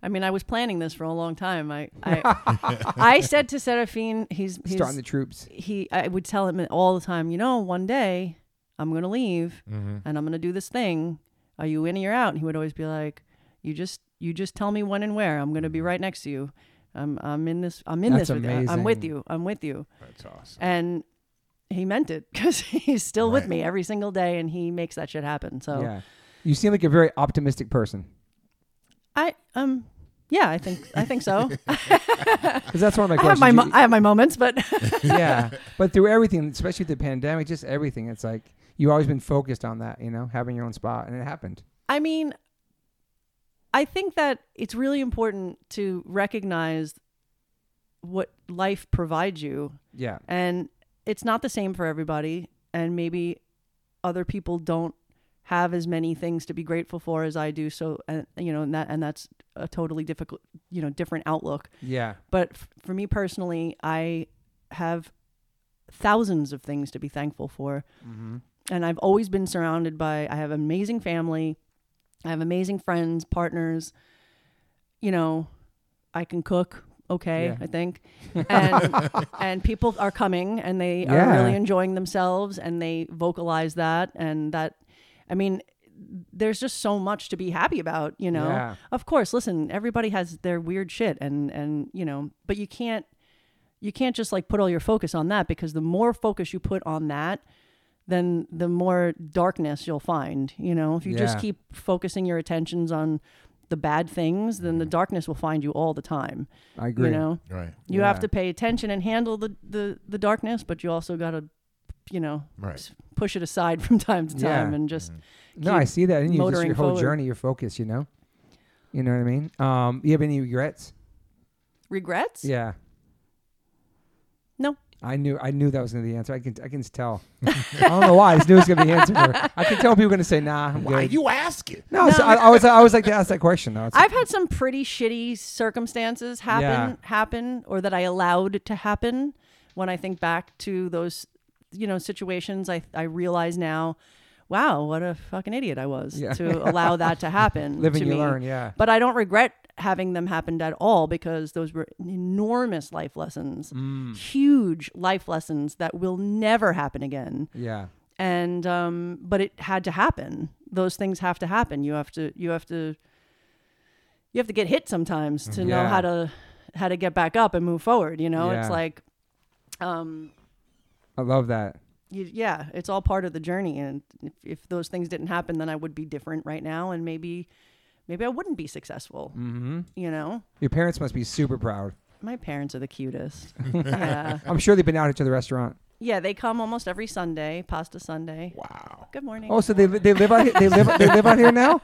C: I mean, I was planning this for a long time. I I, I said to Seraphine, he's, he's
A: Starting the troops.
C: he. I would tell him all the time, you know, one day I'm gonna leave
B: Mm-hmm.
C: and I'm gonna do this thing. Are you in or you're out? And he would always be like, you just you just tell me when and where. I'm gonna be right next to you. I'm I'm in this. I'm in
A: That's
C: this with you. I'm with
A: amazing.
C: you. I'm with you.
B: That's awesome.
C: And he meant it because he's still with
B: Right.
C: me every single day, and he makes that shit happen. So
A: Yeah. You seem like a very optimistic person.
C: I um yeah, I think I think so.
A: Because that's one of my
C: I have
A: questions.
C: my mo-
A: You-
C: I have my moments, but
A: yeah. But through everything, especially the pandemic, just everything, it's like you've always been focused on that. You know, having your own spot, and it happened.
C: I mean, I think that it's really important to recognize what life provides you,
A: Yeah.
C: and it's not the same for everybody, and maybe other people don't have as many things to be grateful for as I do. So, and you know, and that and that's a totally difficult, you know, different outlook.
A: Yeah.
C: But f- for me personally, I have thousands of things to be thankful for.
A: Mm-hmm.
C: And I've always been surrounded by, I have amazing family, I have amazing friends, partners. You know, I can cook okay,
A: Yeah.
C: I think. And, and people are coming and they
A: Yeah.
C: are really enjoying themselves and they vocalize that. And that, I mean, there's just so much to be happy about, you know.
A: Yeah.
C: Of course, listen, everybody has their weird shit and and you know, but you can't you can't just like put all your focus on that because the more focus you put on that, then the more darkness you'll find, you know. If you just
A: Yeah.
C: keep focusing your attentions on the bad things, then the darkness will find you all the time.
A: I Mm-hmm. agree.
C: You know,
B: Right.
C: you
A: Yeah.
C: have to pay attention and handle the the the darkness, but you also got to you know,
B: Right. Mm-hmm.
C: s- push it aside from time to time
A: Yeah. Mm.
C: and just
A: No,
C: keep
A: I see that. And you just
C: motoring
A: your whole
C: forward.
A: journey, your focus, you know? You know what I mean? Um, you have any regrets?
C: regrets?
A: Yeah.
C: No.
A: I knew I knew that was gonna be the answer. I can I can tell. I don't know why. I just knew it was gonna be the answer. For her. I can tell people are gonna say, nah, I'm
B: Why
A: good.
B: you asking?
A: no, so I, I was I was like to ask that question though. It's like-
C: I've had some pretty shitty circumstances happen
A: Yeah.
C: happen or that I allowed to happen when I think back to those you know situations I I realize now wow what a fucking idiot I was
A: Yeah.
C: to allow that to happen
A: Live and
C: to
A: you
C: me.
A: learn, yeah.
C: But I don't regret having them happened at all because those were enormous life lessons.
A: Mm.
C: Huge life lessons that will never happen again
A: yeah.
C: and um, but it had to happen. Those things have to happen. You have to you have to you have to get hit sometimes to know
A: Mm, Yeah.
C: how to how to get back up and move forward. You know,
A: Yeah.
C: it's like um,
A: I love that.
C: you, yeah, it's all part of the journey. And if, if those things didn't happen, then I would be different right now, and maybe maybe I wouldn't be successful.
A: hmm
C: You know,
A: Your parents must be super proud.
C: my parents are the cutest. yeah,
A: I'm sure they've been out to the restaurant.
C: yeah, they come almost every Sunday, pasta Sunday.
B: Wow.
C: Good morning.
A: Oh, so they li- they live out here, they live they live out here now?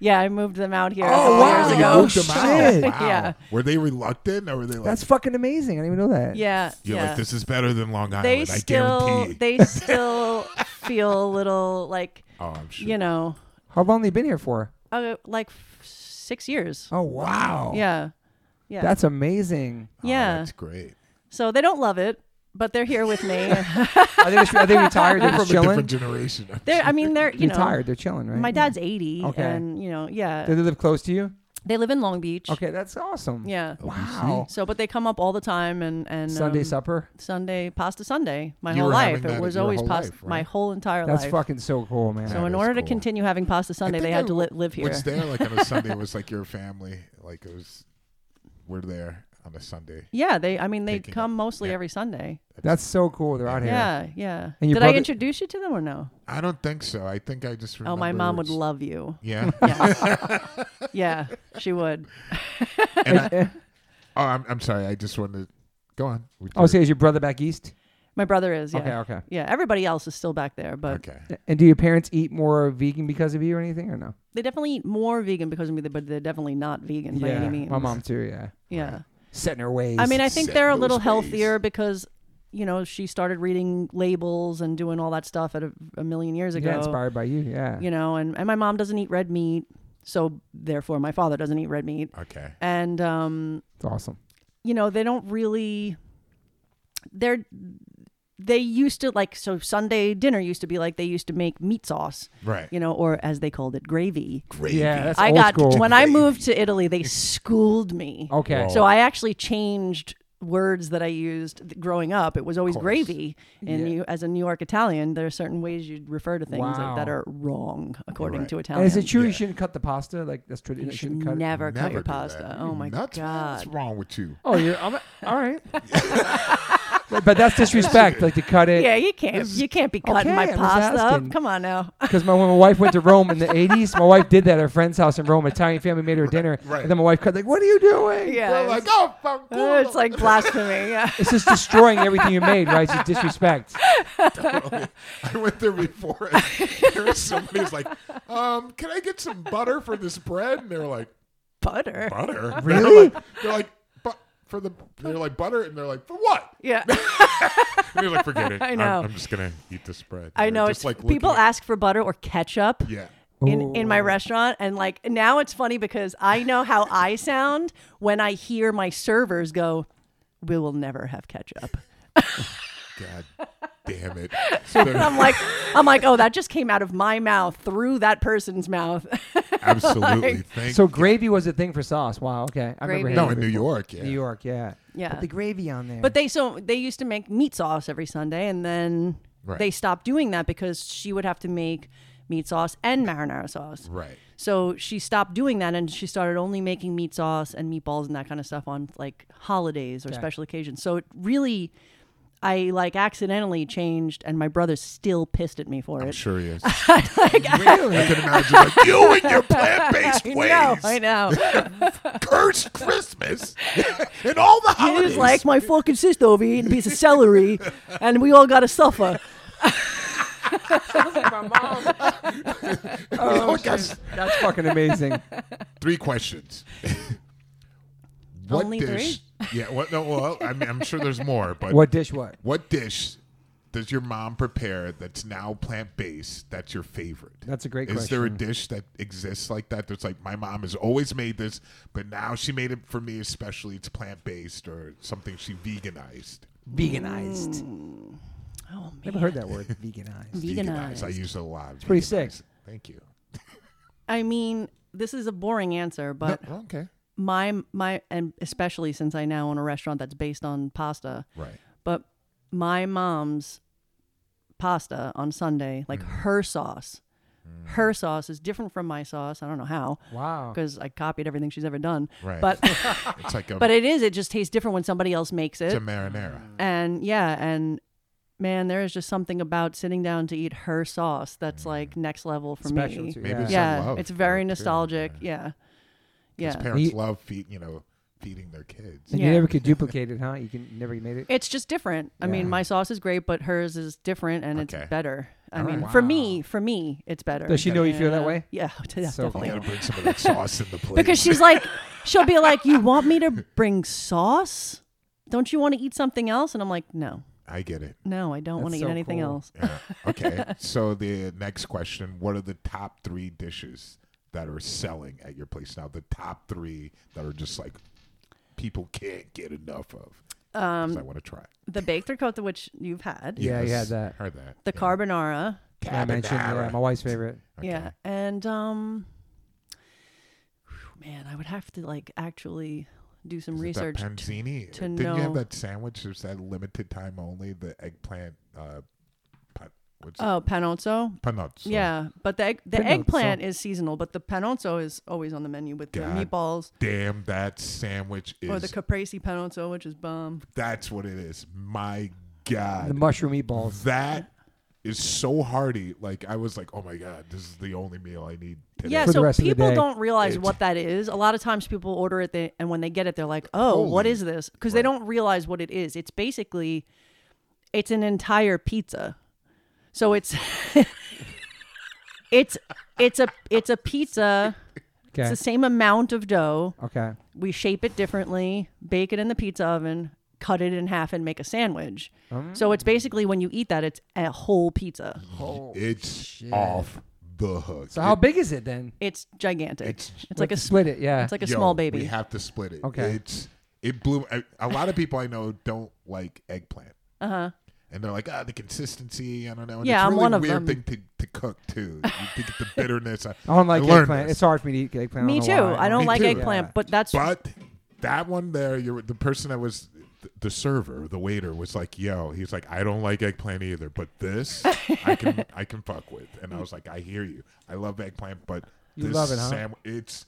C: yeah, I moved them out here
A: Oh,
C: a couple
A: wow.
C: years
B: You
C: ago.
B: moved them out.
A: shit.
B: Wow.
C: Yeah.
B: Were they reluctant or were they like,
A: That's fucking amazing. I didn't even know that.
C: Yeah,
B: you're
C: yeah.
B: like, this is better than Long Island?
C: they
B: I
C: still
B: guarantee.
C: they still feel a little like
B: oh, I'm sure.
C: you know
A: How long they been here for?
C: uh, like f- six years.
A: Oh wow.
C: Yeah, yeah,
A: That's amazing.
B: Oh,
C: yeah.
B: That's great.
C: so they don't love it, but they're here with me.
A: Are they just, are they retired? They're
B: From
A: just
B: a
A: chilling.
B: different generation.
C: they're I mean they're you know
A: Retired. They're chilling, right?
C: my dad's eighty
A: Okay.
C: and you know yeah
A: Do they live close to you?
C: they live in Long Beach.
A: Okay, that's awesome.
C: Yeah.
A: Wow.
C: So but they come up all the time and and
A: Sunday
C: um,
A: supper.
C: Sunday pasta Sunday my
B: You
C: whole
B: were having
C: life
B: that
C: it was
B: your
C: always
B: whole
C: pasta
B: life,
C: my
B: right?
C: whole entire
A: That's
C: life.
A: fucking so cool, man.
C: so
B: That
C: in
B: is
C: order to
B: cool.
C: continue having pasta Sunday, they
B: think
C: had
B: I
C: to li- live here.
B: What's there like on a Sunday was like your family. Like it was, we're there on a Sunday.
C: Yeah, they. I mean, they
B: Picking up.
C: come mostly
B: Yeah.
C: every Sunday.
A: That's so cool. They're out here.
C: Yeah, yeah.
A: And your
C: Did I
A: brother-
C: introduce you to them or no?
B: I don't think so. I think I just remember.
C: oh, my mom would
B: it's-
C: love you.
B: Yeah.
C: Yeah, yeah, she would.
B: and I, oh, I'm, I'm sorry. I just wanted to go on. We
A: Oh,
B: did-
A: so is your brother back east?
C: My brother is. Yeah,
A: Okay, okay.
C: yeah. Everybody else is still back there, but
B: okay.
A: And do your parents eat more vegan because of you or anything or no?
C: they definitely eat more vegan because of me. But they're definitely not vegan by any means.
A: my mom too. Yeah,
C: Yeah.
A: setting her ways.
C: I mean, I think
B: Set
C: they're a
B: those
C: little
B: ways.
C: healthier because you know she started reading labels and doing all that stuff at a, a million years ago.
A: yeah, inspired by you. Yeah,
C: You know, and and my mom doesn't eat red meat, so therefore my father doesn't eat red meat,
B: Okay.
C: and um,
A: it's awesome.
C: you know they don't really they're they used to like so sunday dinner used to be like they used to make meat sauce
B: Right.
C: you know or as they called it gravy
B: Gravy.
A: Yeah, that's
C: i
A: old
C: got
A: school. Oh.
C: when i moved to italy they schooled me
A: Okay,
B: Whoa.
C: so i actually changed words that i used th- growing up it was always
B: course.
C: gravy and
A: Yeah.
C: you as a new york italian there are certain ways you'd refer to things
A: Wow.
C: that, that are wrong according
B: right.
C: to
A: and
C: italian
A: is it true you
B: Yeah.
A: shouldn't cut the pasta? Like that's tradition.
C: you
A: You
C: should
A: shouldn't cut. it?
C: never, cut
B: Never
C: your
B: do
C: pasta
B: that.
C: oh
B: You
C: my
B: nuts, man?
C: god
B: What's wrong with you?
A: Oh, you're I'm, all right. but that's disrespect. Like to cut it.
C: Yeah, you can't.
B: This-
C: You can't be cutting
A: Okay,
C: my
A: I'm just
C: pasta
A: asking.
C: up. Come on now.
A: Because my when my wife went to Rome in the '80s, my wife did that at her friend's house in Rome. Italian family made her dinner,
B: right.
A: and then my wife cut like, "What are you doing?
C: Yeah,
B: They're
C: it's-
B: like, oh, fuck,
C: uh, it's like blasphemy. Yeah.
A: It's just destroying everything you made, right? It's just disrespect."
B: I went there before. And there was somebody who's like, um, can I get some butter for this bread? And they're like,
C: Butter.
B: butter?
A: Really?
B: They're like, they're like but for the, they're like butter, and they're like, for what?
C: Yeah,
B: And they're like, forget it.
C: I
B: I'm-
C: know.
B: I'm, just gonna eat this bread.
C: I
B: And
C: know.
B: they're
C: It's
B: just, like looking
C: people
B: at-
C: ask for butter or ketchup
B: Yeah.
A: Ooh.
C: in in my restaurant, and like now it's funny because I know how I sound when I hear my servers go, "We will never have ketchup."
B: God damn it.
C: I'm like, I'm like, oh, that just came out of my mouth through that person's mouth.
B: absolutely. Thank
A: So gravy was a thing for sauce. Wow. Okay, I remember.
C: Gravy.
A: hearing
B: no in New
A: it.
B: York. Yeah.
A: New York. Yeah.
C: Yeah.
A: Put the gravy on there.
C: But they so they used to make meat sauce every Sunday, and then
B: Right.
C: they stopped doing that because she would have to make meat sauce and marinara sauce.
B: Right.
C: So she stopped doing that and she started only making meat sauce and meatballs and that kind of stuff on like holidays or special occasions. So it really, I like accidentally changed, and my brother's still pissed at me for
B: I'm
C: it.
B: sure he is. I
A: Really?
B: can imagine like you and your plant-based ways.
C: No, I know.
B: Cursed Christmas and all the
C: He
B: holidays.
C: was like, my fucking sister over here eating a piece of celery, and we all got to suffer.
B: Oh, yes.
A: That's fucking amazing.
B: three questions. what
C: Only
B: dish? Yeah. What? No. Well, I mean, I'm sure there's more, but
A: what dish? What?
B: what dish does your mom prepare that's now plant based? That's your favorite.
A: That's a great
B: Is there a
A: question.
B: dish that exists like that? That's like my mom has always made this, but now she made it for me especially. It's plant based or something she veganized.
A: Veganized.
C: Mm. Oh,
A: Never
C: man.
A: heard that word. Veganized.
B: I
C: Veganized.
B: use it a lot. It's
A: pretty sick.
B: Thank you.
C: I mean, this is a boring answer, but
B: No, okay.
C: my my and especially since I now own a restaurant that's based on pasta,
B: Right.
C: but my mom's pasta on Sunday, like
B: Mm.
C: her sauce, her sauce is different from my sauce. I don't know how
A: Wow.
C: because I copied everything she's ever done,
B: Oh. Right.
C: but
B: It's like a,
C: but it is it just tastes different when somebody else makes
B: it's a
C: it,
B: marinara.
C: and yeah, and man, there is just something about sitting down to eat her sauce
B: Mm.
C: that's like next level for
A: Special
C: me.
A: to-
B: Maybe
A: Yeah.
B: it's a
C: Yeah,
B: love
C: it's
B: for
C: very
B: it, too.
C: nostalgic. Yeah,
B: Because
C: yeah.
B: parents
A: We-
B: love feed, you know, feeding their kids.
A: And
C: Yeah.
A: you never could duplicate it, huh? You can you never made it.
C: It's just different. I mean, my sauce is great, but hers is different and
B: Okay.
C: it's better. I
B: All right.
C: mean, for
A: Wow.
C: me, for me, it's better.
A: Does she know you feel that
C: Yeah.
A: way?
C: Yeah, yeah
A: So
B: You
C: definitely.
B: gotta bring some of that sauce in the plate.
C: Because she's like, she'll be like, "You want me to bring sauce? Don't you want to eat something else?" And I'm like, "No,
B: I get it.
C: no, I don't
A: That's
C: want to
A: so
C: eat anything
A: cool.
C: else."
B: Yeah. Okay. so the next question: What are the top three dishes that are selling at your place now? The top three that are just like people can't get enough of. Um, I want to try.
C: The baked ricotta, which you've had,
A: Yeah, you had
B: Yes,
A: that.
B: Heard that.
C: the carbonara,
A: Yeah, I mentioned yeah,
B: Carbonara.
A: my wife's favorite.
B: Okay.
C: yeah, and um, whew, man, I would have to like actually do some
B: Is it
C: research.
B: That panzini.
C: to
B: Didn't you have
C: know-
B: that sandwich? Was that limited time only? The eggplant. Uh, pan, what's it?
C: oh, panozzo,
B: Panozzo.
C: Yeah, but the egg, the
A: Pinozzo.
C: eggplant is seasonal, but the panozzo is always on the menu with the
B: God
C: meatballs
B: Damn, that sandwich is
C: or the caprese panozzo, which is bomb.
B: That's what it is. My God.
A: The mushroom meatballs.
B: that is so hearty. Like I was like, oh my God, this is the only meal I need today.
C: Yeah,
A: For the
C: so
A: rest of the
C: people
A: day.
C: don't realize
B: It-
C: what that is. A lot of times people order it they, and when they get it, they're like, "Oh, what
B: Holy-
C: is this?" Because they don't realize what it is. It's basically, it's an entire pizza. So it's, it's it's a it's a pizza. It's
A: Okay.
C: the same amount of dough.
A: Okay.
C: we shape it differently, bake it in the pizza oven, cut it in half, and make a sandwich. So
B: Oh.
C: it's basically when you eat that, it's a whole pizza.
B: It's off the hook.
A: So how
B: It-
A: big is it then?
C: It's gigantic. It's, like a s-
A: split it. Yeah.
C: it's like a
B: yo,
C: small baby.
B: We have to split it.
A: Okay.
B: It's it blew I, a lot of people I know don't like eggplant. Uh huh. And they're like, ah, the consistency. I don't know. And
C: Uh-huh. Yeah,
B: it's
C: I'm
B: really
C: one
B: a
C: of
B: weird
C: them.
B: thing to, to cook too. You think it's the bitterness. I,
A: I don't like
B: learned
A: eggplant.
B: this.
A: It's hard for me to eat eggplant.
C: me
A: don't
C: too.
A: know why.
C: I don't
B: Me
C: like
B: too.
C: eggplant, but that's
B: But that one there, you were- the person that was th- the server, the waiter was like, "Yo," he's like, "I don't like eggplant either, but this I can I can fuck with." And I was like, "I hear you. I love eggplant, but
A: You
B: this
A: love it, huh?
B: sam- it's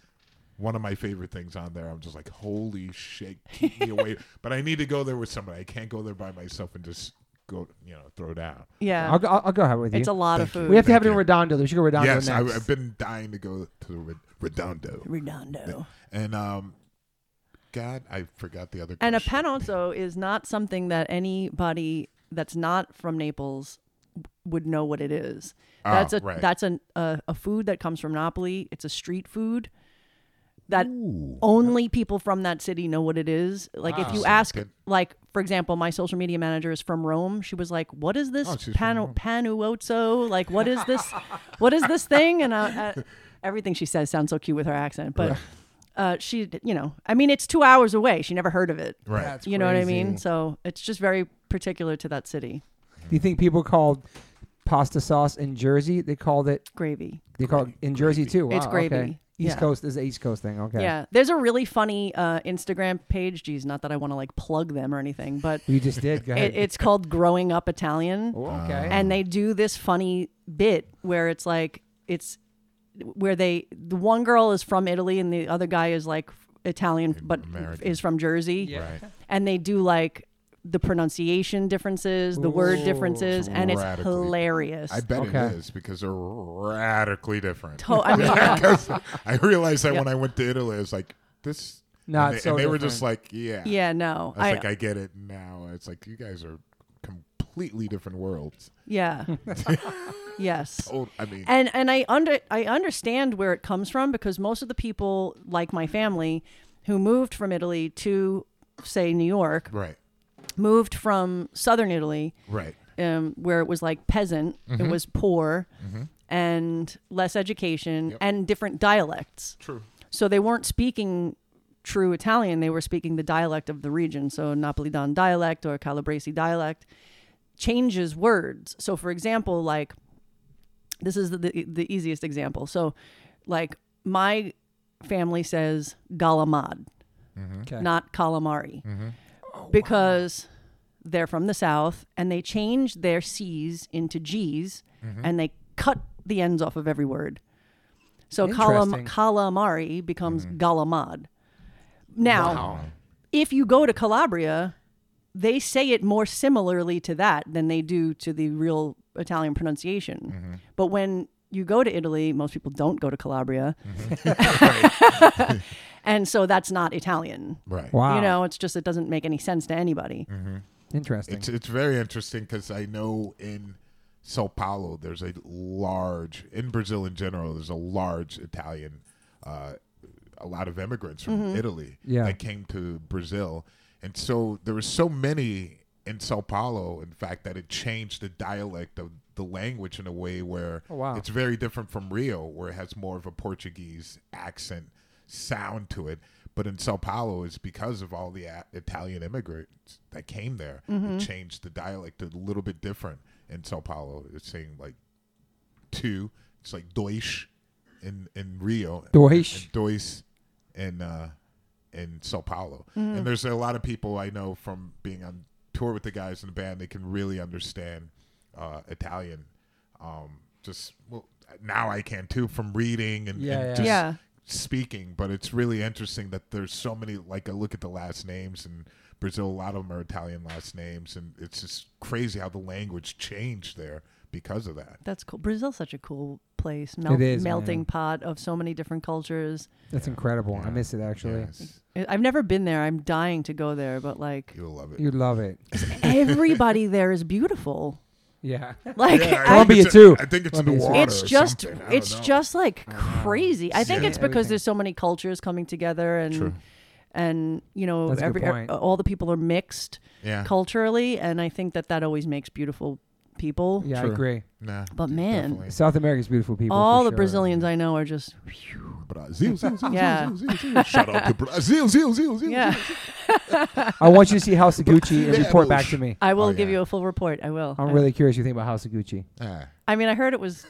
B: one of my favorite things on there. I'm just like, holy shit, keep me away. But I need to go there with somebody. I can't go there by myself and just go, you know, throw down.
C: yeah.
A: I'll go, I'll, I'll go have it with you.
C: uh, it's a lot of
B: Thank you.
C: food.
A: we have to have it in
B: Thank you.
A: Redondo. We should go Redondo
B: yes, I,
A: next.
B: I've been dying to go to the Red- Redondo,
C: Redondo.
B: and um, God, I forgot the other.
C: And a
B: question.
C: panozzo is not something that anybody that's not from Naples would know what it is.
B: Oh,
C: That's a
B: right.
C: that's an, a a food that comes from Napoli. It's a street food that
B: Ooh. Ah,
C: only people from that city know what it is. Like if
B: Wow.
C: you ask,
B: Good.
C: like for example, my social media manager is from Rome. She was like, "What is this
B: Oh, she's from
C: panu panuozzo? Like what is this? what is this thing?" And I, I, everything she says sounds so cute with her accent, but. Uh, she, you know, I mean, it's two hours away. She never heard of it.
B: Right.
A: That's
C: you know what I mean?
A: crazy.
C: So it's just very particular to that city.
A: Do you think people called pasta sauce in Jersey? They called it.
C: Gravy.
A: They call it in Jersey too. Wow,
C: It's gravy.
A: okay. East
C: Yeah.
A: Coast this is an East Coast thing. Okay.
C: Yeah. There's a really funny uh, Instagram page. Geez, not that I want to like plug them or anything, but
A: You just did. Go ahead.
C: it, it's called Growing Up Italian.
A: Oh, okay.
C: and they do this funny bit where it's like it's where they the one girl is from Italy and the other guy is like Italian but
B: American.
C: is from Jersey
D: Yeah.
B: Right.
C: and they do like the pronunciation differences, the word
A: Ooh.
C: differences, and it's
B: Radically.
C: hilarious.
B: I bet
A: Okay.
B: it is because they're radically different.
C: To- I mean, yeah.
B: 'Cause I realized that
C: Yeah.
B: when I went to Italy, I was like, this.
A: Not
B: and they,
A: so
B: and they were
A: different.
B: just like, yeah.
C: Yeah, no.
B: I was
C: I-
B: like, I get it now. It's like, you guys are completely different worlds.
C: yeah. yes.
B: Oh, I mean,
C: And and I under I understand where it comes from because most of the people like my family who moved from Italy to say New York
B: right,
C: moved from southern Italy
B: right.
C: um, where it was like peasant,
B: Mm-hmm.
C: it was poor and less education
B: Yep.
C: and different dialects.
B: True.
C: So they weren't speaking true Italian, they were speaking the dialect of the region. So Napolitan dialect or Calabrese dialect changes words. So for example, like this is the the, the easiest example. So like my family says galamad,
B: Mm-hmm.
A: Okay. Mm-hmm. Oh,
C: not calamari. because they're from the south and they changed their C's into G's
A: Mm-hmm.
C: and they cut the ends off of every word. So calam-
A: Interesting. Mm-hmm.
C: calamari becomes galamad. Now,
B: Wow.
C: if you go to Calabria, they say it more similarly to that than they do to the real Italian pronunciation.
A: Mm-hmm.
C: But when you go to Italy, most people don't go to Calabria.
A: Mm-hmm.
C: and so that's not Italian.
B: Right.
A: Wow. Mm-hmm.
C: You know, it's just it doesn't make any sense to anybody.
A: Interesting.
B: It's it's very interesting because I know in Sao Paulo there's a large in Brazil in general there's a large Italian, uh, a lot of immigrants from Italy
A: Mm-hmm. Yeah.
B: that came to Brazil, and so there were so many in Sao Paulo. In fact, that it changed the dialect of the language in a way where
A: Oh, wow.
B: it's very different from Rio, where it has more of a Portuguese accent sound to it. But in Sao Paulo, it's because of all the a- Italian immigrants that came there.
A: Mm-hmm.
B: It changed the dialect a little bit different in Sao Paulo. It's saying like two. It's like dois in in Rio.
A: Deutsch.
B: And dois in uh, in Sao Paulo.
A: Mm-hmm.
B: And there's a lot of people I know from being on tour with the guys in the band. They can really understand uh, Italian. Um, just well, now I can too from reading and,
A: Yeah,
B: and
A: yeah.
B: just
C: Yeah.
B: speaking. But it's really interesting that there's so many. Like I look at the last names and. Brazil, a lot of them are Italian last names, and it's just crazy how the language changed there because of that.
C: That's cool. Brazil's such a cool place. Mel-
A: It is,
C: melting
A: man.
C: pot of so many different cultures.
A: That's incredible. I
B: Yeah.
A: miss it actually.
B: Yes,
C: I- I've never been there. I'm dying to go there, but like
B: you'll love it.
A: You'd love it.
C: everybody there is beautiful.
A: Yeah.
C: Like
B: Yeah, I
C: I-
A: Colombia
B: think it's
A: too.
B: I think it's in
A: Colombia's too.
B: the water.
C: it's
B: or
C: just
B: something. I don't
C: it's
B: know.
C: just like crazy. I think
B: Yeah.
C: it's because
A: Everything.
C: there's so many cultures coming together and
B: True.
C: and you know
A: That's a good
C: every er,
A: point. Uh-huh.
C: all the people are mixed
B: yeah.
C: culturally and I think that that always makes beautiful people.
A: Yeah, I
B: True.
A: agree.
B: Nah,
C: But man,
B: definitely.
A: South America's beautiful people.
C: all
A: for
C: the
A: sure.
C: Brazilians I know are just
B: Brazil, Zil, Zil,
C: Yeah.
B: Zil, Zil, Zil. Shout out to Brazil, Zil, Zil, Zil.
C: yeah.
A: I want you to see House of Gucci and
B: Yeah,
A: report back
B: bullsh-
A: to me.
C: I will
B: Oh,
C: give
B: yeah.
C: you a full report. I will.
A: I'm
C: I-
A: Oh, really curious what you think about House of Gucci.
B: Ah,
C: I mean, I heard it was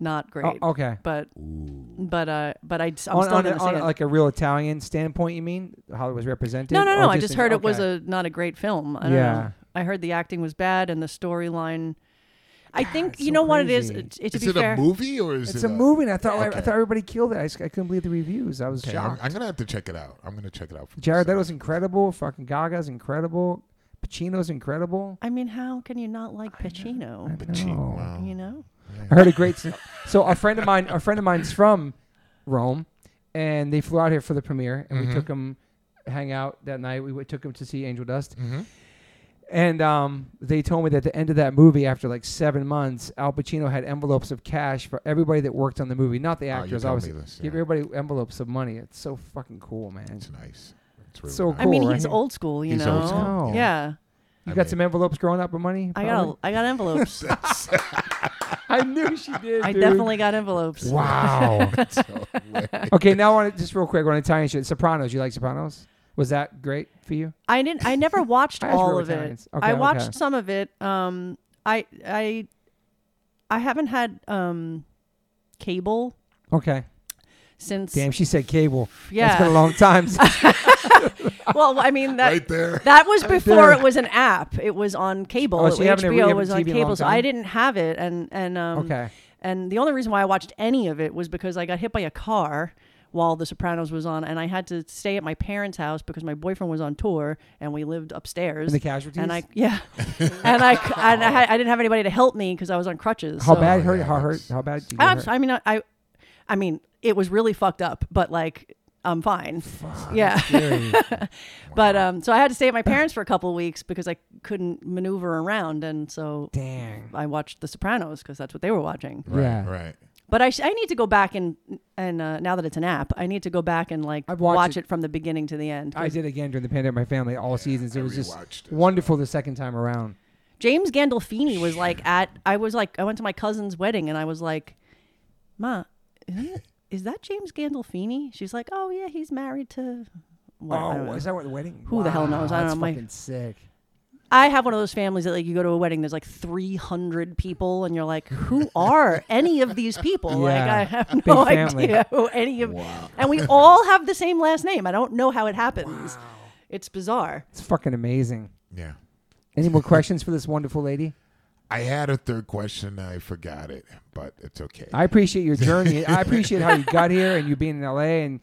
C: not
A: Oh,
C: great,
A: okay.
C: but but uh, but I, am still
A: on on,
C: gonna see
A: on
C: it.
A: like a real Italian standpoint, you mean how it was represented?
C: no, no,
A: Or
C: no. I just
A: in-
C: heard it was
A: okay.
C: a not a great film. I don't
A: Yeah.
C: know. I heard the acting was bad and the storyline. I think
A: it's
C: you
A: so
C: know what it is.
A: crazy.
C: It, it, to
B: Is
C: be
B: it
C: fair,
B: a movie or is
A: It's
B: it
A: a movie. And I thought I, I
B: Okay.
A: thought everybody killed it. I, just- I couldn't believe the reviews. I was
B: Okay, I'm,
A: shocked.
B: I'm gonna have to check it out. I'm gonna check it out. for
A: Jared
B: myself.
A: Leto's incredible. Fucking Gaga's incredible. Pacino's incredible.
C: I mean, how can you not like Pacino?
B: Gee,
A: No.
B: wow.
C: You know,
A: I heard a great. s- so a friend of mine, a friend of mine's from Rome, and they flew out here for the premiere, and
B: Mm-hmm.
A: we took him hang out that night. We w- took him to see Angel Dust,
B: Mhm.
A: and um, they told me that at the end of that movie, after like seven months, Al Pacino had envelopes of cash for everybody that worked on the movie, not the
B: Oh, you
A: actors.
B: told me
A: obviously,
B: this,
A: give
B: yeah.
A: everybody envelopes of money. It's so fucking cool, man.
B: It's nice. It's really
A: So
B: nice.
C: I mean,
A: Cool,
C: he's
A: right? Oh.
C: old school. You
B: He's
C: know,
B: old
A: school,
C: yeah.
A: yeah. You
B: I
A: got
B: mean-
A: some envelopes growing up of money.
C: I
A: probably?
C: got I got envelopes.
A: I knew she did.
C: I
A: dude.
C: definitely got envelopes.
A: Wow.
B: That's so hilarious.
A: okay, now on just real quick on Italian shit. Sopranos. You like Sopranos? Was that great for you?
C: I didn't. I never watched
A: I asked
C: all
A: for
C: of it.
A: Italians. Okay,
C: I
A: okay.
C: watched some of it. Um, I I I haven't had um cable
A: Okay.
C: since.
A: Damn, she said cable. It's been a
C: Yeah.
A: long time. Since,
C: well, I mean that.
B: right there.
C: That was before
A: there.
C: it was an app. It was on cable.
A: Oh, so you
C: It-
A: haven't- you
C: HBO
A: haven't
C: was
A: TV
C: on
A: in a long
C: cable, so
A: time?
C: I didn't have it, and and um,
A: okay.
C: And the only reason why I watched any of it was because I got hit by a car while The Sopranos was on, and I had to stay at my parents' house because my boyfriend was on tour, and we lived upstairs.
A: And the casualties?
C: And I yeah, and I c- and I, had, I didn't have anybody to help me because I was on crutches.
A: How
C: so-
A: bad hurt?
B: yeah,
A: How hurt?
B: that's-
A: How bad? Did you get
C: I'm
A: hurt?
C: so- I mean, I, I, I mean, it was really fucked up, but like, I'm fine. Yeah.
A: Scary.
C: But um, so I had to stay at my parents for a couple of weeks because I couldn't maneuver around, and so
A: Dang.
C: I watched The Sopranos because that's what they were watching.
B: Right,
A: Yeah.
B: right.
C: But I, sh- I need to go back and and uh, now that it's an app, I need to go back and like
A: I've watched
C: watch
A: it.
C: it. from the beginning to the end.
A: I
C: 'cause
A: did again during the pandemic. My family all seasons. It
B: I
A: was
B: rewatched
A: just
B: it,
A: wonderful the second time around.
C: James Gandolfini was like at I was like I went to my cousin's wedding and I was like, Ma, isn't it, is that James Gandolfini? She's like, Oh yeah, he's married to. What, I don't
A: Oh,
C: know.
A: is that what the wedding?
C: Who the hell knows?
A: Wow,
C: I don't
A: that's
C: know. My-
A: fucking sick.
C: I have one of those families that like you go to a wedding, there's like 300 people, and you're like, who are any of these people? Like
A: Yeah.
C: I have
A: Big
C: no
A: family.
C: idea who any of, and we all have the same last name. I don't know how it happens. It's bizarre.
A: It's fucking amazing.
B: Yeah.
A: Any more questions for this wonderful lady?
B: I had a third question. I forgot it, but it's okay.
A: I appreciate your journey. I appreciate how you got here and you being in LA and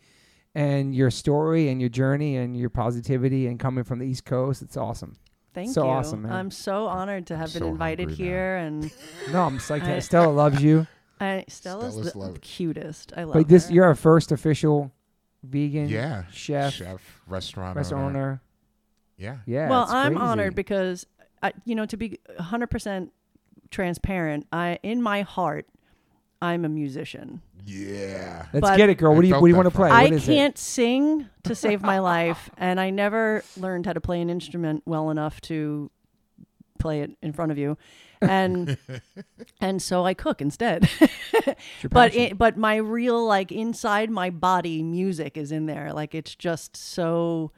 A: and your story and your journey and your positivity and coming from the East Coast. It's awesome.
C: Thank
A: So
C: you.
A: awesome, man.
C: I'm so honored to have
B: I'm
C: been
B: so
C: invited
B: hungry now.
C: here, and
A: No, I'm psyched.
C: I-
A: Stella loves you.
C: I, Stella's,
B: Stella's
C: the
B: love-
C: cutest. I love
A: But this,
C: her.
A: you're our first official vegan
B: yeah.
A: chef,
B: chef, restaurant,
A: restaurant
B: owner.
A: owner.
B: Yeah.
A: Yeah.
C: well,
A: it's
C: I'm
A: crazy.
C: honored because, I, you know, to be 100% transparent, I in my heart, I'm a musician.
B: Yeah.
A: Let's
C: but-
A: get it, girl. What
B: I
A: do you
B: felt
A: What do you
B: that
A: want to
B: from
A: play?
B: you.
C: I
A: What is it?
C: can't sing to save my life, and I never learned how to play an instrument well enough to play it in front of you, and and so I cook instead.
A: It's your
C: but
A: passion.
C: it, but my real like inside my body music is in there. Like it's just so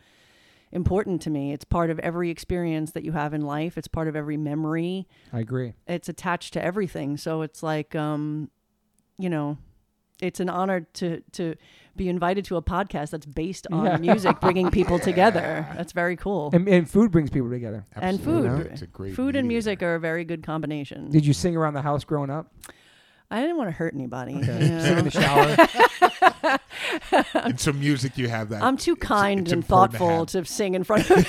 C: important to me. It's part of every experience that you have in life. It's part of every memory.
A: I agree.
C: It's attached to everything. So it's like um, you know. It's an honor to to be invited to a podcast that's based on
A: Yeah.
C: music, bringing people together. That's very cool.
A: And, and food brings people together.
C: And
B: Absolutely.
C: food.
B: It's a great
C: Food and
B: mediator.
C: music are a very good combination.
A: Did you sing around the house growing up?
C: I didn't want to hurt anybody.
A: Okay.
C: you
A: Sing in
C: know?
A: the shower.
B: And some music you have that.
C: I'm too
B: it's-
C: kind
B: it's
C: and
B: important to
C: thoughtful
B: have-
C: to, sing in front of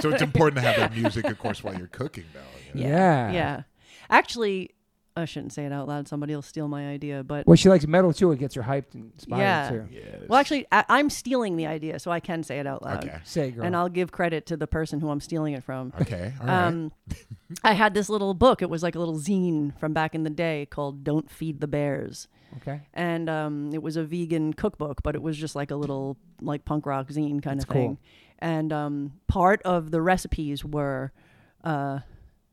B: so it's important to have that music, of course, while you're cooking, though. you know?
A: yeah.
C: Yeah. Actually, I shouldn't say it out loud. Somebody will steal my idea. But,
A: Well, she likes metal too. It gets her hyped and inspired
C: Yeah.
A: too.
C: well, actually, I, I'm stealing the idea, so I can say it out
A: uh,
C: loud.
B: Okay.
A: Say, girl.
C: And I'll give credit to the person who I'm stealing it from.
B: Okay. All right.
C: Um, I had this little book. It was like a little zine from back in the day called Don't Feed the Bears.
A: okay.
C: and um, it was a vegan cookbook, but it was just like a little like punk rock zine kind
A: That's
C: of thing.
A: cool.
C: And um, part of the recipes were uh,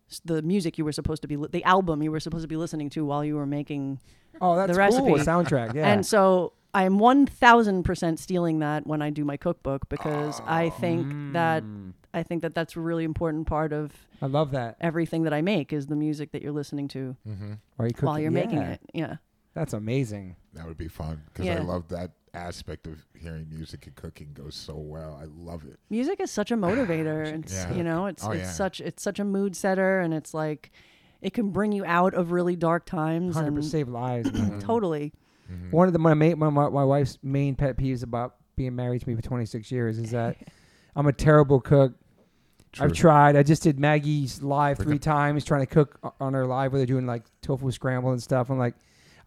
C: s- the music you were supposed to be, li- the album you were supposed to be listening to while you were making.
A: Oh, that's cool.
C: recipe.
A: A soundtrack. Yeah.
C: And so I'm one thousand percent stealing that when I do my cookbook because I think
A: Mm.
C: that I think that that's a really important part of
A: I love that.
C: everything that I make is the music that you're listening to
A: While
B: Mm-hmm.
A: you're,
C: while
A: cooking-
C: you're making
A: yeah.
C: it. Yeah.
A: That's amazing.
B: That would be fun because I
C: Yeah.
B: love that aspect of hearing music and cooking goes so well. I love it.
C: music is such a motivator it's
B: Yeah.
C: you know it's
B: Oh,
C: it's
B: yeah.
C: such it's such a mood setter and it's like it can bring you out of really dark times
A: Hundred
C: and
A: percent Mm. save lives. man.
C: totally
A: One of the my, ma- my my my wife's main pet peeves about being married to me for 26 years is that I'm a terrible cook. I've
B: True.
A: tried. I just did Maggie's live
B: Like
A: three times, trying to cook o- on her live with her doing like tofu scramble and stuff. I'm like,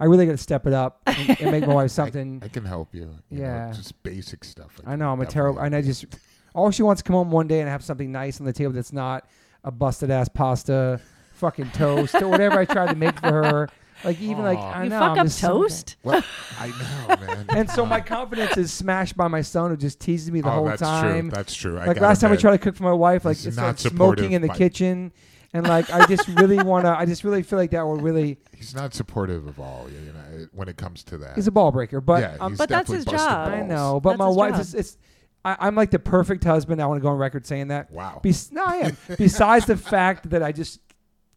A: I really got to step it up and, and make my wife something.
B: I can help you. you know,
A: Yeah.
B: just basic stuff.
A: I know I'm a terrible, and
B: know.
A: I just all she wants to come home one day and have something nice on the table that's not a busted ass pasta, fucking toast, or whatever I tried to make for her. Like even like
B: Aw.
A: I
C: you
A: know
C: fuck
A: I'm
C: up
A: just so bad.
C: toast
B: Well, I know, man.
A: And so my confidence is smashed by my son who just teases me the
B: oh,
A: whole
B: that's
A: time.
B: True. That's true. I
A: like
B: gotta
A: last time I
B: admit.
A: tried to cook for my wife, like
B: He's
A: it's
B: not
A: like smoking
B: supportive,
A: in the
B: Mike.
A: kitchen, and like I just really wanna, I just really feel like that will really
B: he's not supportive of all. You know, it- when it comes to that.
A: is a ball breaker. But
B: yeah,
C: Um,
B: he's
C: but that's
B: definitely
C: his
B: busted
C: job.
A: I
B: balls.
A: know, but
C: That's
A: my
C: his
A: wife
C: job.
A: is it's. I, I'm like the perfect husband. I want to go on record saying that.
B: Wow.
A: Bes- no, I am. Besides the fact that I just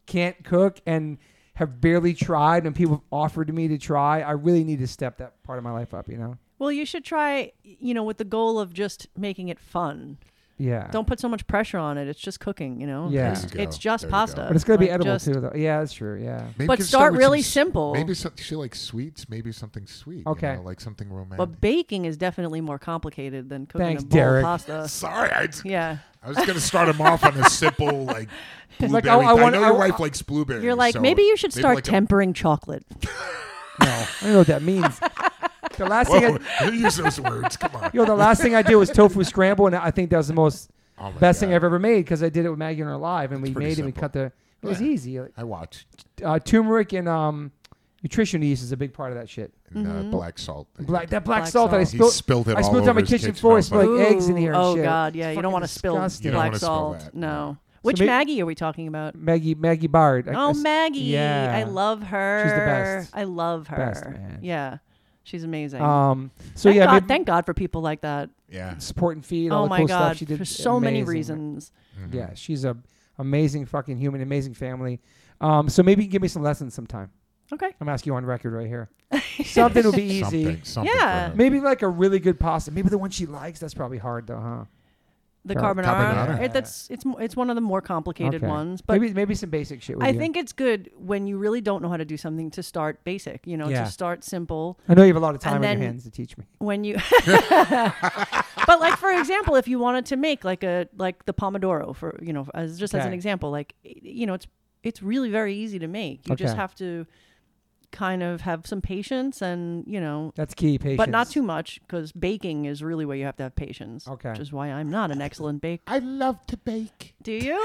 A: can't cook and have barely tried, and people have offered me to try, I really need to step that part of my life up. You know,
C: well you should try you know with the goal of just making it fun
A: Yeah.
C: Don't put so much pressure on it. It's just cooking, you know.
A: Yeah.
C: It's,
B: There you
C: it's
B: go.
C: just
B: There you go.
C: pasta.
A: but it's gonna be
C: Like,
A: edible
C: just-
A: too. Though. Yeah, that's true. Yeah.
B: Maybe
C: But
B: just
C: start
B: with some
C: really
B: s-
C: simple.
B: Maybe some, she likes sweets. Maybe something sweet. you
A: Okay.
B: know, like something romantic.
C: But baking is definitely more complicated than cooking
A: Thanks,
C: a bowl
A: Derek.
C: of pasta.
B: Sorry, I, d-
C: Yeah.
B: I was gonna start him off on a simple like blueberry.
A: Like, "Oh,
B: Like,
A: I- I
B: I,
A: want-
B: know
A: I-
B: your wife likes blueberries.
C: You're like,
B: so
C: maybe you should
B: maybe
C: start
B: like a-
C: tempering chocolate.
A: No, I don't know what that means. the last thing I,
B: Whoa, use those words. Come on.
A: yo, the last thing I did was tofu scramble, and I think that was the most
B: Oh my
A: best thing
B: God.
A: I've ever made because I did it with Maggie and her live, and
B: It's
A: we
B: pretty
A: made it. We
B: simple.
A: cut the. It was
B: Yeah.
A: easy.
B: I watched
A: Uh, turmeric and um, nutrition yeast is a big part of that shit.
B: in, uh, black salt. that he
A: Mm-hmm. Black
B: did.
A: that black,
C: Black
A: salt that I
C: salt.
B: He
A: spilled.
B: spilled it
A: I
B: all
A: spilled it on
B: over
A: my
B: his
A: kitchen
B: kitchen
A: floor. I spilled
B: notebook.
A: like eggs in here. and
C: Oh
A: shit.
C: God, yeah,
A: It's
C: you don't
A: fucking
C: want to spill
A: disgusting.
B: You don't
C: black
B: wanna spill
C: salt.
B: that,
C: No.
B: no.
C: Which
A: may-
C: Maggie are we talking about?
A: Maggie Maggie Bard. I- I
C: Oh,
A: s-
C: Maggie.
A: Yeah.
C: I love her.
A: best.
C: I love her.
A: Best, man.
C: Yeah. She's amazing.
A: Um. So
C: thank
A: yeah,
C: God,
A: maybe
C: thank God for people like that.
B: Yeah.
A: support and feed. All
C: Oh
A: the
C: my
A: cool
C: God,
A: stuff she did
C: for so many
A: Amazing.
C: reasons.
B: Mhm.
A: Yeah, she's a amazing fucking human, amazing family. Um. So maybe you can give me some lessons sometime.
C: Okay.
A: I'm asking you on record right here. Something will be easy.
B: Something. Something.
C: Yeah.
B: For her.
A: Maybe like a really good pasta. Maybe the one she likes. That's probably hard though, huh?
C: The
A: Car-
C: carbonara.
B: carbonara.
C: It, that's it's mo- it's one of the more complicated
A: Okay.
C: ones, but
A: maybe maybe some basic shit. would
C: I
A: be-
C: think it's good when you really don't know how to do something to start basic. You know,
A: Yeah.
C: to start simple.
A: I know you have a lot of time on
C: and
A: your
C: then-
A: hands to teach me.
C: When you, but like for example, if you wanted to make like a like the pomodoro for you know as just as an
A: Okay.
C: example, like y- you know it's it's really very easy to make. You just
A: Okay.
C: have to kind of have some patience and you know
A: That's key. Patience,
C: but not too much because baking is really where you have to have patience.
A: Okay.
C: Which is why I'm not an excellent bake.
B: I love to bake.
C: Do you?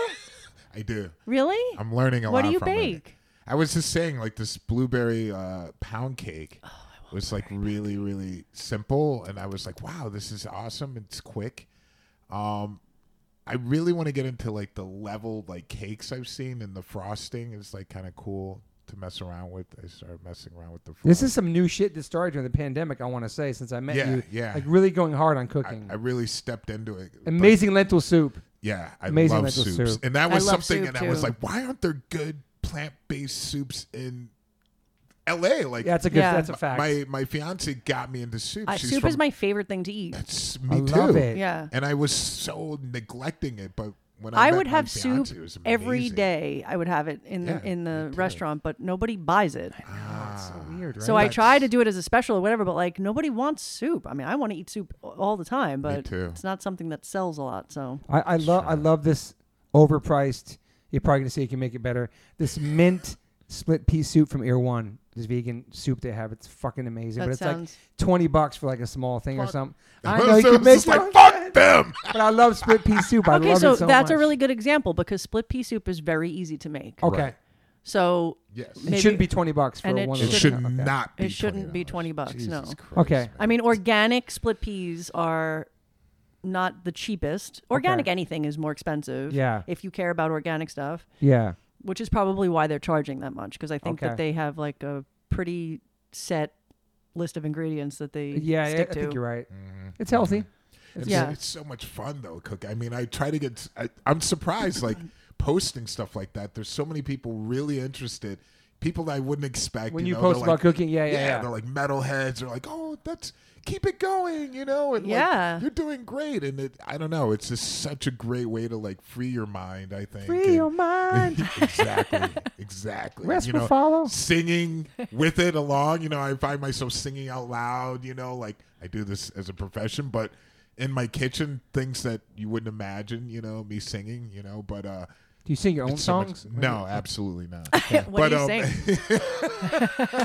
B: I do.
C: Really?
B: I'm learning a
C: What
B: lot
C: do you
B: from it.
C: bake?
B: I was just saying, like this blueberry uh, pound cake
C: Oh,
B: was like really, really simple, and I was like, "Wow, this is awesome! It's quick." Um, I really want to get into like the level like cakes I've seen, and the frosting is like kind of cool to mess around with. I started messing around with the. Frosting.
A: This is some new shit that started during the pandemic. I want to say since I met
B: Yeah,
A: you,
B: yeah.
A: like really going hard on
B: I,
A: cooking.
B: I really stepped into it. Like,
A: Amazing lentil soup.
B: yeah, I
A: amazing
B: love
A: lentil
B: soups,
A: soup.
B: and that
C: I
B: was
C: love
B: something,
C: soup,
B: and I was
C: too.
B: like, "Why aren't there good plant based soups in L.A.?" Like,
A: Yeah, that's a good.
C: Yeah.
A: That's a fact.
B: My my fiance got me into soup.
C: Uh,
B: She's
C: soup
B: from,
C: is my favorite thing to eat.
B: That's
A: I
B: me too.
A: love it.
C: Yeah.
B: And I was so neglecting it, but when I,
C: I
B: met
C: would
B: my
C: have
B: fiance, it
C: soup
B: was
C: every
B: amazing.
C: day. I would have it in
B: Yeah,
C: the in
B: me
C: the
B: too.
C: restaurant, but nobody buys it.
A: Oh, it's so
B: Ah.
A: weird, right?
C: So I try to
B: That's-
C: do it as a special or whatever, but like nobody wants soup. I mean, I want to eat soup a- all the time, but
B: too.
C: it's not something that sells a lot. So
A: I, I love I love this overpriced. You're probably gonna say you can make it better. This mint split pea soup from Ear One. This vegan soup they have. It's fucking amazing.
C: that
A: but it's like
C: sounds
A: twenty bucks for like a small thing or
B: Fuck.
A: something.
B: I
A: I know you
B: was
A: can make
B: just
A: your
B: like
A: own
B: fuck them.
A: But I love split pea soup. I
C: okay.
A: love
C: So,
A: it so
C: that's a
A: much. Oh.
C: really good example because split pea soup is very easy to make.
A: okay.
B: Right.
C: So
B: Yes,
A: it
C: Maybe-
A: shouldn't be twenty bucks for
C: and it
A: one.
B: it
A: of those.
B: should
A: Okay.
B: not. Be
C: It shouldn't be
B: $20.
C: 20 bucks,
B: Jesus
C: no.
B: Christ,
A: Okay.
B: man.
C: I mean, organic split peas are not the cheapest. Organic
A: Okay.
C: anything is more expensive.
A: Yeah.
C: If you care about organic stuff,
A: Yeah.
C: which is probably why they're charging that much because I think
A: Okay.
C: that they have like a pretty set list of ingredients that they
A: Yeah. yeah
C: stick
A: I
C: to.
A: think you're right.
B: Mhm.
A: It's healthy.
B: It's,
C: Yeah.
B: it's so much fun though, Cook. I mean, I try to get. I, I'm surprised, like posting stuff like that. There's so many people really interested. People that I wouldn't expect.
A: When
B: you,
A: you
B: know,
A: post
B: they're
A: about
B: like-
A: cooking, yeah, yeah, yeah.
B: They're like metalheads. They're like, oh, that's keep it going, you know. And like,
C: Yeah.
B: you're doing great. And it, I don't know. It's just such a great way to like free your mind. I think
A: Free
B: and-
A: your mind.
B: exactly, exactly.
A: Rest
B: you
A: will
B: know,
A: follow.
B: Singing with it along, you know, I find myself singing out loud. You know, like I do this as a profession, but in my kitchen, things that you wouldn't imagine. You know, me singing. You know, but uh,
A: Do you sing your own
B: it's so much-
A: songs?
B: no, absolutely not.
C: what do you
B: um,
C: saying?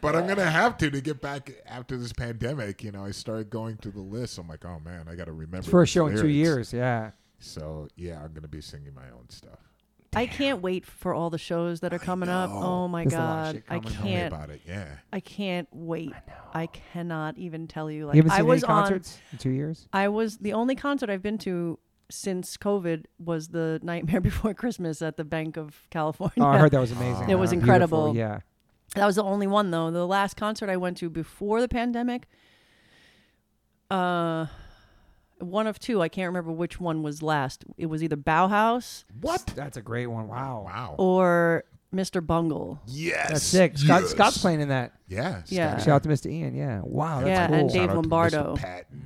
B: but I'm gonna have to to get back after this pandemic. You know, I started going through the list. I'm like, oh man, I got to remember
A: It's for a
B: these
A: show in two
B: lyrics."
A: years. Yeah.
B: So yeah, I'm gonna be singing my own stuff.
C: I can't wait for all the shows that are coming up.
B: know.
C: Oh my
A: There's a lot of
C: god,
A: shit
C: I
A: coming. Tell
B: Tell me
C: can't.
B: about it. Yeah,
C: I can't wait. I, cannot even tell you. Like
A: you haven't seen
C: I was
A: any
C: on.
A: concerts in two years?
C: I was the only concert I've been to since COVID was the Nightmare Before Christmas at the Bank of California.
A: Oh, I heard that was amazing.
C: It was
A: Beautiful,
C: incredible.
A: Yeah.
C: That was the only one though. The last concert I went to before the pandemic. Uh one of two. I can't remember which one was last. It was either Bauhaus
B: what?
A: That's a great one. Wow. Oh.
B: Wow.
C: or Mr. Bungle.
B: Yes.
A: That's sick. Scott,
B: yes.
A: Scott's playing in that.
B: Yeah.
C: Yeah.
B: Scott-
A: Shout out to Mr. Ian. Yeah. Wow. That's
C: Uh, Yeah,
A: cool.
C: and Dave
B: Shout out to Mr.
C: Lombardo.
B: Patton.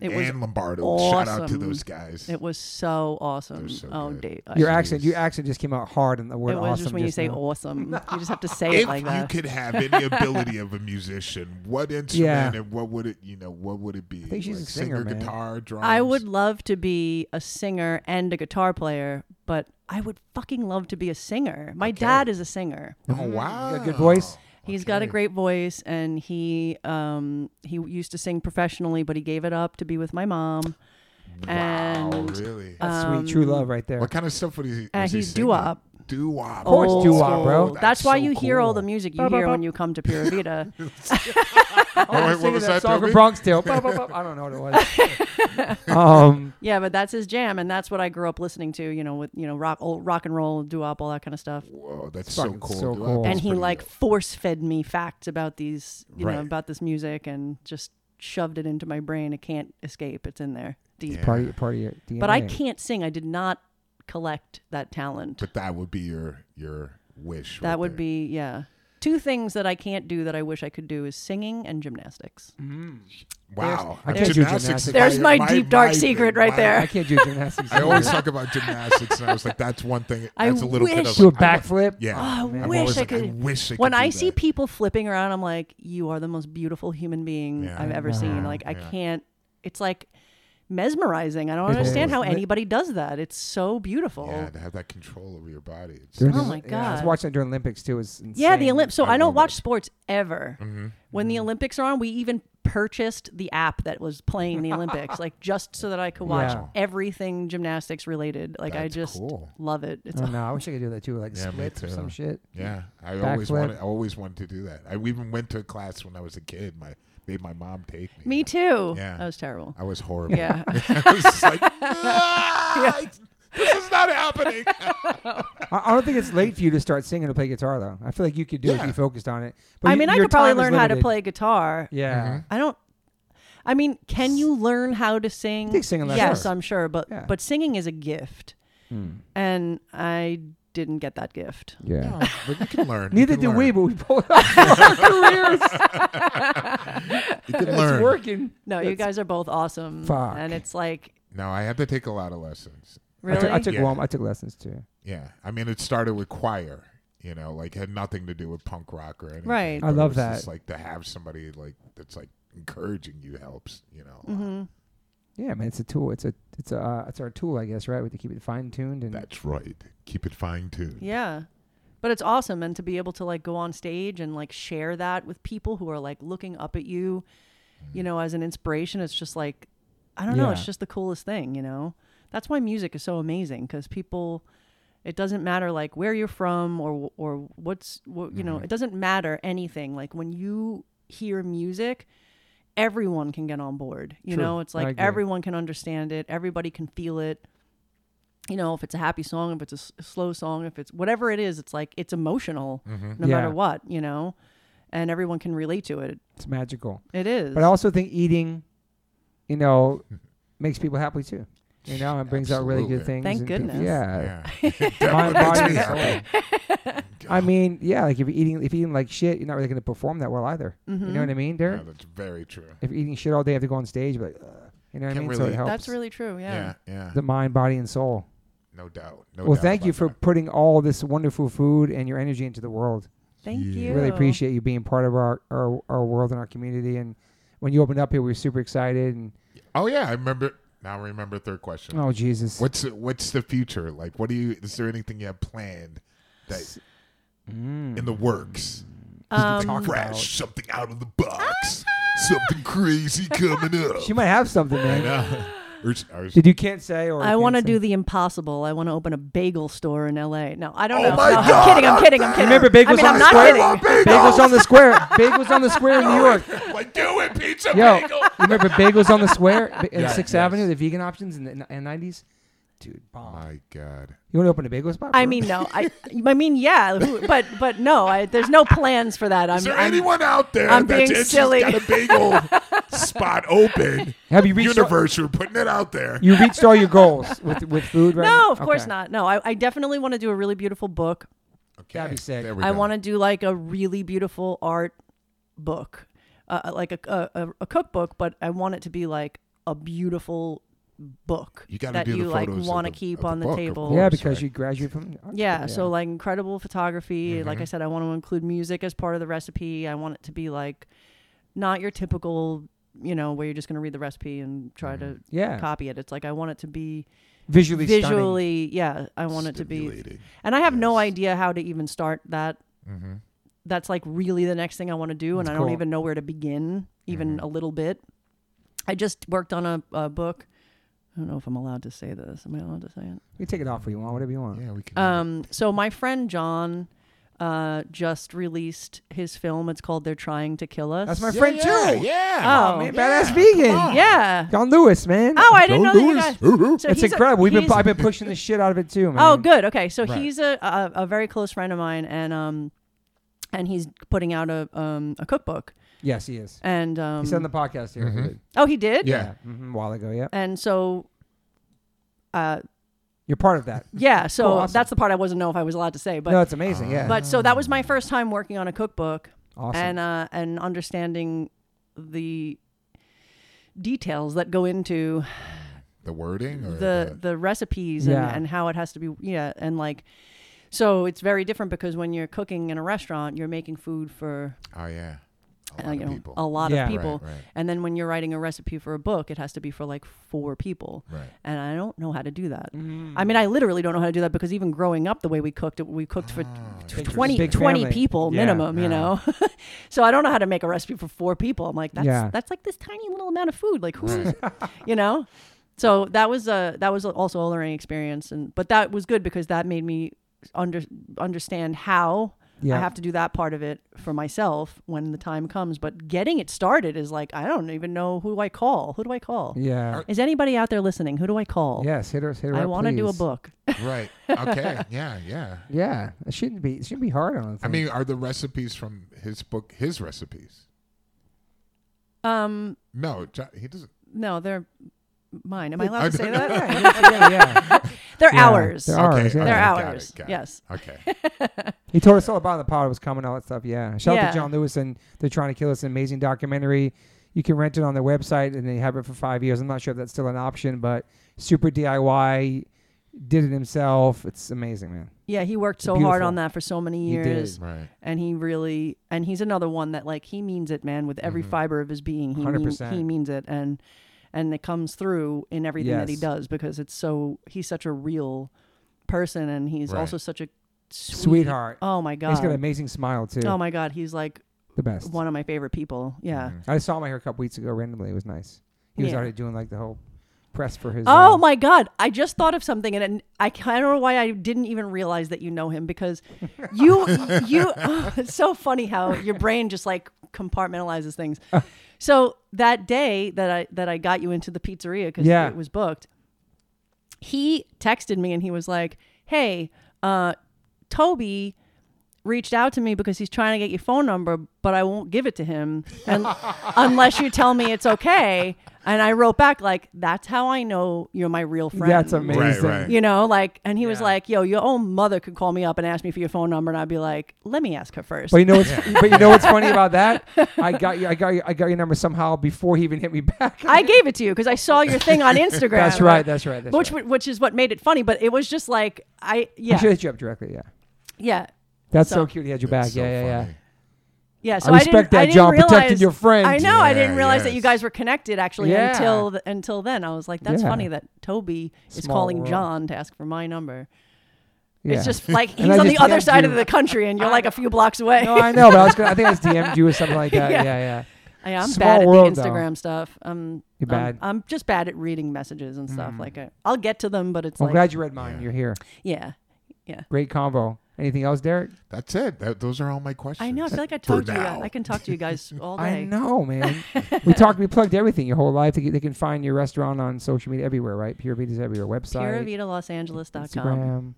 C: It was
B: Mm. and Lombardo. Shout out to
C: awesome.
B: those guys.
C: It was so awesome.
B: so
C: oh,
B: good.
C: Dave.
A: Your
C: I-
A: accent, your accent just came out hard on the word
C: it was
A: awesome.
C: just when you say
A: now.
C: awesome. You just have to say
B: if
C: it like
B: you
C: that.
B: could have any ability of a musician, what instrument and what would it you know what would it be?
A: think she's a
B: Like
A: singer, man.
B: guitar, drums.
C: I would love to be a singer and a guitar player, but I would fucking love to be a singer. My dad is a singer.
B: Oh wow,
A: got a good voice?
C: He's got a great voice, and he um, he used to sing professionally, but he gave it up to be with my mom.
B: Wow,
C: and
B: really?
A: That's sweet,
C: Um,
A: true love right there.
B: what kind of stuff would he?
C: and
B: was he
C: he's
B: singing?
C: doo-wop.
B: Doo-wop. Oh,
A: Of course,
C: Old
A: doo-wop,
C: school.
A: bro.
C: That's, why
B: so
C: you hear all
B: cool.
C: the music you
A: Ba, ba,
C: hear
A: ba.
C: when you come to Pura Vida.
B: Oh, wait, what
A: Singing
B: was
A: that
B: that?
A: song from
B: Toby?
A: Bronx Tale. Bop, bop, bop. I don't know what it was. um,
C: yeah, but that's his jam, and that's what I grew up listening to. You know, with you know rock, old rock and roll, doo-wop, all that kind of stuff.
B: Whoa, that's so
A: fucking
B: cool.
A: so
B: Doo-wop
A: cool.
B: is
C: and he
B: pretty
C: like force fed me facts about these you
B: Right.
C: know about this music and just shoved it into my brain it can't escape it's in there deep
B: Yeah.
A: party, party at DNA.
C: but i can't sing i did not collect that talent
B: But that would be your your wish.
C: that would be yeah two things that i can't do that i wish i could do is singing and gymnastics
A: Mm.
B: wow.
A: I can't do gymnastics.
B: is
C: There's my deep, dark secret right there.
A: I can't do gymnastics.
B: I always talk about gymnastics, and I was like, "That's one thing.
C: I
B: That's a little bit
C: wish-
B: of
A: do a
B: like, I wa-
A: backflip.
B: Yeah,
C: Oh, I
B: I'm
C: wish
B: always
C: I
B: like,
C: could-
B: wish I
C: when
B: could
C: i
B: do
C: see
B: that.
C: people flipping around i'm like you are the most beautiful human being
B: Yeah.
C: i've ever
A: Yeah.
C: seen like i
B: Yeah.
C: can't it's like mesmerizing i don't
A: It
C: understand
A: is.
C: how
A: Li-
C: anybody does that it's so beautiful
B: yeah, to have that control over your body. It's,
A: During
C: Oh
A: the-
C: my
A: Yeah, I was
C: God.
A: watching it during Olympics too. It was insane.
C: Yeah, the Olympics. So
B: I
C: I don't
B: love
C: watch
B: it.
C: sports ever.
B: Mm-hmm.
C: When the Olympics are on, we even purchased the app that was playing the Olympics, like just so that I could watch
A: Yeah.
C: everything gymnastics related. Like I
B: That's
C: just
B: cool.
C: love it. It's
A: I don't know. Oh, I wish I could do that too, like
B: Yeah, me
A: splits or
B: too.
A: some shit.
B: yeah, I always
A: Backflip.
B: wanted. I always wanted to do that. I even went to a class when I was a kid. My made my mom take me.
C: me too.
B: Yeah.
C: That was terrible.
B: I was horrible.
C: Yeah.
B: I was just like, "Ah, this is not happening.
A: I, I don't think it's late for you to start singing or play guitar though. I feel like you could do it if
B: Yeah.
A: you focused on it. But
C: I
A: you-
C: mean, I
A: your
C: could probably
A: time is
C: learn how to
A: limited.
C: play guitar.
A: Yeah.
C: I don't. I mean, can you learn how to sing?
A: think singing lessons.
C: yes,
A: Sure.
C: I'm sure. But
A: Yeah.
C: but singing is a gift,
B: Mm-hmm.
A: Mm.
C: and I didn't get that gift.
A: Yeah.
B: No, but you can learn. You
A: Neither
B: can
A: do
B: learn.
A: we, but we both have our careers.
B: You can
A: It's
B: learn.
A: working.
C: No, you guys are both awesome,
A: Fuck.
C: and it's like
B: No, I had to take a lot of lessons.
A: I
C: really.
A: took, I took
B: Yeah.
A: one. I took lessons too.
B: Yeah, I mean, it started with choir. You know, like had nothing to do with punk rock or anything.
C: Right.
A: I
B: but it
A: love
B: was just,
A: that.
B: like to have somebody like that's like encouraging you helps. You know,
C: Mm-hmm.
A: Yeah, man, it's a tool. It's a it's a uh, it's our tool, I guess, right? We have to keep it fine tuned and
B: that's right. Keep it fine tuned.
C: Yeah. But it's awesome and to be able to like go on stage and like share that with people who are like looking up at you, you know, as an inspiration, it's just like I don't know,
A: Yeah.
C: it's just the coolest thing, you know. That's why music is so amazing cuz people it doesn't matter like where you're from or or what's what, you know, it doesn't matter anything. Like when you hear music, everyone can get on board. You
A: True.
C: know, it's
A: I
C: like
A: agree.
C: everyone can understand it, everybody can feel it you know, if it's a happy song, if it's a s- slow song, if it's whatever it is, it's like it's emotional
B: Mm-hmm.
C: no
A: Yeah.
C: matter what, you know, and everyone can relate to it.
A: it's magical.
C: It is.
A: But I also think eating, you know, makes people happy too. You know, it brings out really good
B: Absolutely.
A: things.
C: Thank
A: and people-
C: goodness.
A: yeah.
B: Yeah. It
A: Mind,
B: definitely
A: body,
B: makes
A: and
B: me
A: soul.
B: happy.
A: I mean, yeah, like if you're eating if you're eating like shit, you're not really gonna perform that well either.
C: Mm-hmm.
A: You know what I mean,
B: Yeah,
A: Derek?
B: that's very true.
A: If you're eating shit all day, you have to go on stage, but uh, you know what I
B: Can't
A: mean. So it
B: really-
A: helps.
C: That's really true. Yeah.
B: Yeah, yeah.
A: the mind, body, and soul.
B: No doubt. No
A: well,
B: doubt
A: thank you
B: about
A: for
B: that.
A: putting all this wonderful food and your energy into the world.
C: Thank
B: Yeah.
C: you.
A: Really appreciate you being part of our, our our world and our community. And when you opened up here, we were super excited. And
B: Oh yeah, I remember. Now I remember third question.
A: oh Jesus,
B: What's what's the future like? What do you? Is there anything you have planned that in the works? Something
A: Um,
B: fresh, something out of the box, something crazy coming up.
A: she might have something,
B: I
A: man.
B: know. Or s- or s-
A: Did you can't say or
C: I
A: can't
C: want to
A: say.
C: do the impossible. I want to open a bagel store in LA. No, I don't
B: Oh
C: know.
B: my
C: No,
B: God,
C: I'm kidding. I'm kidding. I'm kidding.
A: Remember bagels
C: I mean,
A: on the
C: I'm not
A: square?
C: kidding.
A: Bagels on the square. Bagels on the square in New York.
B: like do it, pizza
A: Yo,
B: bagel.
A: you remember Bagels on the Square b- in
B: Yeah,
A: Sixth
B: yes.
A: Avenue, the vegan options in the in nineties? Dude, bomb.
B: My God.
A: You want to open a bagel spot?
C: I
A: bro?
C: mean, no. I, I mean, yeah, who- but but no. I, there's no plans for that. I'm,
B: Is there
C: I'm-
B: anyone out there
C: I'm
B: that's
C: being
B: interested-
C: silly.
B: got a bagel spot open?
A: Have you reached-
B: Universe, you're putting it out there.
A: you reached all your goals with with food, right?
C: No, of course
A: Okay.
C: not. No, I, I definitely want to do a really beautiful book.
B: Okay,
A: That'd be sick.
B: there we
C: I
B: go.
C: want to do like a really beautiful uh, art book, uh, like a, a a- a cookbook, but I want it to be like a beautiful book
B: You gotta
C: that
B: do the
C: you like
B: photos of
C: want to
B: the-
C: keep
B: of the
C: on the
B: book, of
C: table.
B: course.
A: yeah, because
B: right.
A: you graduate from art school,
C: Yeah, so like incredible photography. Like I
B: Mhm.
C: said, I want to include music as part of the recipe. I want it to be like not your typical, you know, where you're just going to read the recipe and try to
A: Mm-hmm. yeah,
C: copy it. It's like I want it to be
A: visually, stunning.
C: visually, yeah, I want it to be. And I have no
B: yes.
C: idea how to even start that.
B: Mm-hmm.
C: That's like really the next thing I want to do and
A: That's
C: I don't
A: cool.
C: even know where to begin even
A: Mm-hmm.
B: Mhm.
C: a little bit. I just worked on a, a book. I don't know if I'm allowed to say this. Am I allowed to say it?
A: You can take it off if you want, whatever you want.
B: Yeah, we can.
C: Um, so my friend John uh, just released his film. It's called "They're Trying to Kill Us."
A: That's my
B: yeah,
A: friend
B: yeah,
A: too.
B: Yeah.
C: Oh,
A: man,
B: yeah,
A: badass vegan.
B: come on.
C: yeah.
A: John Lewis, man.
C: Oh, I didn't
B: Joe
C: know
B: Louis.
C: that. You
B: Ooh, ooh.
C: guys, so
A: it's
C: he's a-
A: incredible. We've been
C: he's-
A: I've been pushing the shit out of it too, man.
C: Oh, good. Okay, so
B: Right.
C: he's a, a a very close friend of mine, and um, and he's putting out a um a cookbook,
A: Yes, he is.
C: and um,
A: He's on the podcast here.
B: Mhm.
C: oh he did,
B: Yeah.
A: mhm, a while ago. Yeah,
C: and so. Uh,
A: you're part of that.
C: yeah, so
A: Cool, Oh, awesome.
C: that's the part I wasn't know if I was allowed to say, but
A: no, it's amazing. Yeah,
C: but so that was my first time working on a cookbook,
A: awesome.
C: and uh, and understanding the details that go into
B: The wording or
C: the the recipes and,
A: Yeah.
C: and how it has to be yeah and like so it's very different because when you're cooking in a restaurant you're making food for
B: oh yeah, a lot
C: uh,
B: of
C: you know
B: people.
C: a lot
A: Yeah.
C: of
A: Right,
C: people
B: Right, right,
C: and then when you're writing a recipe for a book it has to be for like four people
B: right.
C: and I don't know how to do that
A: Mm.
C: I mean I literally don't know how to do that because even growing up the way we cooked it we cooked for
B: Ah,
A: Big-
C: 20,
A: big
C: 20
A: family.
C: people
A: Yeah,
C: minimum, you
B: yeah.
C: know? so I don't know how to make a recipe for four people. I'm like, that's,
A: Yeah.
C: that's like this tiny little amount of food. Like who's, you know? So that was a, that was also a learning experience. And, but that was good because that made me under, understand how
A: yeah,
C: I have to do that part of it for myself when the time comes. But getting it started is like, I don't even know who do I call? Who do I call?
A: yeah.
C: Is anybody out there listening? Who do I call?
A: Yes, hit her. Hit her.
C: I
A: want to
C: do a book.
B: right. Okay. Yeah. Yeah.
A: Yeah, it shouldn't be. It shouldn't be hard on.
B: I mean, are the recipes from his book his recipes?
C: Um,
B: No, Jo- he doesn't.
C: no, they're mine. Am I allowed to say that?
A: yeah, yeah, yeah.
C: They're
A: Yeah,
C: ours.
A: they're
C: They're,
B: Okay,
A: ours, yeah.
B: okay, got it,
C: ours.
B: got it.
C: yes.
B: Okay.
A: He told us all about the pod was coming, all that stuff. Yeah. Shout out
C: Yeah.
A: to John Lewis and they're trying to kill us. An amazing documentary. You can rent it on their website and they have it for five years. I'm not sure if that's still an option, but super DIY, did it himself. It's amazing, man.
C: Yeah, he worked so hard
A: Beautiful.
C: on that for so many
A: He did.
C: years.
B: right.
C: And he really and he's another one that like he means it, man, with every
A: Mm-hmm.
B: Mhm.
C: fiber of his being. He mean,
A: 100%.
C: he means it and and it comes through in everything that he
A: Yes.
C: does because it's so he's such a real person and he's
B: Right.
C: also such a sweet-
A: Sweetheart.
C: Oh my god.
A: He's got an amazing smile too.
C: oh my god, he's like
A: the best.
C: one of my favorite people. Yeah.
B: Mhm.
A: I saw him out here a couple weeks ago randomly. It was nice. He was
C: Yeah.
A: already doing like the whole press for his.
C: Oh
A: uh,
C: my God! I just thought of something, and it, I kind of know why I didn't even realize that you know him because you you. it's so funny how your brain just like compartmentalizes things. so that day that I that I got you into the pizzeria because
A: Yeah.
C: it was booked, he texted me and he was like, "Hey, uh, Toby." reached out to me because he's trying to get your phone number but i won't give it to him and, unless you tell me it's okay and i wrote back like that's how i know you're my real friend
A: That's amazing.
B: right.
C: you know, like, and he was
A: Yeah.
C: like, "Yo, your own mother could call me up and ask me for your phone number," and I'd be like, "Let me ask her first.
A: But you know what's but you know what's funny about that? I got you I got you, I got your number somehow before he even hit me back.
C: I gave it to you because I saw your thing on Instagram.
A: that's right, that's right. That's
C: which
A: right.
C: which is what made it funny. But it was just like I
A: I should
C: yeah
A: hit you up directly, yeah.
C: yeah
A: That's so,
C: So-
A: cute he had your
B: That's
A: back.
B: so
A: yeah, yeah,
B: funny.
C: yeah. So
A: I respect
C: didn't, I
A: that,
C: didn't
A: John,
C: Realize,
A: protecting your friend.
C: I know. I didn't
B: Yeah,
C: realize that you
B: yes.
C: guys were connected actually
A: Yeah.
C: until th- until then. I was like, "That's
A: Yeah.
C: funny that Toby is
A: Small
C: calling
A: world.
C: John to ask for my number."
A: yeah.
C: It's just like he's
A: I
C: on the
A: just
C: other
A: DM'd
C: side
A: you.
C: of the country, and you're like a few blocks away.
A: No, I know, but I was gonna I think I just DM'd you or something like that. yeah,
C: Yeah.
A: yeah.
C: I, I'm
A: Small
C: bad at
A: world, though.
C: the Instagram stuff. I'm,
A: You're
C: I'm-
A: bad.
C: I'm, just bad at reading messages and stuff. Like I, I'll get to them, but it's
A: I'm
C: like
A: glad you read mine.
B: Yeah.
A: You're here.
C: yeah, yeah.
A: Great combo. Anything else, Derek?
B: That's it. That, those are all my questions.
C: I know. I feel like I
B: For
C: talked to you.
B: now.
C: I can talk to you guys all day.
A: I know, man. we talked. We plugged everything your whole life. They, can- they can find your restaurant on social media everywhere, right? Pure Vita's everywhere. Website,
C: PureVitaLosAngeles.com.
A: Instagram,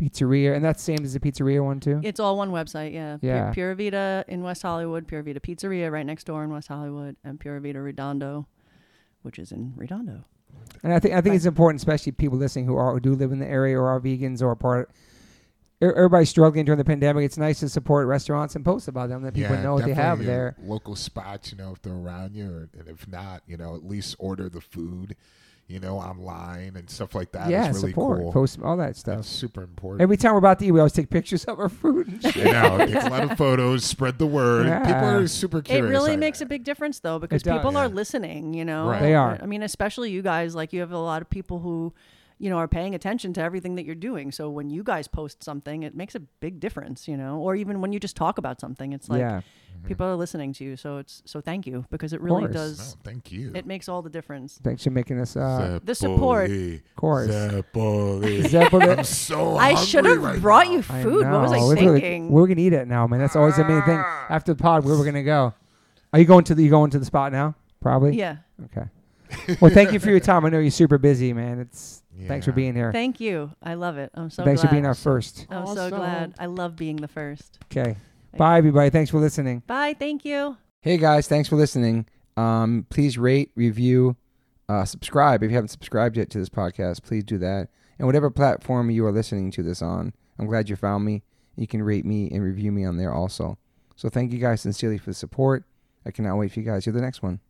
A: pizzeria, and that's same as the pizzeria one too.
C: It's all one website. Yeah. Pu-
A: Mm-hmm. Yeah.
C: Pura Vida in West Hollywood. Pura Vida Pizzeria right next door in West Hollywood, and Pura Vida Redondo, which is in Redondo.
A: And I think I think it's important, especially people listening who are who do live in the area or are vegans or are part. er- everybody's struggling during the pandemic. It's nice to support restaurants and post about them that people know what they
B: definitely uh,
A: have
B: your
A: there.
B: Local spots, you know, if they're around you, or, and if not, you know, at least order the food, you know, online and stuff like that. is
A: yeah,
B: really
A: support,
B: cool.
A: post all that stuff.
B: That's super important.
A: Every time we're about to eat, we always take pictures of our food. and shit.
B: you know, take a lot of photos, spread the word. People
A: Yeah.
B: are super
C: It
B: curious.
C: really
B: on
C: makes
B: that.
C: a big difference though because
A: does.
C: people
B: Yeah.
C: are listening, you know.
B: Right.
A: They are.
C: I mean, especially you guys, like you have a lot of people who, you know, are paying attention to everything that you're doing. So when you guys post something, it makes a big difference, you know. Or even when you just talk about something, it's like
A: yeah,
C: people are listening to you. So it's so thank you because it really
A: course.
C: does
B: Mm-hmm. No, thank you.
C: it makes all the difference.
A: thanks for making us. Uh,
B: Zeppoli.
C: the support.
A: of course.
B: Zeppoli.
A: Zeppoli.
B: I'm so
C: I
B: hungry
C: should have
B: right
C: brought
B: now.
C: you
A: I
C: food. What was I
A: know. We're gonna-
C: thinking?
A: we're gonna eat it now, man. That's always the main thing. After the pod, where we're gonna go? Are you going to the you going to the spot now? Probably.
C: yeah.
A: Okay. Well, thank you for your time. I know you're super busy, man. It's thanks for
B: Yeah.
A: being here.
C: Thank you. I love it. I'm so
A: thanks
C: glad.
A: for being our first.
C: I'm so glad. I love being the first.
A: Okay. Bye, everybody. Thanks for listening.
C: Bye. Thank you.
A: Hey guys, thanks for listening. Um, please rate, review, uh, subscribe if you haven't subscribed yet to this podcast. Please do that. And whatever platform you are listening to this on, I'm glad you found me. You can rate me and review me on there also. So thank you guys sincerely for the support. I cannot wait for you guys to hear the next one.